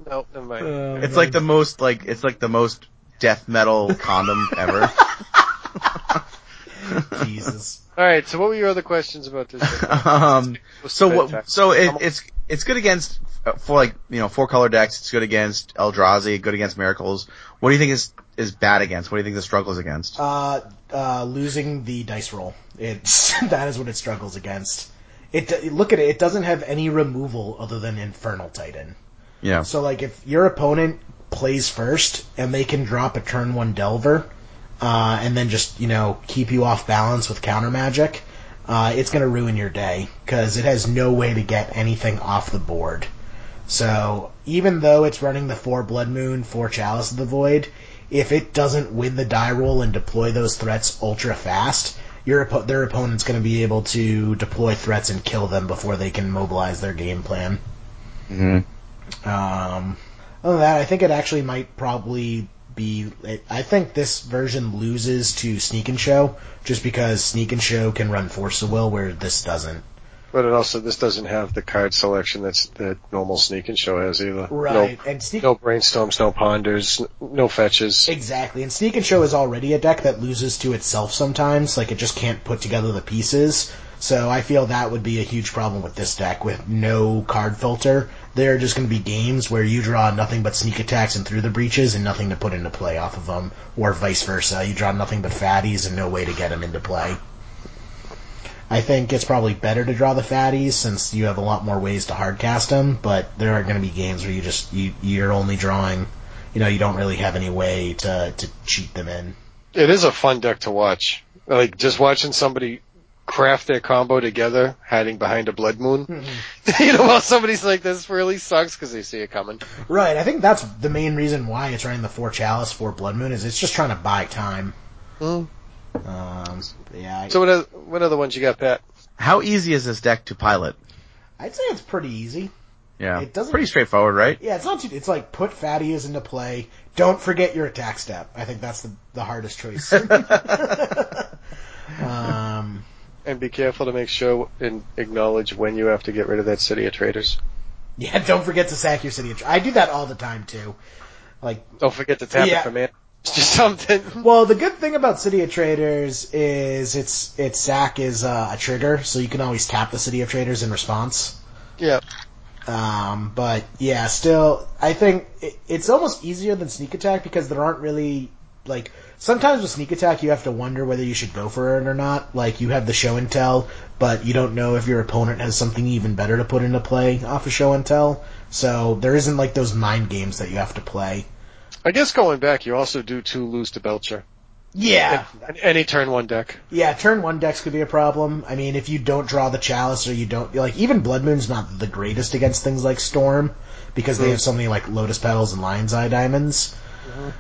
Speaker 3: No, never mind.
Speaker 5: it's like the most like it's like the most death metal condom ever.
Speaker 4: Jesus.
Speaker 3: All right. So, what were your other questions about this?
Speaker 5: Um, [LAUGHS] so what? So it,
Speaker 3: Come on.
Speaker 5: it's it's good against uh, for like you know four color decks. It's good against Eldrazi. Good against Miracles. What do you think is is bad against? What do you think the struggle is against?
Speaker 4: Uh, uh, losing the dice roll. It's [LAUGHS] that is what it struggles against. It d- look at it. It doesn't have any removal other than Infernal Titan.
Speaker 5: Yeah,
Speaker 4: So like if your opponent plays first and they can drop a turn one Delver, uh, and then just you know keep you off balance with counter magic, uh, it's gonna ruin your day because it has no way to get anything off the board. So even though it's running the four Blood Moon, four Chalice of the Void, if it doesn't win the die roll and deploy those threats ultra fast, your oppo- their opponent's going to be able to deploy threats and kill them before they can mobilize their game plan. Um, other than that, I think it actually might probably be. I- I think this version loses to Sneak and Show just because Sneak and Show can run Force of Will where this doesn't.
Speaker 3: But it also this doesn't have the card selection that's that normal sneak and show has either.
Speaker 4: Right. And Sneak
Speaker 3: No, no brainstorms, no ponders, n- no fetches.
Speaker 4: Exactly. And Sneak and Show is already a deck that loses to itself sometimes. Like, it just can't put together the pieces. So I feel that would be a huge problem with this deck with no card filter. There are just going to be games where you draw nothing but sneak attacks and through the breaches and nothing to put into play off of them, or vice versa. You draw nothing but fatties and no way to get them into play. I think it's probably better to draw the fatties since you have a lot more ways to hardcast them, but there are going to be games where you just, you, you're only drawing you know, you don't really have any way to, to cheat them in.
Speaker 3: It is a fun deck to watch. Like just watching somebody craft their combo together, hiding behind a blood moon. [LAUGHS] you know, while somebody's like, "This really sucks" because they see it coming.
Speaker 4: Right. I think that's the main reason why it's running the four chalice, four blood moon is it's just trying to buy time.
Speaker 3: Mm.
Speaker 4: Um, yeah. I,
Speaker 3: So what? Are, what other ones you got, Pat?
Speaker 5: How easy is this deck to pilot?
Speaker 4: I'd say it's pretty easy.
Speaker 5: Yeah,
Speaker 4: It doesn't-
Speaker 5: pretty straightforward, right?
Speaker 4: Yeah, it's not too, it's like put fatties into play. Don't forget your attack step. I think that's the, the hardest [LAUGHS] choice. um,
Speaker 3: And be careful to make sure and acknowledge when you have to get rid of that city of traders.
Speaker 4: yeah, don't forget to sack your city. of tr- I do that all the time too. Like,
Speaker 3: Don't forget to tap
Speaker 4: Yeah.
Speaker 3: it, command. [LAUGHS] It's just something.
Speaker 4: Well, the good thing about City of Traders is its its sack is uh, a trigger, so you can always tap the City of Traders in response.
Speaker 3: yeah.
Speaker 4: Um, but yeah, still, I think it, it's almost easier than sneak attack because there aren't really like sometimes with sneak attack you have to wonder whether you should go for it or not. Like you have the show and tell, but you don't know if your opponent has something even better to put into play off of show and tell. So there isn't like those mind games that you have to play.
Speaker 3: I guess going back, you also do two lose to Belcher.
Speaker 4: Yeah,
Speaker 3: An- Any turn one deck.
Speaker 4: Yeah, turn one decks could be a problem. I mean, if you don't draw the chalice or you don't like even Blood Moon's not the greatest against things like Storm because they have something like Lotus Petals and Lion's Eye Diamonds.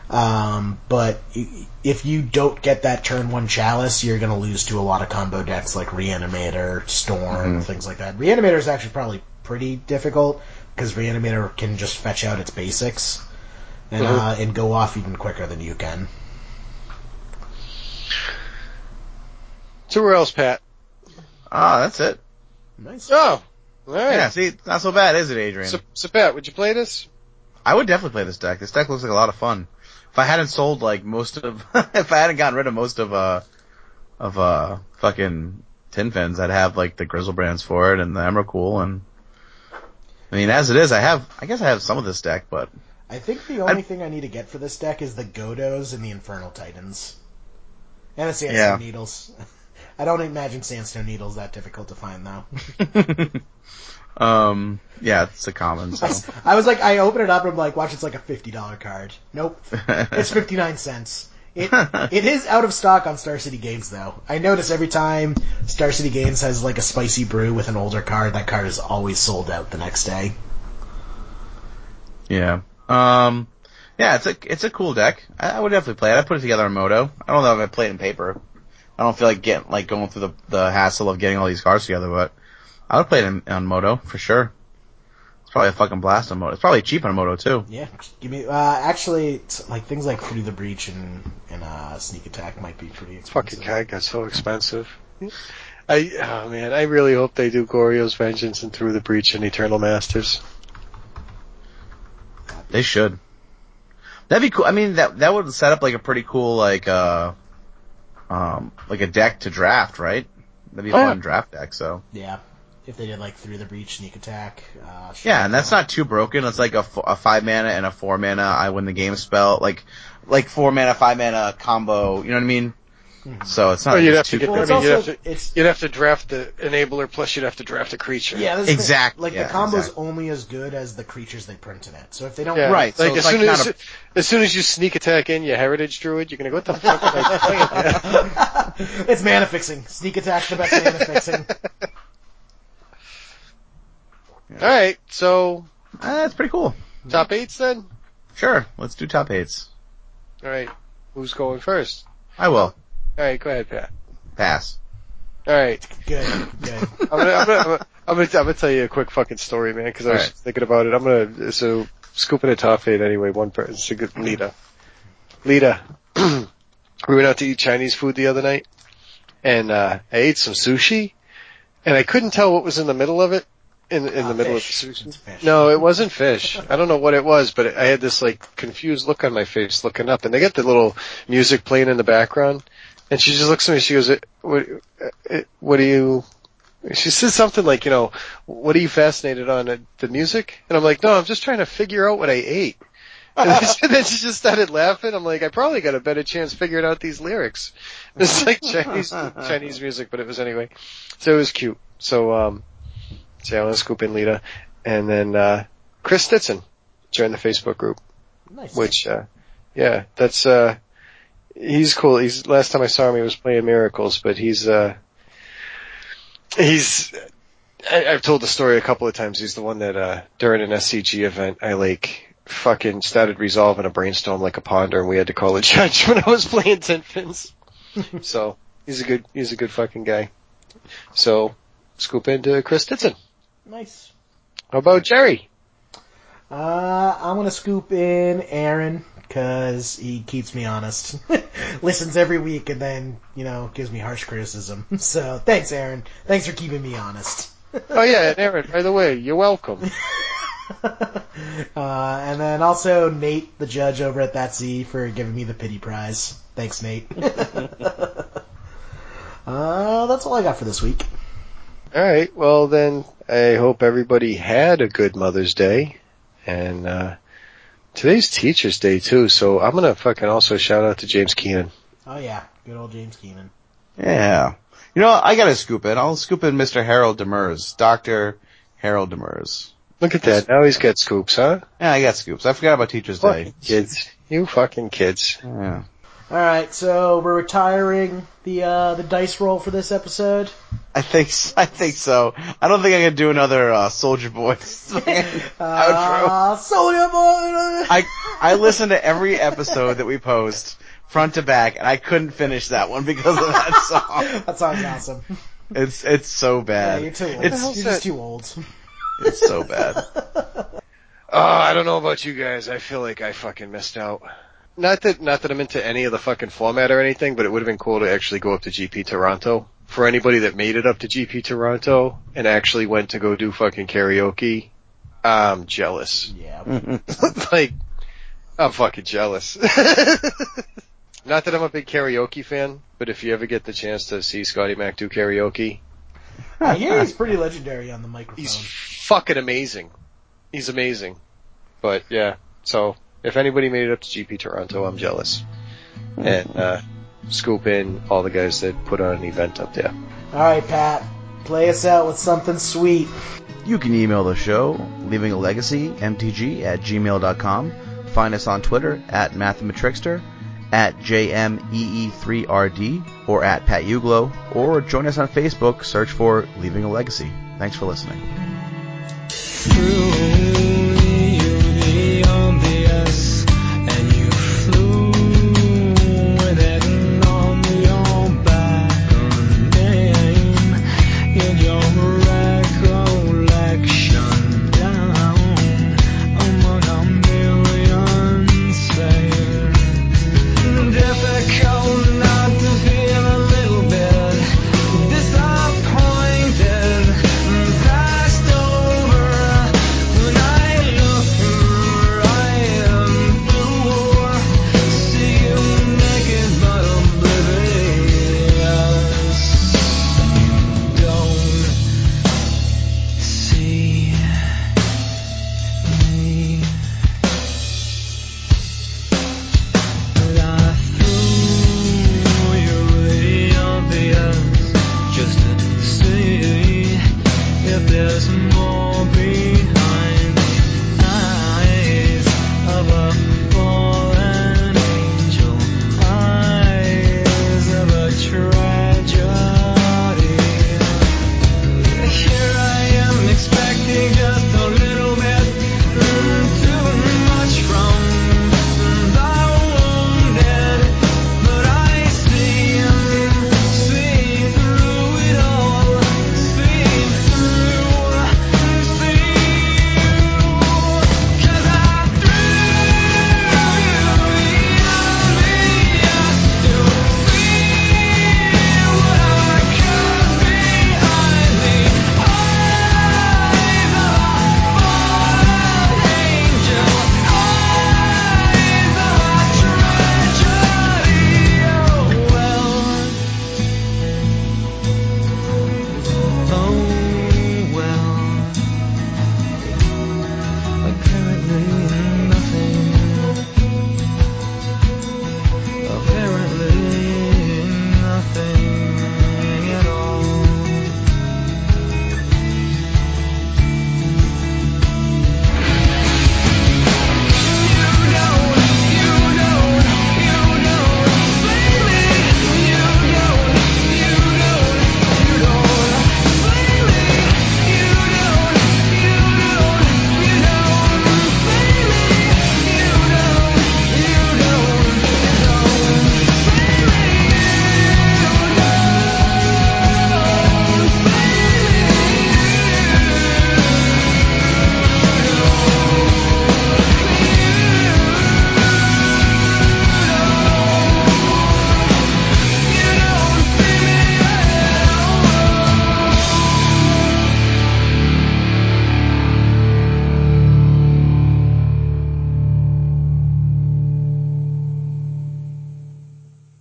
Speaker 4: Um, but i- if you don't get that turn one chalice, you're gonna lose to a lot of combo decks like Reanimator, Storm, things like that. Reanimator is actually probably pretty difficult because Reanimator can just fetch out its basics and uh, and go off even quicker than you can.
Speaker 3: Two else, Pat.
Speaker 5: Ah, that's it.
Speaker 4: Nice.
Speaker 3: Oh, all right.
Speaker 5: Yeah, see, it's not so bad, is it, Adrian?
Speaker 3: So, so Pat, would you play this?
Speaker 5: I would definitely play this deck. This deck looks like a lot of fun. If I hadn't sold like most of, [LAUGHS] if I hadn't gotten rid of most of uh, of uh, fucking tin fins, I'd have like the grizzle brands for it and the Emrakul and. I mean, as it is, I have, I guess I have some of this deck, but [LAUGHS]
Speaker 4: I think the only thing I need to get for this deck is the Godos and the Infernal Titans. And the Sandstone
Speaker 5: Yeah.
Speaker 4: Needles. [LAUGHS] I don't imagine Sandstone Needles that difficult to find though.
Speaker 5: um, yeah, it's a common. So.
Speaker 4: [LAUGHS] I was like, I open it up and I'm like, watch, it's like a fifty dollar card. Nope, it's fifty nine cents. It it is out of stock on Star City Games though. I notice every time Star City Games has like a spicy brew with an older card, that card is always sold out the next day.
Speaker 5: Yeah. Um. Yeah, it's a it's a cool deck. I, I would definitely play it. I put it together on Moto. I don't know if I play it in paper. I don't feel like getting like going through the the hassle of getting all these cards together, but I would play it in, on Moto for sure. It's probably a fucking blast on Moto. It's probably cheap on Moto too.
Speaker 4: Yeah, give me uh, actually it's like things like Through the Breach and and uh, Sneak Attack might be pretty expensive.
Speaker 3: Fucking card got so expensive. I oh man, I really hope they do Gorio's Vengeance and Through the Breach and Eternal Masters.
Speaker 5: They should. That'd be cool. I mean, that that would set up like a pretty cool like uh um like a deck to draft, right? That'd be a
Speaker 3: Oh, yeah.
Speaker 5: fun draft deck. So
Speaker 4: Yeah. If they did like through the breach, sneak attack. Uh, sh-
Speaker 5: Yeah, and that's not too broken. It's like a, f- a five mana and a four mana. I win the game spell, like like four mana, five mana combo. You know what I mean? So it's not.
Speaker 3: Oh, you'd have
Speaker 5: it's
Speaker 3: to
Speaker 5: too
Speaker 3: get.
Speaker 4: Well,
Speaker 3: I
Speaker 4: it's
Speaker 3: mean, you'd
Speaker 4: also-
Speaker 3: have to.
Speaker 4: it's-
Speaker 3: You'd have to draft the enabler, plus you'd have to draft a creature.
Speaker 4: Yeah, this is the-
Speaker 5: Exact-
Speaker 4: Like
Speaker 5: yeah,
Speaker 4: the combo's
Speaker 5: exactly.
Speaker 4: only as good as the creatures they print in it. So if they don't,
Speaker 3: Yeah,
Speaker 5: Right, [LAUGHS] so
Speaker 3: Like
Speaker 5: it's
Speaker 3: as
Speaker 5: like
Speaker 3: soon
Speaker 5: not
Speaker 3: as
Speaker 5: a-
Speaker 3: as soon as you sneak attack in your heritage druid, you're gonna go
Speaker 5: [LAUGHS]
Speaker 3: what the fuck am I playing? here?"
Speaker 4: [LAUGHS] it's mana fixing. Sneak attack, the best mana fixing.
Speaker 3: [LAUGHS] All right, so
Speaker 5: Ah, it's pretty cool.
Speaker 3: top eights then.
Speaker 5: Sure, let's do top eights.
Speaker 3: All right, who's going first?
Speaker 5: I will
Speaker 3: All right, go ahead, Pat. [LAUGHS]
Speaker 5: pass.
Speaker 3: All right,
Speaker 4: Good, good.
Speaker 3: I'm gonna, I'm gonna, I'm gonna, I'm gonna, I'm gonna tell you a quick fucking story, man, because I was
Speaker 5: All right.
Speaker 3: just thinking about it. I'm gonna so scooping a top eight anyway. One person, it's a good Lita. [CLEARS THROAT] Lita, we went out to eat Chinese food the other night, and uh I ate some sushi, and I couldn't tell what was in the middle of it. In in
Speaker 5: Ah,
Speaker 3: the middle
Speaker 4: fish.
Speaker 3: of the
Speaker 4: It's fish.
Speaker 3: no, it wasn't fish. I don't know what it was, but I had this like confused look on my face looking up, and they got the little music playing in the background, and she just looks at me. She goes, "It- "What? it- What do you?" She says something like, "You know, what are you fascinated on uh, the music?" And I'm like, "No, I'm just trying to figure out what I ate." [LAUGHS] And then she just started laughing. I'm like, I probably got a better chance figuring out these lyrics. [LAUGHS] It's like Chinese Chinese music, but it was anyway. So it was cute. So um, so yeah, I want to scoop in Lita, and then uh, Chris Stetson joined the Facebook group,
Speaker 4: Nice.
Speaker 3: which uh, yeah, that's uh, he's cool. He's last time I saw him, he was playing Miracles, but he's uh, he's. I, I've told the story a couple of times. He's the one that uh, during an SCG event, I like fucking started resolving a brainstorm like a ponder, and we had to call a [LAUGHS] judge when I was playing Ten Pins. so he's a good he's a good fucking guy. So scoop into Chris Stetson.
Speaker 4: nice.
Speaker 3: How about Jerry?
Speaker 4: Uh, I'm gonna scoop in Aaron because he keeps me honest. [LAUGHS] Listens every week and then you know gives me harsh criticism. [LAUGHS] So thanks, Aaron. Thanks for keeping me honest. [LAUGHS]
Speaker 3: Oh yeah, and Aaron. By the way, you're welcome.
Speaker 4: uh, and then also Nate, the judge over at That Z, for giving me the pity prize. Thanks, Nate. [LAUGHS] uh, that's all I got for this week.
Speaker 3: [LAUGHS] All right. Well, then I hope everybody had a good Mother's Day, and uh, today's Teacher's Day too. So I'm gonna fucking also shout out to James Keenan.
Speaker 4: Oh yeah, good old James Keenan.
Speaker 5: Yeah. You know, I gotta scoop in. I'll scoop in Mr. Harold Demers. Dr. Harold Demers.
Speaker 3: Look at that. Now he's got scoops, huh?
Speaker 5: Yeah, I got scoops. I forgot about Teacher's Day.
Speaker 3: Fucking kids. You fucking kids.
Speaker 5: Yeah.
Speaker 4: All right, so we're retiring the uh, the dice roll for this episode.
Speaker 5: I think, [LAUGHS] s- I think so. I don't think I can do another, uh, Soldier Boy [LAUGHS] outro.
Speaker 4: Uh, Soldier Boy.
Speaker 5: I, I listened to every episode that we post front to back and I couldn't finish that one because of that
Speaker 4: [LAUGHS]
Speaker 5: song.
Speaker 4: [LAUGHS] That song's awesome.
Speaker 5: It's, it's so
Speaker 4: Yeah,
Speaker 5: bad.
Speaker 4: you're too old.
Speaker 5: It's-
Speaker 4: you're just too old.
Speaker 5: it's so bad.
Speaker 3: Oh, I don't know about you guys. I feel like I fucking missed out. Not that not that I'm into any of the fucking format or anything, but it would have been cool to actually go up to GP Toronto. For anybody that made it up to GP Toronto and actually went to go do fucking karaoke, I'm jealous. [LAUGHS]
Speaker 4: Yeah.
Speaker 3: like I'm fucking jealous. [LAUGHS] Not that I'm a big karaoke fan, but if you ever get the chance to see Scotty Mac do karaoke,
Speaker 4: I hear he's pretty legendary on the microphone.
Speaker 3: he's fucking amazing. He's amazing. But yeah, so if anybody made it up to GP Toronto, I'm jealous. And uh, scoop in all the guys that put on an event up there.
Speaker 4: All right, Pat, play us out with something sweet.
Speaker 5: You can email the show, leaving a legacy, mtg at gmail.com. Find us on Twitter at mathematrickster, at E jmee3rd, or at Pat Uglow, or join us on Facebook, search for Leaving a Legacy. Thanks for listening.
Speaker 6: in your